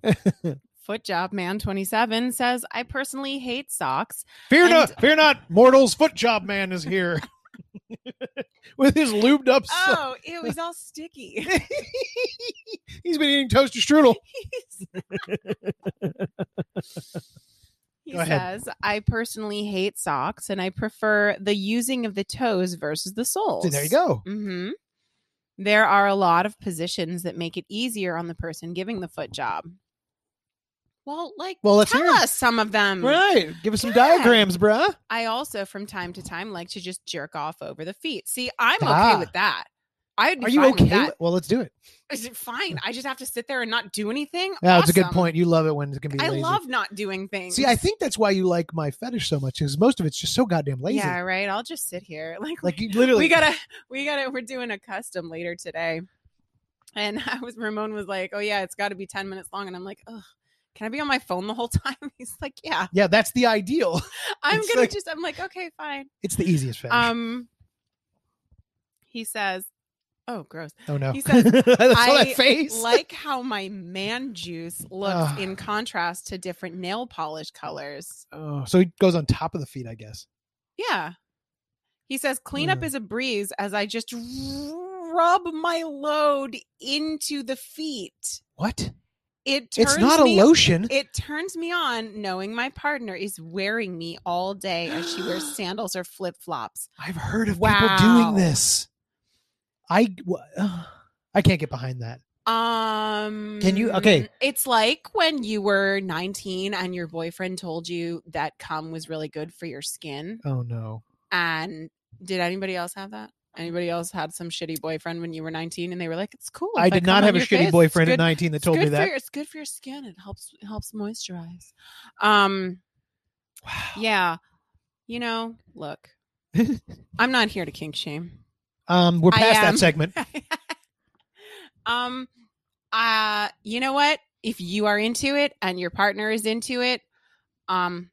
Speaker 3: Foot job man twenty seven says, "I personally hate socks."
Speaker 2: Fear
Speaker 3: And-
Speaker 2: not, fear not, mortals. Foot job man is here with his lubed up. so-
Speaker 3: Oh, it was all sticky.
Speaker 2: He's been eating toaster strudel.
Speaker 3: He
Speaker 2: Go ahead.
Speaker 3: says, I personally hate socks and I prefer the using of the toes versus the soles.
Speaker 2: So there you go.
Speaker 3: hmm There are a lot of positions that make it easier on the person giving the foot job. Well, like,
Speaker 2: Well, let's
Speaker 3: tell
Speaker 2: hear 'em.
Speaker 3: us some of them.
Speaker 2: Right, give us some
Speaker 3: God.
Speaker 2: diagrams, bruh.
Speaker 3: I also, from time to time, like to just jerk off over the feet. See, I'm
Speaker 2: Ah.
Speaker 3: okay with that. I'd be
Speaker 2: Are you
Speaker 3: fine
Speaker 2: okay?
Speaker 3: With that.
Speaker 2: with- well, let's do it.
Speaker 3: Is it fine? I just have to sit there and not do anything.
Speaker 2: Yeah, it's a good
Speaker 3: Awesome.
Speaker 2: point. You love it when it can be
Speaker 3: I
Speaker 2: lazy.
Speaker 3: love not doing things.
Speaker 2: See, I think that's why you like my fetish so much, because most of it's just so goddamn lazy.
Speaker 3: Yeah, right. I'll just sit here. Like,
Speaker 2: Like you literally.
Speaker 3: we gotta we gotta we're doing a custom later today and i was ramon was like oh yeah it's got to be 10 minutes long and i'm like Ugh, can i be on my phone the whole time he's like yeah
Speaker 2: Yeah, that's the ideal.
Speaker 3: i'm
Speaker 2: It's
Speaker 3: gonna
Speaker 2: like-
Speaker 3: just i'm like okay fine
Speaker 2: It's the easiest fetish.
Speaker 3: um he says oh gross
Speaker 2: oh no!
Speaker 3: he says,
Speaker 2: I saw
Speaker 3: "I
Speaker 2: that face.
Speaker 3: like how my man juice looks
Speaker 2: Ugh.
Speaker 3: in contrast to different nail polish colors
Speaker 2: oh, so he goes on top of the feet, I guess.
Speaker 3: yeah he says cleanup
Speaker 2: Ugh.
Speaker 3: is a breeze as i just rub my load into the feet
Speaker 2: What?
Speaker 3: it turns
Speaker 2: It's not a
Speaker 3: me,
Speaker 2: lotion.
Speaker 3: It turns me on knowing my partner is wearing me all day as she wears sandals or flip flops.
Speaker 2: I've heard of people
Speaker 3: Wow.
Speaker 2: doing this. I w- ugh, I can't get behind that.
Speaker 3: Um
Speaker 2: you- okay.
Speaker 3: It's like when you were 19 and your boyfriend told you that cum was really good for your skin.
Speaker 2: Oh no.
Speaker 3: And did anybody else have that?
Speaker 2: Mm.
Speaker 3: Anybody else had some shitty boyfriend when you were 19 and they were like, it's cool.
Speaker 2: I
Speaker 3: if
Speaker 2: did
Speaker 3: cum
Speaker 2: not
Speaker 3: on
Speaker 2: have a
Speaker 3: your
Speaker 2: shitty
Speaker 3: face, it's
Speaker 2: boyfriend at
Speaker 3: good
Speaker 2: 19 that
Speaker 3: It's
Speaker 2: told me
Speaker 3: good for
Speaker 2: that.
Speaker 3: your- it's good for your skin. It helps it helps moisturize. Um, yeah, you know, look, I'm not here to kink shame.
Speaker 2: Um we're
Speaker 3: I
Speaker 2: past that
Speaker 3: am.
Speaker 2: segment.
Speaker 3: um, uh, you know what? If you are into it and your partner is into it, um,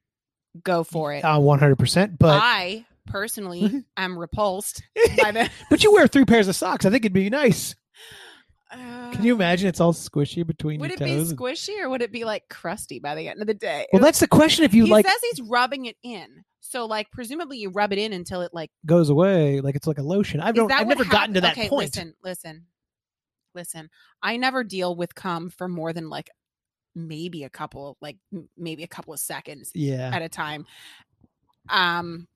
Speaker 3: go for it.
Speaker 2: Uh, 100%, but
Speaker 3: I personally am repulsed by the. Ah.
Speaker 2: but you wear three pairs of socks. I think it'd be nice. Can you imagine? It's all squishy between
Speaker 3: Uh, Would
Speaker 2: your
Speaker 3: it be
Speaker 2: toes.
Speaker 3: squishy or would it be like crusty by the end of the day?
Speaker 2: well, that's the question. If you
Speaker 3: he
Speaker 2: like,
Speaker 3: says he's rubbing it in. So like presumably you rub it in until it like
Speaker 2: goes away, like it's like a lotion. I
Speaker 3: is
Speaker 2: don't.
Speaker 3: that
Speaker 2: I've
Speaker 3: what
Speaker 2: never gotten to
Speaker 3: hap-
Speaker 2: that
Speaker 3: okay,
Speaker 2: point.
Speaker 3: Listen, listen, listen. I never deal with cum for more than like maybe a couple, like m- maybe a couple of seconds
Speaker 2: Yeah.
Speaker 3: at a time. Um,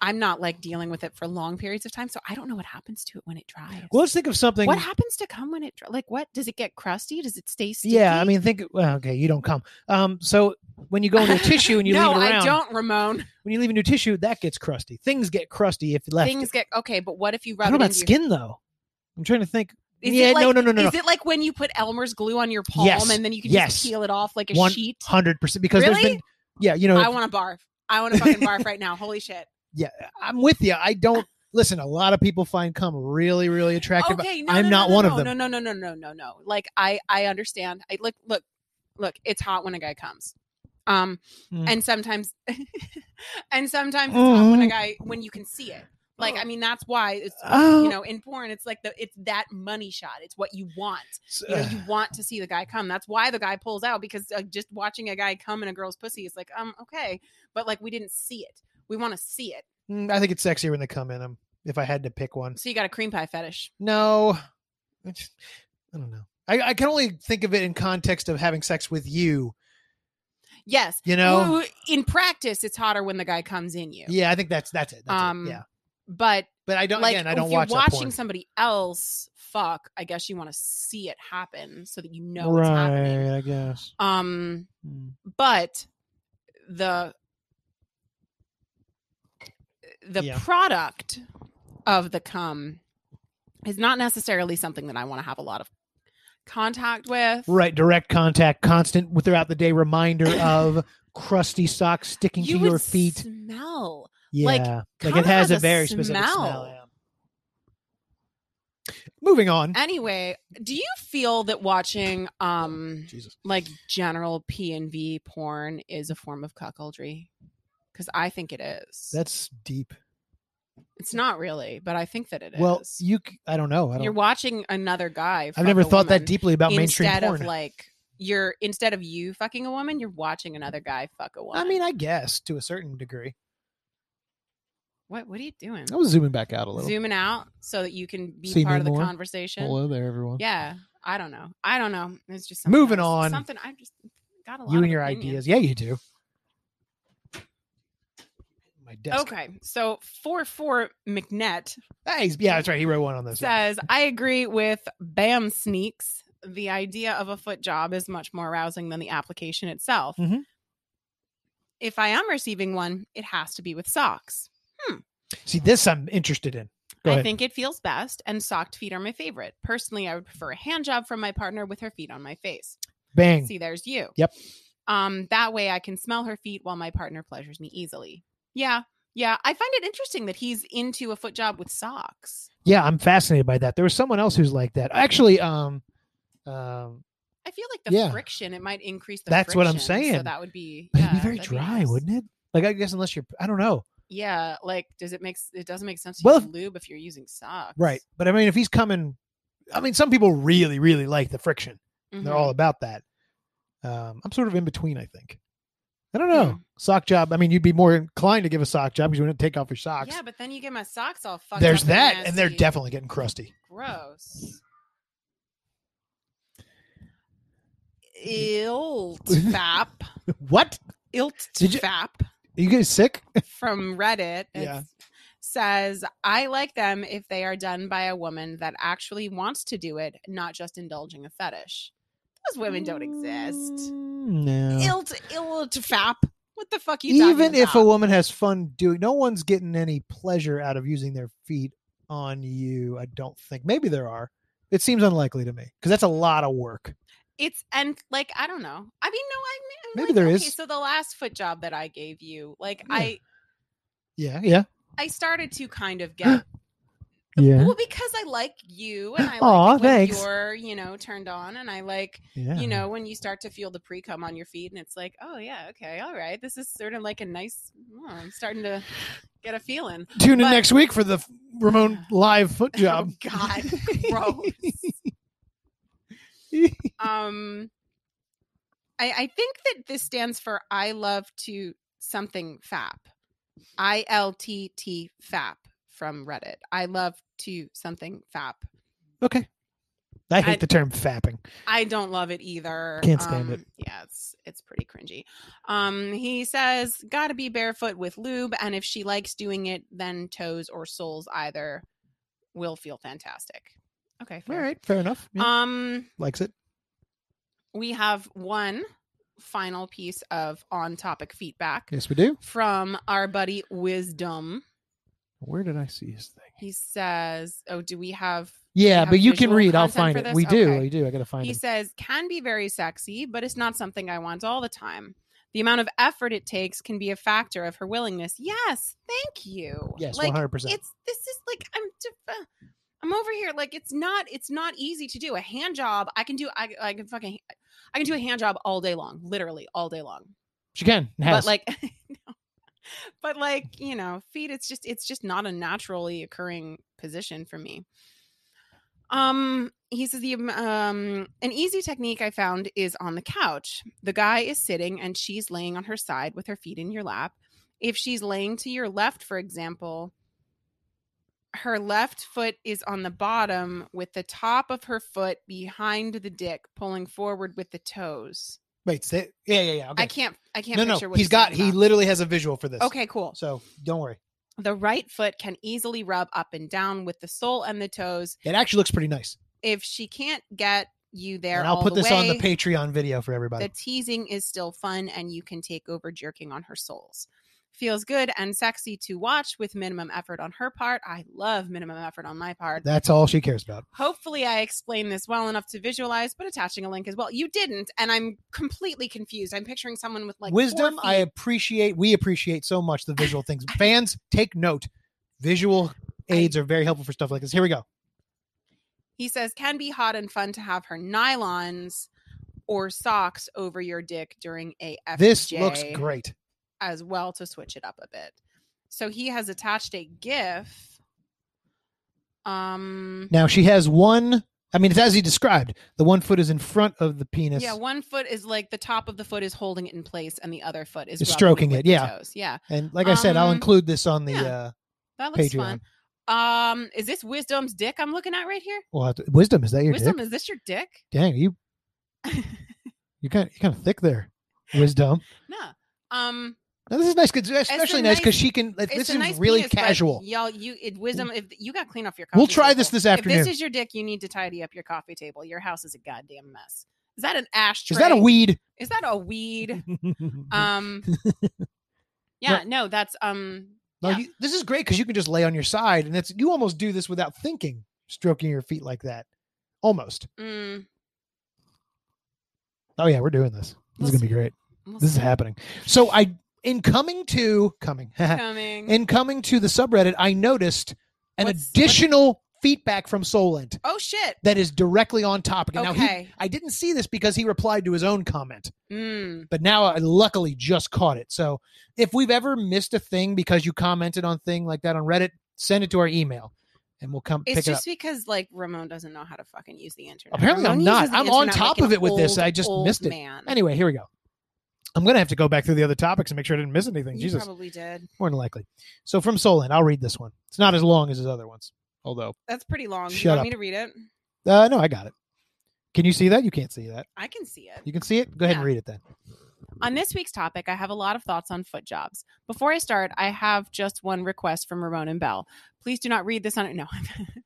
Speaker 3: I'm not like dealing with it for long periods of time, so I don't know what happens to it when it dries.
Speaker 2: Well, let's think of something.
Speaker 3: what happens to cum when it dry- like what does it get crusty? Does it stay sticky?
Speaker 2: yeah, I mean, think. Well, okay, you don't come. Um, so when you go into a tissue and you
Speaker 3: no,
Speaker 2: leave it
Speaker 3: I
Speaker 2: around,
Speaker 3: don't, Ramon.
Speaker 2: when you leave a new tissue, that gets crusty. Things get crusty if left.
Speaker 3: Things get okay, but what if you rub
Speaker 2: I don't
Speaker 3: it
Speaker 2: know about
Speaker 3: into your-
Speaker 2: skin though. I'm trying to think.
Speaker 3: Is
Speaker 2: yeah,
Speaker 3: it like,
Speaker 2: no, no, no, no,
Speaker 3: Is it like when you put Elmer's glue on your palm
Speaker 2: Yes.
Speaker 3: and then you can
Speaker 2: Yes.
Speaker 3: just peel it off like a
Speaker 2: One
Speaker 3: sheet?
Speaker 2: hundred percent. Because there's
Speaker 3: Really?
Speaker 2: been. Yeah, you know.
Speaker 3: I want to barf. I want to fucking barf right now. Holy shit.
Speaker 2: yeah, I'm with you. I don't listen. A lot of people find cum really, really attractive.
Speaker 3: Okay, no,
Speaker 2: I'm
Speaker 3: no, no,
Speaker 2: not
Speaker 3: no,
Speaker 2: one of
Speaker 3: no,
Speaker 2: them.
Speaker 3: No, no, no, no, no, no, no. Like I, I understand. I look, look, look. It's hot when a guy comes. Um,
Speaker 2: Mm.
Speaker 3: and sometimes, and sometimes it's hot when a
Speaker 2: Mm.
Speaker 3: guy when you can see it. Like I mean, that's why it's
Speaker 2: Oh,
Speaker 3: you know in porn it's like the it's that money shot. It's what you want. you know, you want to see the guy come. That's why the guy pulls out because uh, just watching a guy come in a girl's pussy is like, um, okay, but like we didn't see it. We want to see it.
Speaker 2: Mm, I think it's sexier when they come in. Um, if I had to pick one,
Speaker 3: So you got a cream pie fetish.
Speaker 2: no, I just- I don't know. I, I can only think of it in context of having sex with you.
Speaker 3: Yes.
Speaker 2: You know,
Speaker 3: Ooh, in practice, it's hotter when the guy comes in you.
Speaker 2: yeah, I think that's that's it. That's it,
Speaker 3: Um,
Speaker 2: Yeah,
Speaker 3: But
Speaker 2: but I don't.
Speaker 3: like,
Speaker 2: again, I
Speaker 3: if
Speaker 2: don't
Speaker 3: you're
Speaker 2: watch that
Speaker 3: watching
Speaker 2: porn.
Speaker 3: somebody else fuck, I guess you want to see it happen so that you know it's happening.
Speaker 2: right, I guess.
Speaker 3: Um,
Speaker 2: Mm.
Speaker 3: but the the
Speaker 2: Yeah.
Speaker 3: product of the cum is not necessarily something that I want to have a lot of contact with.
Speaker 2: Right, direct contact, constant with- throughout the day. Reminder of crusty socks sticking to
Speaker 3: You would
Speaker 2: your feet.
Speaker 3: smell.
Speaker 2: Yeah,
Speaker 3: like,
Speaker 2: it
Speaker 3: cum
Speaker 2: has
Speaker 3: has
Speaker 2: a
Speaker 3: a
Speaker 2: very specific smell.
Speaker 3: smell.
Speaker 2: yeah. Moving on.
Speaker 3: Anyway, do you feel that watching um
Speaker 2: Jesus.
Speaker 3: like general P and V porn is a form of cuckoldry? Because I think it is.
Speaker 2: That's deep.
Speaker 3: it's not really, but I think that it is.
Speaker 2: Well, you. c- I don't know. I
Speaker 3: you're
Speaker 2: don't.
Speaker 3: watching another guy.
Speaker 2: I've never
Speaker 3: fuck a
Speaker 2: thought that
Speaker 3: woman.
Speaker 2: deeply about mainstream
Speaker 3: instead
Speaker 2: porn.
Speaker 3: of like you're instead of you fucking a woman, you're watching another guy fuck a woman.
Speaker 2: I mean, I guess to a certain degree.
Speaker 3: what what are you doing?
Speaker 2: I was zooming back out oh, a little.
Speaker 3: Zooming out so that you can be
Speaker 2: See me
Speaker 3: part of the
Speaker 2: more?
Speaker 3: conversation.
Speaker 2: Hello there, everyone.
Speaker 3: Yeah, I don't know. I don't know. It's just something
Speaker 2: Moving
Speaker 3: else.
Speaker 2: on.
Speaker 3: Something I just got a lot.
Speaker 2: you
Speaker 3: of
Speaker 2: and your
Speaker 3: opinion.
Speaker 2: ideas. Yeah, you do. My desk.
Speaker 3: Okay, so four four McNett
Speaker 2: Hey, he's- yeah, that's right. He wrote one on this. yeah.
Speaker 3: says I agree with Bam Sneaks. The idea of a foot job is much more arousing than the application itself.
Speaker 2: Mhm.
Speaker 3: If I am receiving one, it has to be with socks.
Speaker 2: See, this I'm interested in. Go
Speaker 3: I
Speaker 2: ahead.
Speaker 3: think it feels best, and socked feet are my favorite. Personally, I would prefer a hand job from my partner with her feet on my face.
Speaker 2: Bang.
Speaker 3: See, there's you.
Speaker 2: Yep.
Speaker 3: Um, that way I can smell her feet while my partner pleasures me easily. Yeah. Yeah. I find it interesting that he's into a foot job with socks.
Speaker 2: Yeah, I'm fascinated by that. There was someone else who's like that. Actually, um, um,
Speaker 3: I feel like the
Speaker 2: Yeah.
Speaker 3: friction, it might increase the
Speaker 2: That's what I'm
Speaker 3: friction, So
Speaker 2: saying.
Speaker 3: that would be,
Speaker 2: but
Speaker 3: yeah,
Speaker 2: it'd be very
Speaker 3: that'd
Speaker 2: dry,
Speaker 3: nice.
Speaker 2: wouldn't it? Like, I guess unless you're, I don't know,
Speaker 3: Yeah. Like, does it make, s- it doesn't make sense to
Speaker 2: Well,
Speaker 3: use lube if you're using socks.
Speaker 2: right? But I mean, if he's coming, I mean, some people really, really like the friction. They're
Speaker 3: Mhm.
Speaker 2: all about that. Um, I'm sort of in between, I think. I don't know.
Speaker 3: Hmm.
Speaker 2: Sock job. I mean, you'd be more inclined to give a sock job because you wouldn't take off your socks.
Speaker 3: Mm-hmm. Yeah, but then you get my socks all fucked
Speaker 2: There's
Speaker 3: up
Speaker 2: that, and they're
Speaker 3: nasty.
Speaker 2: definitely getting crusty.
Speaker 3: gross. Iltfap.
Speaker 2: What? Did you-
Speaker 3: Iltfap
Speaker 2: Are you guys sick?
Speaker 3: from Reddit
Speaker 2: Yeah.
Speaker 3: it's- says, I like them if they are done by a woman that actually wants to do it, not just indulging a fetish. Those women don't exist.
Speaker 2: Mm, No.
Speaker 3: Ilt, iltfap. What the fuck you
Speaker 2: Even
Speaker 3: talking
Speaker 2: if a
Speaker 3: about?
Speaker 2: woman has fun doing, no one's getting any pleasure out of using their feet on you. I don't think. Maybe there are. It seems unlikely to me because that's a lot of work.
Speaker 3: it's and like I don't know. I mean, no, I mean,
Speaker 2: Maybe
Speaker 3: like,
Speaker 2: there
Speaker 3: okay,
Speaker 2: is.
Speaker 3: So the last foot job that I gave you, like
Speaker 2: Yeah.
Speaker 3: I,
Speaker 2: Yeah, yeah,
Speaker 3: I started to kind of get
Speaker 2: yeah,
Speaker 3: Well, because I like you and I
Speaker 2: Aw,
Speaker 3: like when
Speaker 2: thanks.
Speaker 3: you're, you know, turned on and I like,
Speaker 2: yeah.
Speaker 3: you know, when you start to feel the pre cum on your feet and it's like, oh yeah, okay, all right. This is sort of like a nice oh, I'm starting to get a feeling.
Speaker 2: Tune in
Speaker 3: But-
Speaker 2: next week for the f- Ramon live foot
Speaker 3: Oh
Speaker 2: job.
Speaker 3: God. Gross. um I, I think that this stands for I love to something fap. I L T T fap from Reddit. I love to something fap.
Speaker 2: Okay. I hate
Speaker 3: I-
Speaker 2: the term fapping.
Speaker 3: I don't love it either.
Speaker 2: Can't stand it.
Speaker 3: Um, Yeah, it's it's pretty cringy. Um, he says, "Gotta be barefoot with lube, and if she likes doing it, then toes or soles either will feel fantastic." Okay,
Speaker 2: All
Speaker 3: fair.
Speaker 2: right, fair enough. Yeah,
Speaker 3: Um,
Speaker 2: Likes it.
Speaker 3: we have one final piece of on-topic feedback
Speaker 2: Yes, we do.
Speaker 3: from our buddy Wisdom.
Speaker 2: Where did I see his thing?
Speaker 3: He says, "Oh, do we have?"
Speaker 2: Yeah,
Speaker 3: have
Speaker 2: but you can
Speaker 3: visual
Speaker 2: read. I'll
Speaker 3: content
Speaker 2: find
Speaker 3: for
Speaker 2: it.
Speaker 3: this?
Speaker 2: We do.
Speaker 3: Okay.
Speaker 2: We do. I gotta find
Speaker 3: He
Speaker 2: it.
Speaker 3: says, "Can be very sexy, but it's not something I want all the time. The amount of effort it takes can be a factor of her willingness." Yes, thank you.
Speaker 2: Yes, one
Speaker 3: like
Speaker 2: hundred percent.
Speaker 3: it's this is like I'm def- uh, I'm over here like it's not it's not easy to do a hand job. I can do I I can fucking I can do a hand job all day long, literally all day long.
Speaker 2: She can. Has.
Speaker 3: But like, no. but like you know, feet. It's just it's just not a naturally occurring position for me. Um, he says the um, um an easy technique I found is on the couch. The guy is sitting and she's laying on her side with her feet in your lap. If she's laying to your left, for example, her left foot is on the bottom with the top of her foot behind the dick, pulling forward with the toes.
Speaker 2: wait. Say, yeah, yeah, yeah. Okay.
Speaker 3: I can't. I can't.
Speaker 2: no,
Speaker 3: picture
Speaker 2: no.
Speaker 3: What
Speaker 2: He's got.
Speaker 3: talking
Speaker 2: He
Speaker 3: about.
Speaker 2: literally has a visual for this.
Speaker 3: Okay, cool.
Speaker 2: So don't worry.
Speaker 3: The right foot can easily rub up and down with the sole and the toes.
Speaker 2: It actually looks pretty nice.
Speaker 3: If she can't get you there,
Speaker 2: and I'll
Speaker 3: all
Speaker 2: put
Speaker 3: the
Speaker 2: this on the
Speaker 3: way,
Speaker 2: Patreon video for everybody.
Speaker 3: The teasing is still fun, and you can take over jerking on her soles. Feels good and sexy to watch with minimum effort on her part. I love minimum effort on my part.
Speaker 2: That's all she cares about.
Speaker 3: Hopefully, I explained this well enough to visualize, but attaching a link as well. You didn't, and I'm completely confused. I'm picturing someone with like four
Speaker 2: Wisdom. I
Speaker 3: feet.
Speaker 2: appreciate. We appreciate so much the visual things. Fans, take note. Visual aids are very helpful for stuff like this. Here we go.
Speaker 3: He says can be hot and fun to have her nylons or socks over your dick during AFJ
Speaker 2: This looks great.
Speaker 3: as well to switch it up a bit. So he has attached a GIF. Um
Speaker 2: Now she has one. I mean, it's as he described. The one foot is in front of the penis.
Speaker 3: yeah, one foot is like the top of the foot is holding it in place and the other foot is
Speaker 2: Is
Speaker 3: rubbing
Speaker 2: stroking
Speaker 3: with
Speaker 2: it,
Speaker 3: the
Speaker 2: yeah.
Speaker 3: toes. Yeah.
Speaker 2: and like I said, I'll
Speaker 3: um,
Speaker 2: include this on the.
Speaker 3: yeah.
Speaker 2: Uh,
Speaker 3: That looks
Speaker 2: Patreon.
Speaker 3: fun. Um is this Wisdom's dick I'm looking at right here?
Speaker 2: well, wisdom is that your
Speaker 3: Wisdom
Speaker 2: dick?
Speaker 3: is this your dick?
Speaker 2: Dang, you you kind you kind of thick there. Wisdom.
Speaker 3: no. Um
Speaker 2: Now, this is nice, 'cause-
Speaker 3: a
Speaker 2: especially nice because
Speaker 3: nice-
Speaker 2: she can. It,
Speaker 3: It's
Speaker 2: this
Speaker 3: a
Speaker 2: is
Speaker 3: nice
Speaker 2: really
Speaker 3: penis, but
Speaker 2: casual.
Speaker 3: Y'all, you it, wisdom. If you got to clean off your, coffee
Speaker 2: We'll try this
Speaker 3: table.
Speaker 2: this
Speaker 3: If
Speaker 2: afternoon.
Speaker 3: this is your dick, you need to tidy up your coffee table. Your house is a goddamn mess. Is that an ashtray?
Speaker 2: Is that a weed?
Speaker 3: Is that a weed? Um, yeah, no, that's um,
Speaker 2: no,
Speaker 3: yeah.
Speaker 2: you, this is great because you can just lay on your side, and it's you almost do this without thinking, stroking your feet like that. Almost.
Speaker 3: mm,
Speaker 2: Oh yeah, we're doing this. This is gonna be great.
Speaker 3: we'll
Speaker 2: This is
Speaker 3: see.
Speaker 2: happening. So I in coming to coming
Speaker 3: coming.
Speaker 2: in coming to the subreddit, I noticed an
Speaker 3: What's- what-
Speaker 2: additional feedback from Solent
Speaker 3: oh shit.
Speaker 2: that is directly on topic. And now he
Speaker 3: Okay.
Speaker 2: I didn't see this because he replied to his own comment,
Speaker 3: Mm,
Speaker 2: but now I luckily just caught it. So if we've ever missed a thing because you commented on thing like that on Reddit, send it to our email and we'll come
Speaker 3: it's
Speaker 2: pick it up.
Speaker 3: just because like Ramon doesn't know how to fucking use the internet.
Speaker 2: Apparently I'm
Speaker 3: Ramon
Speaker 2: not.
Speaker 3: uses the
Speaker 2: I'm on
Speaker 3: internet
Speaker 2: top
Speaker 3: like an
Speaker 2: of it with this.
Speaker 3: old,
Speaker 2: I just
Speaker 3: old
Speaker 2: missed it.
Speaker 3: Man.
Speaker 2: Anyway, here we go. I'm going to have to go back through the other topics and make sure I didn't miss anything.
Speaker 3: you
Speaker 2: Jesus,
Speaker 3: probably did.
Speaker 2: more than likely. So from Solent, I'll read this one. It's not as long as his other ones, although.
Speaker 3: That's pretty long. Do you
Speaker 2: Shut
Speaker 3: want
Speaker 2: up.
Speaker 3: me to read it?
Speaker 2: Uh, no, I got it. Can you see that? You can't see that.
Speaker 3: I can see it.
Speaker 2: You can see it? Go ahead and
Speaker 3: Yeah.
Speaker 2: read it then.
Speaker 3: On this week's topic, I have a lot of thoughts on foot jobs. Before I start, I have just one request from Ramon and Bell. Please do not read this on. No.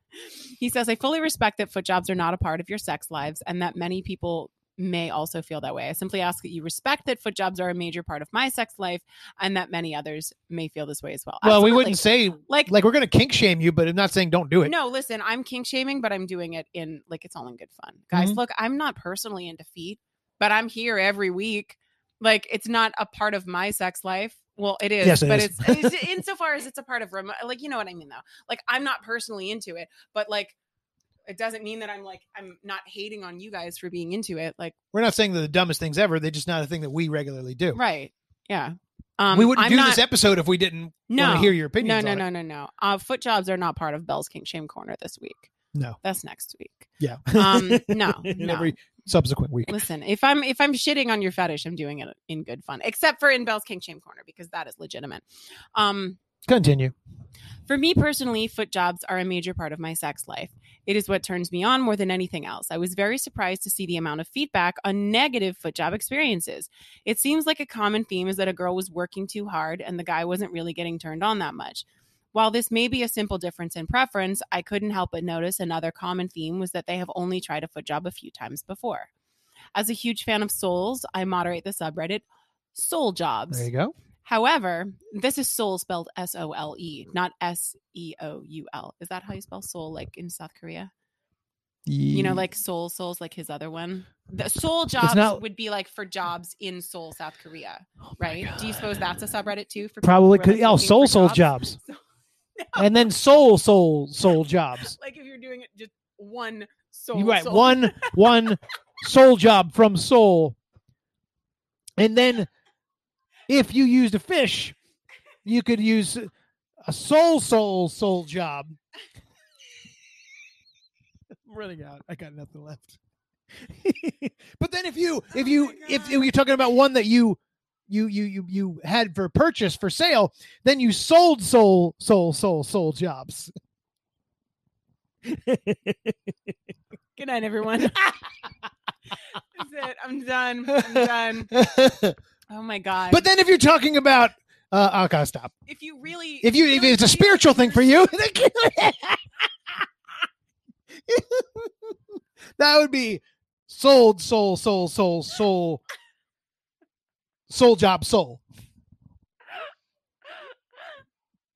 Speaker 3: he says, I fully respect that foot jobs are not a part of your sex lives and that many people may also feel that way. I simply ask that you respect that foot jobs are a major part of my sex life and that many others may feel this way as well.
Speaker 2: Well, we
Speaker 3: Absolutely.
Speaker 2: wouldn't say
Speaker 3: Like,
Speaker 2: like we're gonna kink shame you, but I'm not saying don't do it.
Speaker 3: no, listen, I'm kink shaming, but I'm doing it in like it's all in good fun. Guys,
Speaker 2: Mhm.
Speaker 3: look, I'm not personally into feet, but I'm here every week. Like it's not a part of my sex life. Well, it is,
Speaker 2: Yes, it
Speaker 3: but
Speaker 2: is.
Speaker 3: it's, it's insofar as it's a part of remo- like you know what I mean though. Like I'm not personally into it, but like it doesn't mean that I'm like I'm not hating on you guys for being into it. Like
Speaker 2: We're not saying they're the dumbest things ever. They're just not a thing that we regularly do.
Speaker 3: right, yeah. Um,
Speaker 2: we wouldn't
Speaker 3: I'm
Speaker 2: do
Speaker 3: not,
Speaker 2: this episode if we didn't
Speaker 3: No,
Speaker 2: want to hear your opinions.
Speaker 3: no, no,
Speaker 2: on it.
Speaker 3: no, no, no. Uh, foot jobs are not part of Bell's King Shame Corner this week.
Speaker 2: No.
Speaker 3: That's next week.
Speaker 2: Yeah.
Speaker 3: Um, no,
Speaker 2: In
Speaker 3: no.
Speaker 2: Every subsequent week.
Speaker 3: Listen, if I'm if I'm shitting on your fetish, I'm doing it in good fun. Except for in Bell's King Shame Corner because that is legitimate. Um,
Speaker 2: Continue.
Speaker 3: For me personally, foot jobs are a major part of my sex life. It is what turns me on more than anything else. I was very surprised to see the amount of feedback on negative foot job experiences. It seems like a common theme is that a girl was working too hard and the guy wasn't really getting turned on that much. While this may be a simple difference in preference, I couldn't help but notice another common theme was that they have only tried a foot job a few times before. As a huge fan of souls, I moderate the subreddit Soul Jobs.
Speaker 2: There you go.
Speaker 3: However, this is soul spelled S O L E, not S E O U L. Is that how you spell soul, like in South Korea? You know, like soul, souls, like his other one. The soul jobs
Speaker 2: not-
Speaker 3: would be like for jobs in Seoul, South Korea,
Speaker 2: Oh my
Speaker 3: right? Do you
Speaker 2: God.
Speaker 3: suppose that's a subreddit too? For people
Speaker 2: probably
Speaker 3: who are,
Speaker 2: because
Speaker 3: like,
Speaker 2: oh,
Speaker 3: looking
Speaker 2: soul
Speaker 3: for
Speaker 2: soul jobs, and then soul soul soul jobs.
Speaker 3: Like if you're doing it just one soul,
Speaker 2: You're right,
Speaker 3: soul.
Speaker 2: one one soul job from soul, and then if you used a fish, you could use a soul soul soul job. I'm running out. I got nothing left. but then if you if
Speaker 3: Oh
Speaker 2: you
Speaker 3: my
Speaker 2: if, if
Speaker 3: God.
Speaker 2: you're talking about one that you you you you you had for purchase for sale, then you sold soul soul soul soul jobs.
Speaker 3: Good night, everyone. That's it. I'm done. I'm done. Oh my god.
Speaker 2: But then if you're talking about uh oh god stop.
Speaker 3: if you really,
Speaker 2: If you if
Speaker 3: really
Speaker 2: it's a
Speaker 3: feel
Speaker 2: spiritual thing for
Speaker 3: you're-
Speaker 2: you, then kill it. that would be sold soul soul soul soul soul job soul.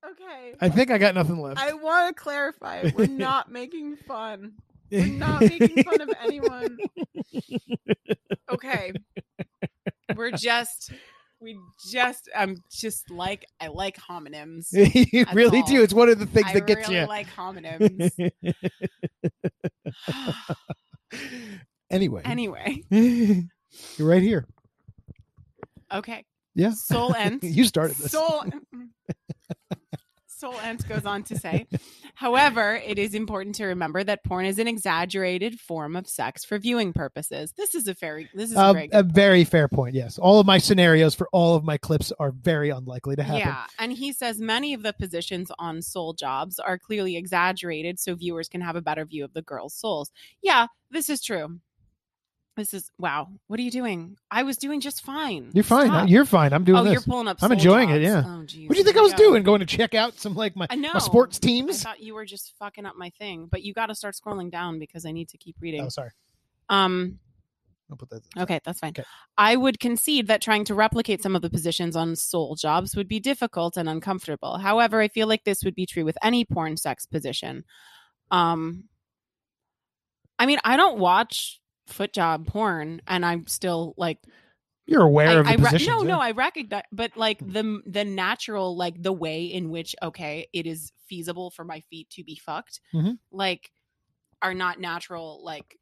Speaker 3: okay.
Speaker 2: I think I got nothing left.
Speaker 3: I want to clarify. We're not making fun. We're not making fun of anyone. Okay. We're just, we just, I'm just like, I like homonyms.
Speaker 2: you
Speaker 3: That's
Speaker 2: really
Speaker 3: all.
Speaker 2: do. It's one of the things
Speaker 3: I
Speaker 2: that gets
Speaker 3: really
Speaker 2: you.
Speaker 3: like homonyms.
Speaker 2: anyway,
Speaker 3: anyway,
Speaker 2: you're right here.
Speaker 3: okay.
Speaker 2: Yeah.
Speaker 3: Soul ends.
Speaker 2: you started this.
Speaker 3: Soul. mm, Soul Ant goes on to say, however, it is important to remember that porn is an exaggerated form of sex for viewing purposes. This is a very, this is a
Speaker 2: Uh, a,
Speaker 3: very
Speaker 2: a very fair point. Yes, all of my scenarios for all of my clips are very unlikely to happen.
Speaker 3: Yeah, and he says many of the positions on soul jobs are clearly exaggerated so viewers can have a better view of the girls' souls. Yeah, this is true. This is wow. What are you doing? I was doing just fine.
Speaker 2: You're fine.
Speaker 3: Stop.
Speaker 2: You're fine. I'm doing
Speaker 3: oh,
Speaker 2: this.
Speaker 3: you're pulling up.
Speaker 2: I'm
Speaker 3: soul
Speaker 2: enjoying it,
Speaker 3: jobs.
Speaker 2: yeah.
Speaker 3: Oh, geez.
Speaker 2: what do you think I
Speaker 3: here we
Speaker 2: was
Speaker 3: go.
Speaker 2: doing? Going to check out some like my,
Speaker 3: I know.
Speaker 2: my sports
Speaker 3: I
Speaker 2: teams?
Speaker 3: thought you were just fucking up my thing, but you got to start scrolling down because I need to keep reading.
Speaker 2: Oh, sorry.
Speaker 3: Um.
Speaker 2: I'll put that.
Speaker 3: Okay, that's fine.
Speaker 2: Okay.
Speaker 3: I would concede that trying to replicate some of the positions on soul jobs would be difficult and uncomfortable. However, I feel like this would be true with any porn sex position. Um I mean, I don't watch foot job porn and I'm still like
Speaker 2: You're aware
Speaker 3: I,
Speaker 2: of the
Speaker 3: I re-
Speaker 2: positions.
Speaker 3: no,
Speaker 2: yeah.
Speaker 3: no, I recognize but like the the natural like the way in which okay, it is feasible for my feet to be fucked.
Speaker 2: Mhm.
Speaker 3: Like are not natural like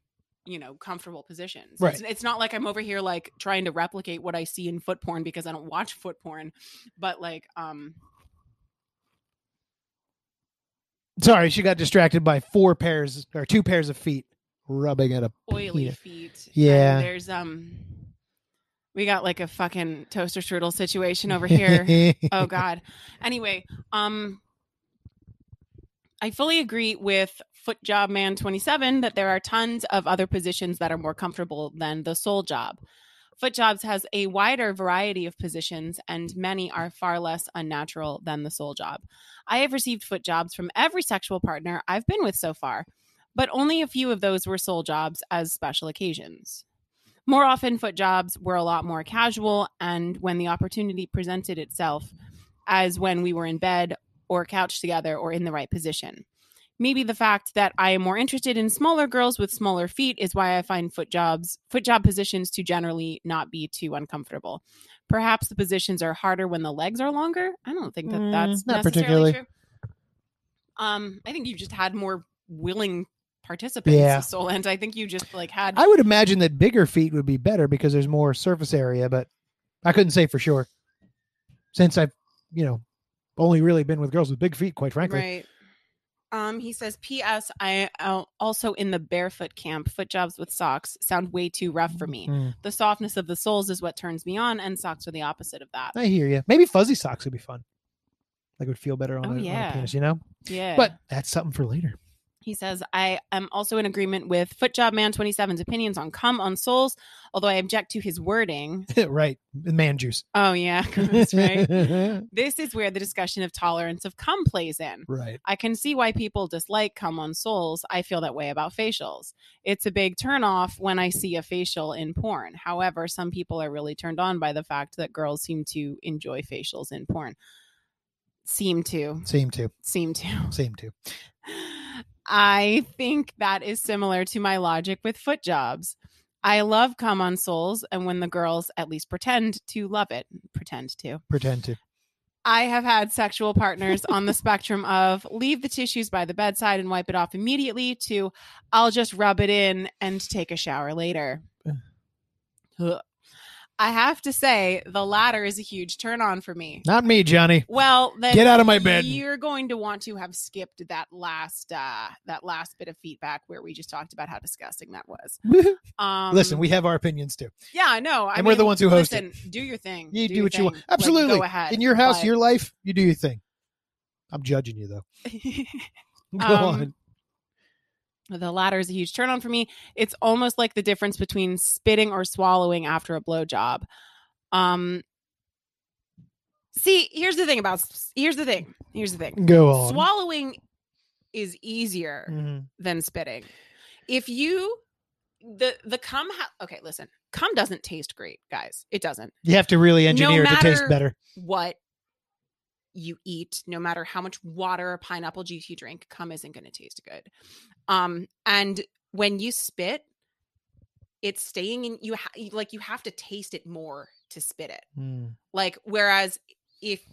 Speaker 3: you know comfortable positions
Speaker 2: Right.
Speaker 3: it's, it's not like i'm over here like trying to replicate what i see in foot porn because i don't watch foot porn but like um
Speaker 2: Sorry, she got distracted by four pairs or two pairs of feet rubbing at a
Speaker 3: oily
Speaker 2: penis.
Speaker 3: feet and
Speaker 2: Yeah.
Speaker 3: there's um we got like a fucking toaster strudel situation over here oh god anyway um i fully agree with foot job man 27 that there are tons of other positions that are more comfortable than the sole job foot jobs has a wider variety of positions and many are far less unnatural than the sole job i have received foot jobs from every sexual partner i've been with so far but only a few of those were sole jobs as special occasions more often, foot jobs were a lot more casual, and when the opportunity presented itself, as when we were in bed or couch together or in the right position. Maybe the fact that I am more interested in smaller girls with smaller feet is why I find foot jobs, foot job positions to generally not be too uncomfortable. Perhaps the positions are harder when the legs are longer. I don't think that
Speaker 2: Mm,
Speaker 3: that's
Speaker 2: not
Speaker 3: necessarily
Speaker 2: particularly.
Speaker 3: true. Um, I think you just had more willing participants,
Speaker 2: Yeah.
Speaker 3: Solent. I think you just like had
Speaker 2: I would imagine that bigger feet would be better because there's more surface area, but I couldn't say for sure since I've you know only really been with girls with big feet, quite frankly.
Speaker 4: Right.
Speaker 3: Um, he says, "P.S. I am also in the barefoot camp. Foot jobs with socks sound way too rough for me.
Speaker 2: Mm,
Speaker 3: The softness of the soles is what turns me on, and socks are the opposite of that.
Speaker 2: I hear you. Maybe fuzzy socks would be fun. Like it would feel better on,
Speaker 3: Oh,
Speaker 2: a, on a
Speaker 3: yeah.
Speaker 2: penis, you know.
Speaker 3: Yeah,
Speaker 2: But that's something for later.
Speaker 3: He says, I am also in agreement with Footjob Man 27's opinions on cum on souls, although I object to his wording.
Speaker 2: right, man juice.
Speaker 3: Oh, yeah, that's right. this is where the discussion of tolerance of cum plays in.
Speaker 2: right.
Speaker 3: I can see why people dislike cum on souls. I feel that way about facials. It's a big turnoff when I see a facial in porn. However, some people are really turned on by the fact that girls seem to enjoy facials in porn. Seem to,
Speaker 2: Same too.
Speaker 3: seem to.
Speaker 2: Same too.
Speaker 3: I think that is similar to my logic with foot jobs. I love come on souls, and when the girls at least pretend to love it, pretend to.
Speaker 2: Pretend to.
Speaker 3: I have had sexual partners on the spectrum of leave the tissues by the bedside and wipe it off immediately to I'll just rub it in and take a shower later. Ugh. I have to say, the latter is a huge turn on for me.
Speaker 2: Not me, Johnny.
Speaker 3: Well, then
Speaker 2: Get out of my bed.
Speaker 3: You're going to want to have skipped that last uh that last bit of feedback where we just talked about how disgusting that was. Um
Speaker 2: Listen, we have our opinions too.
Speaker 3: yeah, I know. I
Speaker 2: and we're the ones who host
Speaker 3: listen, Do your thing.
Speaker 2: You do,
Speaker 3: your
Speaker 2: what you want.
Speaker 3: thing. Like,
Speaker 2: Absolutely.
Speaker 3: go ahead.
Speaker 2: In your house,
Speaker 3: But-
Speaker 2: your life, you do your thing. I'm judging you though. Go
Speaker 3: Um,
Speaker 2: on.
Speaker 3: The latter is a huge turn on for me. It's almost like the difference between spitting or swallowing after a blowjob. Um, see, here's the thing about here's the thing. Here's the thing.
Speaker 2: Go on.
Speaker 3: Swallowing is easier
Speaker 2: Mhm.
Speaker 3: than spitting. If you the the cum ha- okay, listen, cum doesn't taste great, guys. It doesn't.
Speaker 2: You have to really engineer it to taste
Speaker 3: matter-
Speaker 2: better.
Speaker 3: What you eat, no matter how much water or pineapple juice you drink, cum isn't going to taste good. Um, and when you spit, it's staying in you. Ha- you- like you have to taste it more to spit it.
Speaker 2: Mm.
Speaker 3: Like whereas if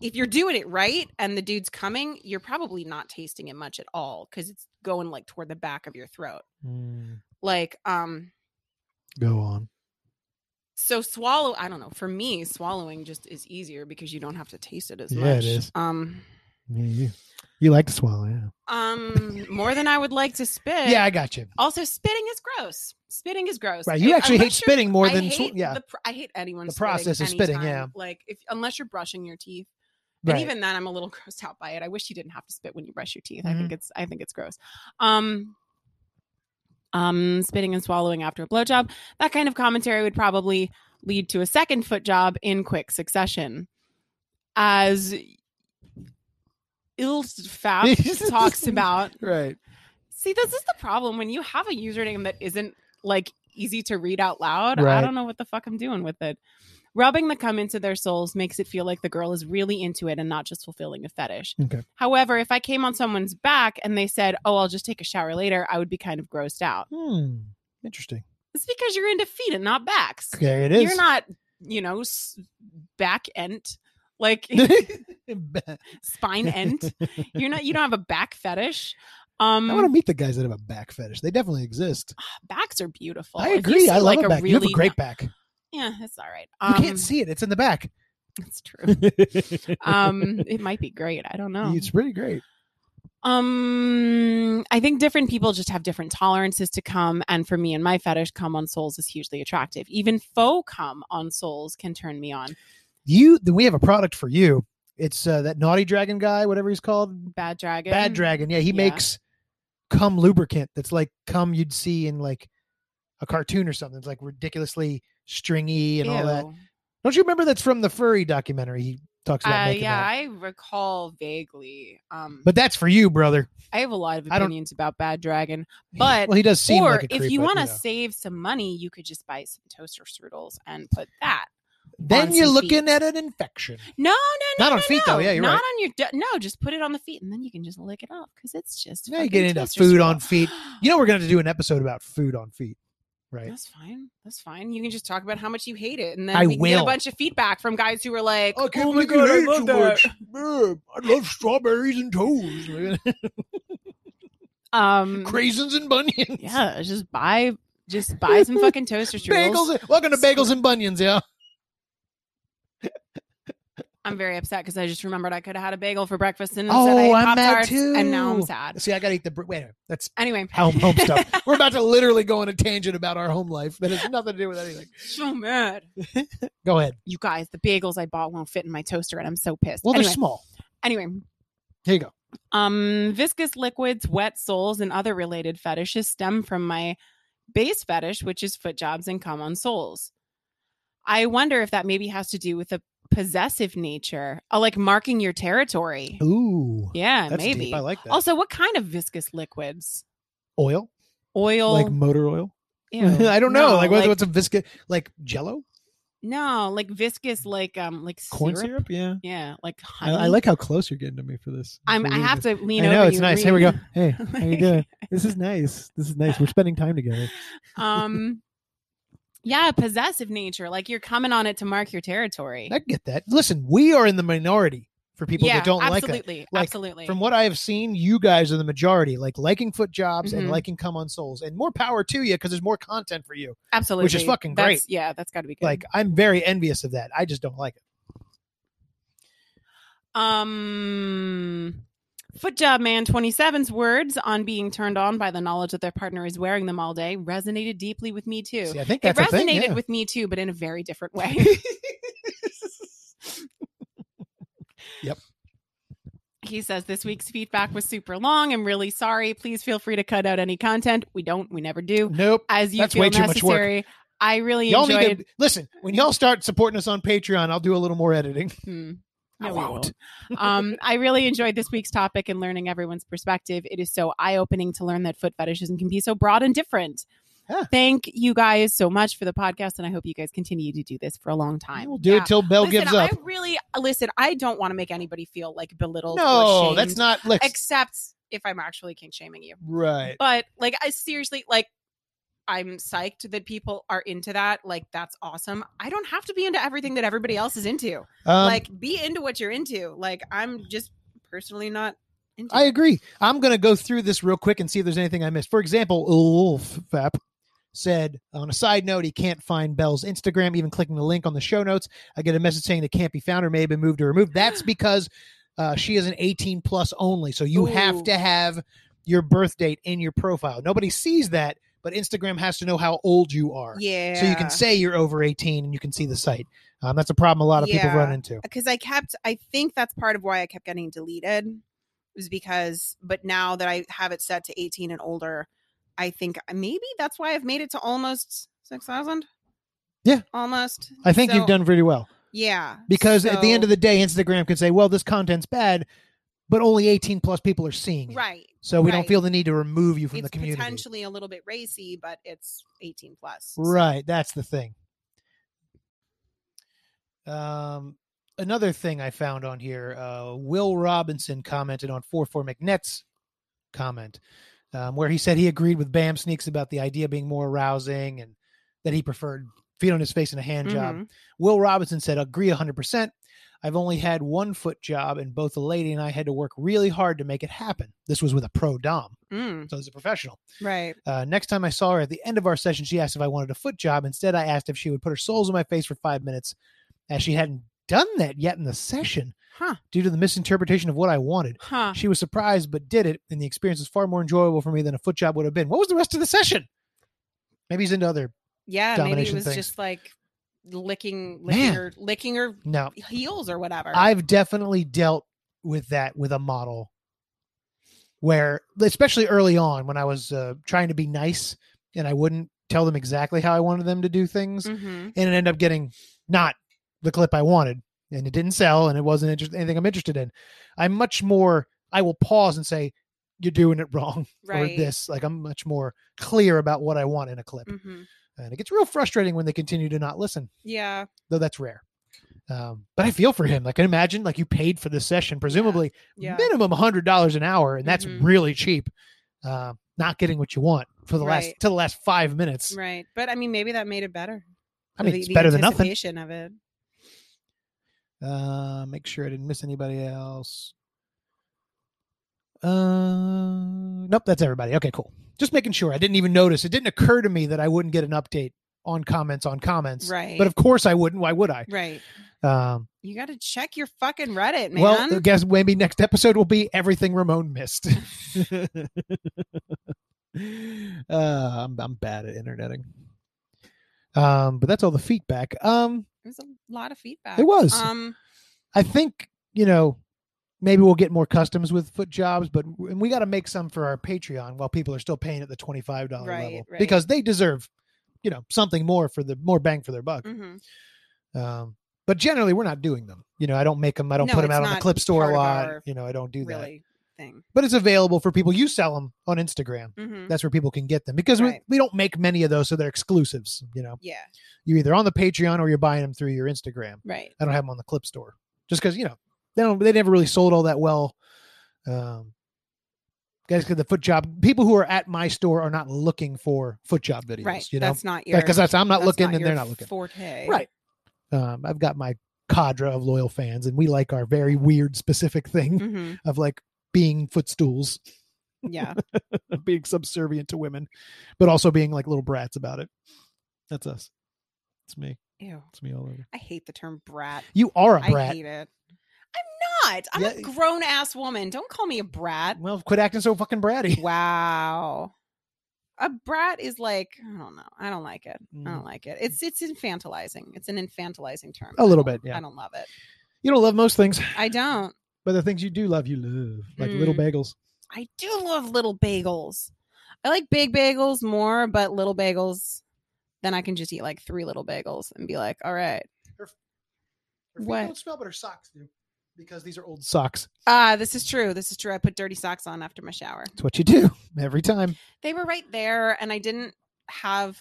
Speaker 3: if you're doing it right and the dude's coming, you're probably not tasting it much at all because it's going like toward the back of your throat.
Speaker 2: Mm.
Speaker 3: Like, um,
Speaker 2: Go on.
Speaker 3: so swallow. I don't know. For me, swallowing just is easier because you don't have to taste it as
Speaker 2: Yeah, it
Speaker 3: much.
Speaker 2: is.
Speaker 3: Um,
Speaker 2: Yeah, you, you like to swallow, yeah.
Speaker 3: um, more than I would like to spit.
Speaker 2: Yeah, I got you.
Speaker 3: Also, spitting is gross. Spitting is gross.
Speaker 2: Right. You
Speaker 3: If-
Speaker 2: actually hate
Speaker 3: unless you're-
Speaker 2: spitting more
Speaker 3: I
Speaker 2: than sw-
Speaker 3: hate
Speaker 2: yeah.
Speaker 3: The, pr- I hate anyone.
Speaker 2: The
Speaker 3: spitting
Speaker 2: process of spitting,
Speaker 3: anytime. Like if unless you're brushing your teeth.
Speaker 2: right.
Speaker 3: and even then i'm a little grossed out by it i wish you didn't have to spit when you brush your teeth i
Speaker 2: Mhm.
Speaker 3: think it's i think it's gross um um spitting and swallowing after a blowjob that kind of commentary would probably lead to a second foot job in quick succession as ilfab talks about
Speaker 2: right.
Speaker 3: see this is the problem when you have a username that isn't like easy to read out loud
Speaker 2: Right.
Speaker 3: i don't know what the fuck i'm doing with it rubbing the cum into their souls makes it feel like the girl is really into it and not just fulfilling a fetish
Speaker 2: Okay.
Speaker 3: however if i came on someone's back and they said oh i'll just take a shower later i would be kind of grossed out
Speaker 2: Hmm. Interesting.
Speaker 3: it's because you're into feet and not backs
Speaker 2: Okay, it is.
Speaker 3: you're not you know s- back end like spine end you're not you don't have a back fetish um
Speaker 2: I want to meet the guys that have a back fetish. They definitely exist.
Speaker 3: backs are beautiful.
Speaker 2: I
Speaker 3: Oh, If you
Speaker 2: agree.
Speaker 3: see,
Speaker 2: I love
Speaker 3: like,
Speaker 2: a back. you have a great back.
Speaker 3: Yeah, it's all right.
Speaker 2: You
Speaker 3: Um,
Speaker 2: can't see it. It's in the back.
Speaker 3: It's true. Um, it might be great. I don't know.
Speaker 2: It's pretty great.
Speaker 3: Um, I think different people just have different tolerances to come, and for me and my fetish, come on souls is hugely attractive. Even faux come on souls can turn me on.
Speaker 2: You. Then we have a product for you. It's uh, that naughty dragon guy, whatever he's called,
Speaker 3: Bad dragon.
Speaker 2: bad dragon. Yeah, he
Speaker 3: Yeah.
Speaker 2: makes cum lubricant. That's like cum you'd see in like a cartoon or something. It's like ridiculously stringy and all that.
Speaker 3: Ew.
Speaker 2: Don't you remember that's from the furry documentary? He talks about
Speaker 3: Uh,
Speaker 2: making
Speaker 3: yeah,
Speaker 2: that.
Speaker 3: I recall vaguely. Um,
Speaker 2: But that's for you, brother.
Speaker 3: I have a lot of
Speaker 2: I don't-
Speaker 3: opinions about Bad Dragon, but
Speaker 2: well, he does seem
Speaker 3: or
Speaker 2: like a creep,
Speaker 3: if you
Speaker 2: but,
Speaker 3: want to
Speaker 2: know.
Speaker 3: save some money, you could just buy some toaster strudels and put that.
Speaker 2: then
Speaker 3: on
Speaker 2: you're
Speaker 3: some
Speaker 2: looking
Speaker 3: feet.
Speaker 2: at an infection.
Speaker 3: No, no, no,
Speaker 2: Not on
Speaker 3: no,
Speaker 2: feet, though.
Speaker 3: no.
Speaker 2: Yeah, you're
Speaker 3: not
Speaker 2: right.
Speaker 3: on your d- no. Just put it on the feet, and then you can just lick it off because it's just
Speaker 2: Now you
Speaker 3: fucking
Speaker 2: get into
Speaker 3: toaster
Speaker 2: food on
Speaker 3: strudel.
Speaker 2: feet. You know we're going to do an episode about food on feet, right?
Speaker 3: That's fine. That's fine. You can just talk about how much you hate it, and then
Speaker 2: I
Speaker 3: we can get
Speaker 2: will.
Speaker 3: a bunch of feedback from guys who were like,
Speaker 2: I can't
Speaker 3: "Oh my
Speaker 2: believe you
Speaker 3: god, I
Speaker 2: hate
Speaker 3: love
Speaker 2: so
Speaker 3: that."
Speaker 2: much. Man, I love strawberries and toes,
Speaker 3: Um,
Speaker 2: craisins and bunions,
Speaker 3: yeah, just buy, just buy some fucking toaster strudels.
Speaker 2: bagels. Welcome to bagels and bunions, yeah.
Speaker 3: I'm very upset because I just remembered I could have had a bagel for breakfast and
Speaker 2: Oh,
Speaker 3: instead I ate
Speaker 2: I'm mad
Speaker 3: Pop-Tarts, and now I'm
Speaker 2: too.
Speaker 3: sad.
Speaker 2: See, I gotta eat the. br- Wait, a minute. that's
Speaker 3: Anyway,
Speaker 2: home home stuff. We're about to literally go on a tangent about our home life that has nothing to do with anything.
Speaker 3: so mad.
Speaker 2: Go ahead.
Speaker 3: You guys, the bagels I bought won't fit in my toaster, and I'm so pissed.
Speaker 2: Well, they're
Speaker 3: anyway,
Speaker 2: small.
Speaker 3: anyway,
Speaker 2: Here you go.
Speaker 3: um, viscous liquids, wet soles, and other related fetishes stem from my base fetish, which is foot jobs and cum on soles. I wonder if that maybe has to do with a possessive nature, oh, like marking your territory.
Speaker 2: Ooh,
Speaker 3: Yeah,
Speaker 2: that's
Speaker 3: maybe.
Speaker 2: deep. I like that.
Speaker 3: Also, what kind of viscous liquids?
Speaker 2: oil,
Speaker 3: Oil.
Speaker 2: like motor oil.
Speaker 3: ew,
Speaker 2: I don't know.
Speaker 3: no,
Speaker 2: like, what, what's a viscous, like Jello,
Speaker 3: no, like viscous, like um, like
Speaker 2: corn
Speaker 3: syrup.
Speaker 2: syrup? Yeah.
Speaker 3: Yeah, like honey.
Speaker 2: I, I like how close you're getting to me for this.
Speaker 3: I'm, I have to
Speaker 2: I
Speaker 3: lean over.
Speaker 2: know it's
Speaker 3: you
Speaker 2: nice.
Speaker 3: and
Speaker 2: Here we go.
Speaker 3: read.
Speaker 2: Hey, how you doing? This is nice. This is nice. We're spending time together.
Speaker 3: um, yeah, possessive nature. Like you're coming on it to mark your territory.
Speaker 2: I get that. Listen, we are in the minority for people
Speaker 3: yeah,
Speaker 2: that don't like it.
Speaker 3: absolutely,
Speaker 2: Like,
Speaker 3: absolutely.
Speaker 2: From what I have seen, you guys are the majority, like liking foot jobs and
Speaker 3: Mhm.
Speaker 2: liking come on souls, and more power to you because there's more content for you.
Speaker 3: absolutely,
Speaker 2: fucking
Speaker 3: That's- Yeah, that's got to be good.
Speaker 2: Like I'm very envious of that. I just don't like it.
Speaker 3: Um, foot job man 27's words on being turned on by the knowledge that their partner is wearing them all day resonated deeply with me too.
Speaker 2: See, I think
Speaker 3: it
Speaker 2: that's a
Speaker 3: resonated
Speaker 2: thing, yeah.
Speaker 3: with me too, but in a very different way.
Speaker 2: Yep.
Speaker 3: He says this week's feedback was super long. I'm really sorry. Please feel free to cut out any content. We don't. We never do.
Speaker 2: Nope.
Speaker 3: As you
Speaker 2: That's
Speaker 3: feel
Speaker 2: way too much work.
Speaker 3: necessary. I really
Speaker 2: Y'all need
Speaker 3: enjoyed.
Speaker 2: to listen when y'all start supporting us on Patreon. I'll do a little more editing.
Speaker 3: Hmm.
Speaker 2: I
Speaker 3: No, we
Speaker 2: won't.
Speaker 3: won't. um, I really enjoyed this week's topic and learning everyone's perspective. It is so eye opening to learn that foot fetishism can be so broad and different.
Speaker 2: Yeah.
Speaker 3: Thank you guys so much for the podcast, and I hope you guys continue to do this for a long time.
Speaker 2: We'll do
Speaker 3: Yeah.
Speaker 2: it till Bell
Speaker 3: listen,
Speaker 2: gives up.
Speaker 3: I really listen. I don't want to make anybody feel like belittled. or
Speaker 2: no,
Speaker 3: shamed,
Speaker 2: that's not. Let's,
Speaker 3: Except if I'm actually kink shaming you,
Speaker 2: right.
Speaker 3: but like I seriously like. I'm psyched that people are into that. Like, that's awesome. I don't have to be into everything that everybody else is into
Speaker 2: Um,
Speaker 3: like be into what you're into. Like I'm just personally not into.
Speaker 2: I
Speaker 3: it.
Speaker 2: agree. I'm going to go through this real quick and see if there's anything I missed. For example, Ulf Fap said on a side note, he can't find Bell's Instagram, even clicking the link on the show notes. I get a message saying it can't be found or may have been moved or removed. That's because uh, she is an 18 plus only. So you have
Speaker 3: Ooh.
Speaker 2: to have your birth date in your profile. Nobody sees that, but Instagram has to know how old you are.
Speaker 4: Yeah.
Speaker 2: So you can say you're over 18 and you can see the site. Um, that's a problem a lot of people
Speaker 4: Yeah.
Speaker 2: run into.
Speaker 4: because I kept, I think that's part of why I kept getting deleted was because, but now that I have it set to 18 and older, I think uh, maybe that's why I've made it to almost 6,000.
Speaker 2: Yeah.
Speaker 4: Almost.
Speaker 2: I think you've
Speaker 4: So,
Speaker 2: done pretty well.
Speaker 4: Yeah.
Speaker 2: because at the end of the day instagram can say well this content's bad but only 18 plus people are seeing it
Speaker 4: right.
Speaker 2: so we don't
Speaker 4: right.
Speaker 2: feel the need to remove you from
Speaker 4: It's
Speaker 2: the community
Speaker 4: potentially a little bit racy, but it's 18 plus. so-
Speaker 2: right that's the thing um another thing i found on here uh will robinson commented on 44 mcnett's comment um, where he said he agreed with bam sneaks about the idea being more arousing and that he preferred feet on his face and a hand job
Speaker 3: Mhm.
Speaker 2: Will Robinson said, agree 100%. I've only had one foot job, and both the lady and I had to work really hard to make it happen. This was with a pro Dom,
Speaker 3: Mm.
Speaker 2: so as a professional.
Speaker 4: Mm-hmm, Right.
Speaker 2: Uh, next time I saw her at the end of our session, she asked if I wanted a foot job. Instead, I asked if she would put her soles in my face for five minutes, as she hadn't done that yet in the session
Speaker 3: Huh.
Speaker 2: due to the misinterpretation of what I wanted.
Speaker 3: Huh.
Speaker 2: She was surprised, but did it, and the experience was far more enjoyable for me than a foot job would have been. What was the rest of the session? Maybe he's into other.
Speaker 4: Yeah. Maybe it
Speaker 2: Domination
Speaker 4: was
Speaker 2: things.
Speaker 4: just like licking, licking
Speaker 2: Man.
Speaker 4: her, licking her
Speaker 2: No,
Speaker 4: heels or whatever.
Speaker 2: I've definitely dealt with that with a model where, especially early on when I was uh, trying to be nice and I wouldn't tell them exactly how I wanted them to do things,
Speaker 4: Mm-hmm,
Speaker 3: Mhm.
Speaker 2: and it ended up getting not the clip I wanted, and it didn't sell, and it wasn't interest- anything I'm interested in. I'm much more. I will pause and say, "You're doing it wrong,"
Speaker 4: right.
Speaker 2: or this. Like I'm much more clear about what I want in a
Speaker 3: Mm.
Speaker 2: clip,
Speaker 4: hmm
Speaker 2: and it gets real frustrating when they continue to not listen
Speaker 4: Yeah.
Speaker 2: though that's rare. Um, but I feel for him. Like, I imagine like you paid for this session, presumably
Speaker 4: Yeah.
Speaker 2: minimum hundred dollars an hour, and that's
Speaker 4: Mhm.
Speaker 2: really cheap. Um, not getting what you want for the last
Speaker 4: Right.
Speaker 2: till the last five minutes.
Speaker 4: Right. But I mean, maybe that made it better.
Speaker 2: I mean, it's better than nothing.
Speaker 4: anticipation of it.
Speaker 2: Uh, make sure I didn't miss anybody else. Uh, nope, that's everybody. Okay, cool. Just making sure. I didn't even notice. It didn't occur to me that I wouldn't get an update on comments on comments.
Speaker 4: Right.
Speaker 2: But of course I wouldn't. Why would I?
Speaker 4: right.
Speaker 2: Um,
Speaker 3: You got to check your fucking Reddit, man.
Speaker 2: Well, I guess maybe next episode will be everything Ramon missed. uh, I'm I'm bad at interneting. Um, but that's all the feedback. Um,
Speaker 3: it was a lot of feedback.
Speaker 2: It was.
Speaker 3: Um,
Speaker 2: I think you know maybe we'll get more customs with foot jobs, but and we got to make some for our Patreon while people are still paying at the twenty five dollar
Speaker 3: Right,
Speaker 2: level
Speaker 3: right.
Speaker 2: because they deserve you know something more for the more bang for their buck.
Speaker 3: mhm.
Speaker 2: Um, but generally, we're not doing them. You know, I don't make them. I don't
Speaker 3: No,
Speaker 2: put them
Speaker 3: it's
Speaker 2: out on the
Speaker 3: not
Speaker 2: clip store a
Speaker 3: part of
Speaker 2: lot.
Speaker 3: our-
Speaker 2: You know, I don't do that.
Speaker 3: really thing.
Speaker 2: But it's available for people. You sell them on Instagram.
Speaker 3: hmm
Speaker 2: That's where people can get them because
Speaker 3: Right.
Speaker 2: we, we don't make many of those, so they're exclusives. You know,
Speaker 3: Yeah,
Speaker 2: you're either on the Patreon or you're buying them through your Instagram.
Speaker 3: right.
Speaker 2: I don't have them on the clip store just because you know they don't they never really sold all that well. Um, guys, because the foot job people who are at my store are not looking for foot job videos.
Speaker 3: Right.
Speaker 2: You know,
Speaker 3: that's not your.
Speaker 2: because that's I'm not
Speaker 3: that's
Speaker 2: looking and
Speaker 3: your
Speaker 2: they're not looking.
Speaker 3: Forte.
Speaker 2: Right. Um, I've got my cadre of loyal fans, and we like our very weird specific thing
Speaker 3: hmm
Speaker 2: of like being footstools,
Speaker 3: Yeah.
Speaker 2: being subservient to women, but also being like little brats about it. That's us. It's me.
Speaker 3: Ew.
Speaker 2: It's me all over.
Speaker 3: I hate the term brat.
Speaker 2: You are a
Speaker 3: I
Speaker 2: brat.
Speaker 3: hate it. I'm not. I'm a
Speaker 2: Yeah.
Speaker 3: grown ass woman. Don't call me a brat.
Speaker 2: Well, quit acting so fucking bratty.
Speaker 3: Wow. A brat is like I don't know. I don't like it. I
Speaker 2: Mm.
Speaker 3: don't like it. It's it's infantilizing. It's an infantilizing term.
Speaker 2: A
Speaker 3: I
Speaker 2: little
Speaker 3: don't-
Speaker 2: bit, yeah.
Speaker 3: I don't love it.
Speaker 2: You don't love most things,
Speaker 3: I don't.
Speaker 2: but the things you do love, you love, like little
Speaker 3: Mm.
Speaker 2: bagels.
Speaker 3: I do love little bagels. I like big bagels more, but little bagels. Then I can just eat like three little bagels and be like, all right.
Speaker 2: Her feet
Speaker 3: What?
Speaker 2: don't smell, but her socks do because these are old socks.
Speaker 3: Ah, this is true. This is true. I put dirty socks on after my shower.
Speaker 2: It's what you do every time.
Speaker 3: They were right there, and I didn't have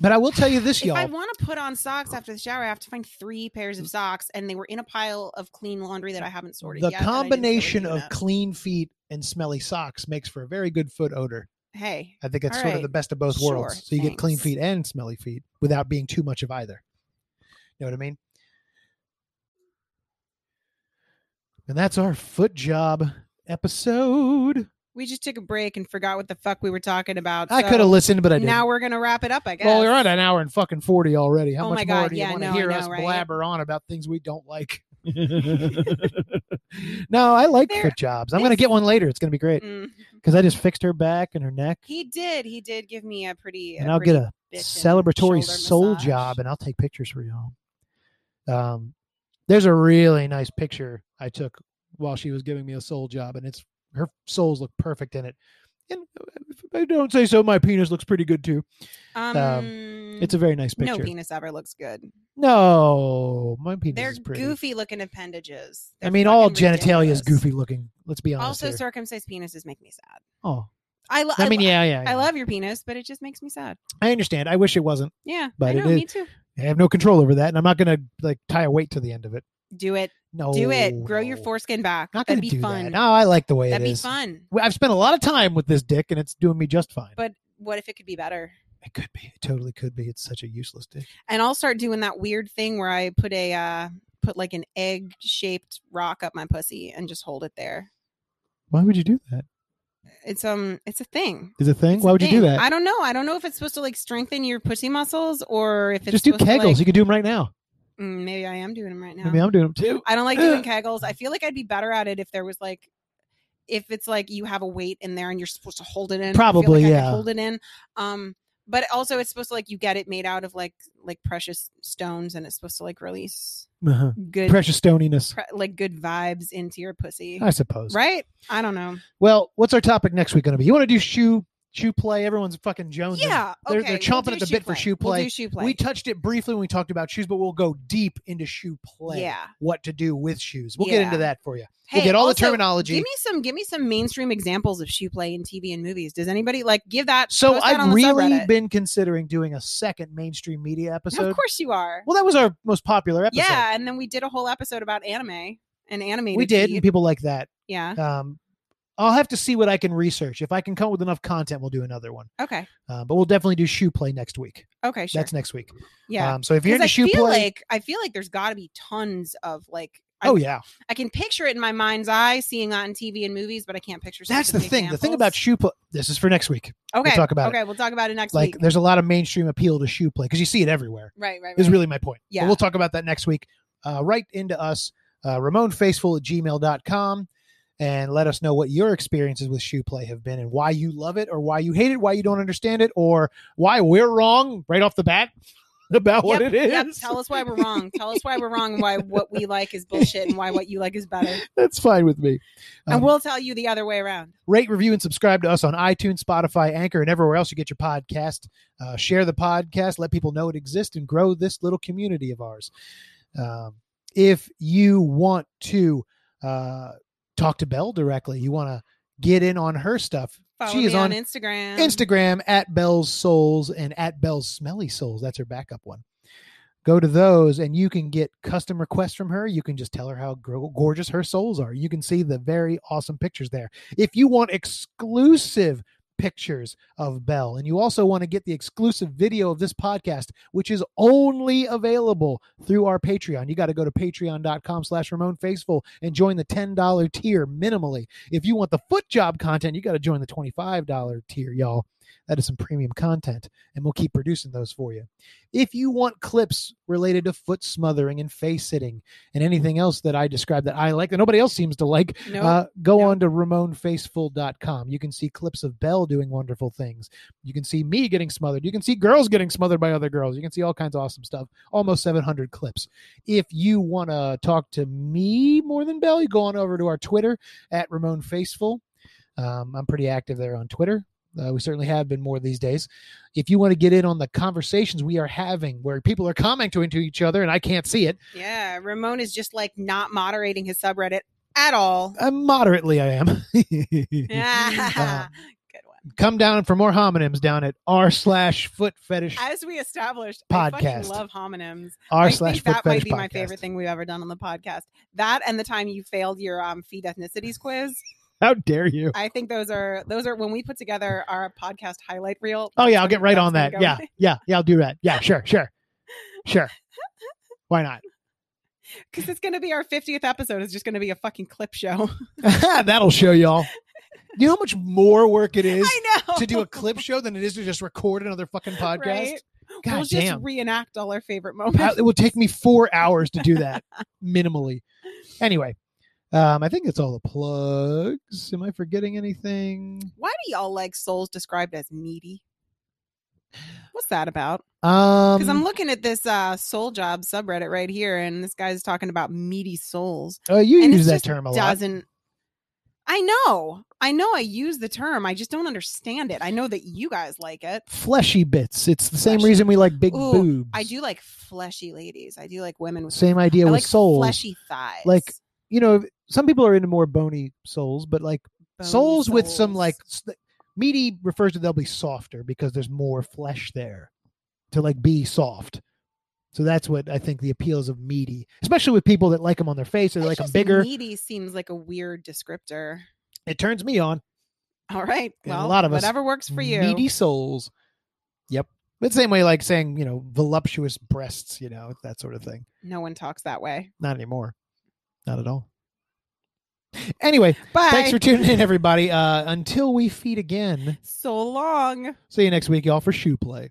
Speaker 2: But I will tell you this,
Speaker 3: If I
Speaker 2: y'all. Mm.
Speaker 3: want to put on socks after the shower, I have to find three pairs of socks, and they were in a pile of clean laundry that I haven't sorted.
Speaker 2: the
Speaker 3: yet, and I didn't feel like
Speaker 2: combination
Speaker 3: doing
Speaker 2: of
Speaker 3: that.
Speaker 2: clean feet and smelly socks makes for a very good foot odor.
Speaker 3: hey,
Speaker 2: I think it's
Speaker 3: All
Speaker 2: sort of
Speaker 3: right.
Speaker 2: the best of both
Speaker 3: Sure,
Speaker 2: worlds. So you get clean
Speaker 3: thanks.
Speaker 2: feet and smelly feet without being too much of either. You know what I mean? And that's our foot job episode.
Speaker 3: we just took a break and forgot what the fuck we were talking about.
Speaker 2: I
Speaker 3: so
Speaker 2: could have listened, but I didn't.
Speaker 3: Now we're gonna wrap it up. I guess.
Speaker 2: well, we're at an hour and fucking 40 already. How
Speaker 3: Oh
Speaker 2: much
Speaker 3: my
Speaker 2: more
Speaker 3: God,
Speaker 2: do you
Speaker 3: yeah,
Speaker 2: want to
Speaker 3: no, I
Speaker 2: hear
Speaker 3: know,
Speaker 2: us
Speaker 3: right?
Speaker 2: blabber on about things we don't like? no, I like
Speaker 3: There-
Speaker 2: foot jobs. I'm going to get one later. It's going to be great
Speaker 3: Mm.
Speaker 2: because I just fixed her back and her neck.
Speaker 3: He did. He did give me a pretty.
Speaker 2: and I'll get a
Speaker 3: bitchin'
Speaker 2: celebratory
Speaker 3: shoulder
Speaker 2: soul
Speaker 3: massage.
Speaker 2: job and I'll take pictures for y'all. Um, there's a really nice picture I took while she was giving me a soul job, and it's her soles look perfect in it. And uh, if I don't say so, my penis looks pretty good too.
Speaker 3: pretty- Um,
Speaker 2: It's a very nice
Speaker 3: no
Speaker 2: picture.
Speaker 3: penis ever looks good.
Speaker 2: No, my penis
Speaker 3: They're
Speaker 2: is pretty.
Speaker 3: goofy looking appendages.
Speaker 2: I
Speaker 3: They're
Speaker 2: mean, all
Speaker 3: fucking
Speaker 2: genitalia is
Speaker 3: ridiculous.
Speaker 2: goofy looking. Let's be honest.
Speaker 3: Also,
Speaker 2: here.
Speaker 3: circumcised penises make me sad.
Speaker 2: oh,
Speaker 3: I, lo-
Speaker 2: I mean,
Speaker 3: lo-
Speaker 2: yeah, yeah.
Speaker 3: I
Speaker 2: yeah.
Speaker 3: love your penis, but it just makes me sad.
Speaker 2: I understand. I wish it wasn't.
Speaker 3: Yeah,
Speaker 2: But
Speaker 3: I
Speaker 2: it
Speaker 3: know.
Speaker 2: is-
Speaker 3: Me too.
Speaker 2: I have no control over that, and I'm not gonna like tie a weight to the end of it.
Speaker 3: Do it.
Speaker 2: No,
Speaker 3: Do it. Grow your
Speaker 2: Oh, no.
Speaker 3: foreskin back.
Speaker 2: Not gonna
Speaker 3: That'd be
Speaker 2: do
Speaker 3: fun.
Speaker 2: that. No, I like the way
Speaker 3: That'd
Speaker 2: it
Speaker 3: be
Speaker 2: is.
Speaker 3: fun.
Speaker 2: Well, I've spent a lot of time with this dick, and it's doing me just fine.
Speaker 3: But what if it could be better?
Speaker 2: it could be. It totally could be. It's such a useless dick.
Speaker 3: And I'll start doing that weird thing where I put a uh, put like an egg shaped rock up my pussy and just hold it there.
Speaker 2: Why would you do that?
Speaker 3: It's um, it's a thing.
Speaker 2: Is it a thing?
Speaker 3: It's
Speaker 2: Why
Speaker 3: a
Speaker 2: would you do
Speaker 3: thing.
Speaker 2: that?
Speaker 3: I don't know. I don't know if it's supposed to like strengthen your pussy muscles or if it's
Speaker 2: Just do
Speaker 3: supposed to,
Speaker 2: kegels.
Speaker 3: like-
Speaker 2: you could do them right now.
Speaker 3: Mm, maybe I am doing them right now.
Speaker 2: I mean, I'm doing them too.
Speaker 3: I don't like doing kegels. I feel like I'd be better at it if there was like if it's like you have a weight in there and you're supposed to hold it in. I feel
Speaker 2: Probably,
Speaker 3: like I could
Speaker 2: yeah.
Speaker 3: Hold it in. Um but also it's supposed to like you get it made out of like like precious stones and it's supposed to like release
Speaker 2: Uh-huh.
Speaker 3: good
Speaker 2: Precious stoniness,
Speaker 3: pre- like good vibes into your pussy.
Speaker 2: I suppose.
Speaker 3: Right? I don't know.
Speaker 2: Well, what's our topic next week going to be? You want to do shoe shoe play? Everyone's fucking jonesing.
Speaker 3: Yeah.
Speaker 2: They're-
Speaker 3: okay,
Speaker 2: they're
Speaker 3: we'll
Speaker 2: chomping
Speaker 3: do
Speaker 2: at the bit for shoe
Speaker 3: We'll
Speaker 2: play.
Speaker 3: do shoe play.
Speaker 2: We touched it briefly when we talked about shoes, but we'll go deep into shoe play.
Speaker 3: Yeah.
Speaker 2: What to do with shoes? We'll get into
Speaker 3: Yeah.
Speaker 2: that for you.
Speaker 3: Hey,
Speaker 2: we'll get all
Speaker 3: also,
Speaker 2: the terminology.
Speaker 3: Give me some give me some mainstream examples of shoe play in TV and movies. Does anybody like give that
Speaker 2: so
Speaker 3: post that on
Speaker 2: I've
Speaker 3: the
Speaker 2: really
Speaker 3: subreddit.
Speaker 2: been considering doing a second mainstream media episode.
Speaker 3: Of course you are.
Speaker 2: Well, that was our most popular episode.
Speaker 3: Yeah, and then we did a whole episode about anime and animated.
Speaker 2: we did, and
Speaker 3: feed.
Speaker 2: people like that.
Speaker 3: Yeah.
Speaker 2: Um, I'll have to see what I can research. If I can come up with enough content, we'll do another one.
Speaker 3: Okay.
Speaker 2: Uh, but we'll definitely do shoe play next week.
Speaker 3: Okay. Sure.
Speaker 2: That's next week.
Speaker 3: yeah.
Speaker 2: Um, so if you're
Speaker 3: Because
Speaker 2: into
Speaker 3: I
Speaker 2: shoe
Speaker 3: feel
Speaker 2: play,
Speaker 3: like I feel like there's got to be tons of like I,
Speaker 2: oh yeah,
Speaker 3: I can picture it in my mind's eye, seeing it on TV and movies, but I can't picture.
Speaker 2: that's the
Speaker 3: specific
Speaker 2: thing. The thing
Speaker 3: examples.
Speaker 2: about shoe play. This is for next week.
Speaker 3: okay,
Speaker 2: talk about it.
Speaker 3: okay, we'll talk about it next
Speaker 2: Like,
Speaker 3: week.
Speaker 2: there's a lot of mainstream appeal to shoe play because you see it everywhere.
Speaker 3: Right, right, right.
Speaker 2: Is really my point. But
Speaker 3: Yeah.
Speaker 2: we'll talk about that next week. Uh, write into us, uh, RamonFaceful at gmail.com, and let us know what your experiences with shoe play have been and why you love it or why you hate it, why you don't understand it, or why we're wrong right off the bat about what
Speaker 3: Yep,
Speaker 2: it is.
Speaker 3: Yep. Tell us why we're wrong. Tell us why we're wrong. and Why what we like is bullshit, and why what you like is better.
Speaker 2: That's fine with me. Um,
Speaker 3: and we'll tell you the other way around.
Speaker 2: rate, review, and subscribe to us on iTunes, Spotify, Anchor, and everywhere else you get your podcast. Uh, share the podcast, let people know it exists, and grow this little community of ours. Um, if you want to uh, talk to Belle directly, you want to get in on her stuff.
Speaker 3: Follow
Speaker 2: she
Speaker 3: me
Speaker 2: is on,
Speaker 3: Instagram.
Speaker 2: Instagram at Bell's Souls and at Bell's Smelly Souls. That's her backup one. Go to those and you can get custom requests from her. You can just tell her how gro- gorgeous her souls are. You can see the very awesome pictures there. If you want exclusive pictures of Bell and you also want to get the exclusive video of this podcast, which is only available through our Patreon, you got to go to patreon.com slash Ramon Faithful and join the $10 tier minimally. If you want the foot job content, you got to join the $25 tier, y'all. That is some premium content, and we'll keep producing those for you. If you want clips related to foot smothering and face sitting and anything else that I describe that I like that nobody else seems to like,
Speaker 3: No,
Speaker 2: uh, go
Speaker 3: no.
Speaker 2: on to RamonFaceful.com. You can see clips of Belle doing wonderful things. You can see me getting smothered. You can see girls getting smothered by other girls. You can see all kinds of awesome stuff. Almost 700 clips. If you want to talk to me more than Belle, you go on over to our Twitter at Ramon Faceful. Um, I'm pretty active there on Twitter. Uh, we certainly have been more these days. If you want to get in on the conversations we are having where people are commenting to each other and I can't see it,
Speaker 3: yeah, Ramon is just like not moderating his subreddit at all.
Speaker 2: uh, moderately I am. Um,
Speaker 3: Uh-huh. Good one.
Speaker 2: come down for more homonyms down at r slash foot fetish
Speaker 3: As we established, I
Speaker 2: Podcast.
Speaker 3: fucking love homonyms. I
Speaker 2: r
Speaker 3: think
Speaker 2: slash foot
Speaker 3: that might
Speaker 2: fetish
Speaker 3: be my favorite
Speaker 2: podcast.
Speaker 3: thing we've ever done on the podcast. That and the time you failed your um, feed ethnicities quiz.
Speaker 2: How dare you?
Speaker 3: I think those are those are when we put together our podcast highlight reel.
Speaker 2: Oh yeah,
Speaker 3: that's
Speaker 2: I'll get right
Speaker 3: when- that's
Speaker 2: on
Speaker 3: when
Speaker 2: that.
Speaker 3: we go.
Speaker 2: Yeah, yeah, yeah. I'll do that. Yeah, sure, sure, sure. Why not?
Speaker 3: because it's going to be our 50th episode. It's just going to be a fucking clip show.
Speaker 2: That'll show y'all. You know how much more work it is
Speaker 3: I know
Speaker 2: to do a clip show than it is to just record another fucking podcast.
Speaker 3: Right?
Speaker 2: God
Speaker 3: we'll
Speaker 2: damn.
Speaker 3: just reenact all our favorite
Speaker 2: How-
Speaker 3: moments.
Speaker 2: it will take me four hours to do that minimally. Anyway, um, I think that's all the plugs. Am I forgetting anything?
Speaker 3: Why do y'all like souls described as meaty? What's that about? Because
Speaker 2: Um,
Speaker 3: I'm looking at this uh, soul job subreddit right here, and this guy's talking about meaty souls.
Speaker 2: oh, you
Speaker 3: and
Speaker 2: use
Speaker 3: it's
Speaker 2: that
Speaker 3: just
Speaker 2: term a lot.
Speaker 3: Doesn't I know? I know. I use the term. I just don't understand it. I know that you guys like it.
Speaker 2: Fleshy bits. It's the same
Speaker 3: Fleshy.
Speaker 2: reason we like big
Speaker 3: Ooh,
Speaker 2: boobs.
Speaker 3: I do like fleshy ladies. I do like women with
Speaker 2: Same idea
Speaker 3: I
Speaker 2: with
Speaker 3: like
Speaker 2: souls.
Speaker 3: fleshy thighs,
Speaker 2: Like, You know, some people are into more bony souls, but like
Speaker 3: bony
Speaker 2: souls with some
Speaker 3: souls.
Speaker 2: like s- meaty refers to they'll be softer because there's more flesh there to like be soft. So that's what I think the appeals of meaty, especially with people that like them on their face or they
Speaker 3: It's
Speaker 2: like them
Speaker 3: just
Speaker 2: bigger.
Speaker 3: Meaty seems like a weird descriptor.
Speaker 2: It turns me on.
Speaker 3: All right,
Speaker 2: And a
Speaker 3: well,
Speaker 2: lot of us
Speaker 3: whatever works for you.
Speaker 2: meaty souls. Yep. But same way, like saying you know voluptuous breasts, you know that sort of thing.
Speaker 3: No one talks that way.
Speaker 2: Not anymore. Not at all. Anyway,
Speaker 3: Bye.
Speaker 2: thanks for tuning in, everybody. Uh, until we feed again,
Speaker 3: so long.
Speaker 2: see you next week, y'all, for shoe play.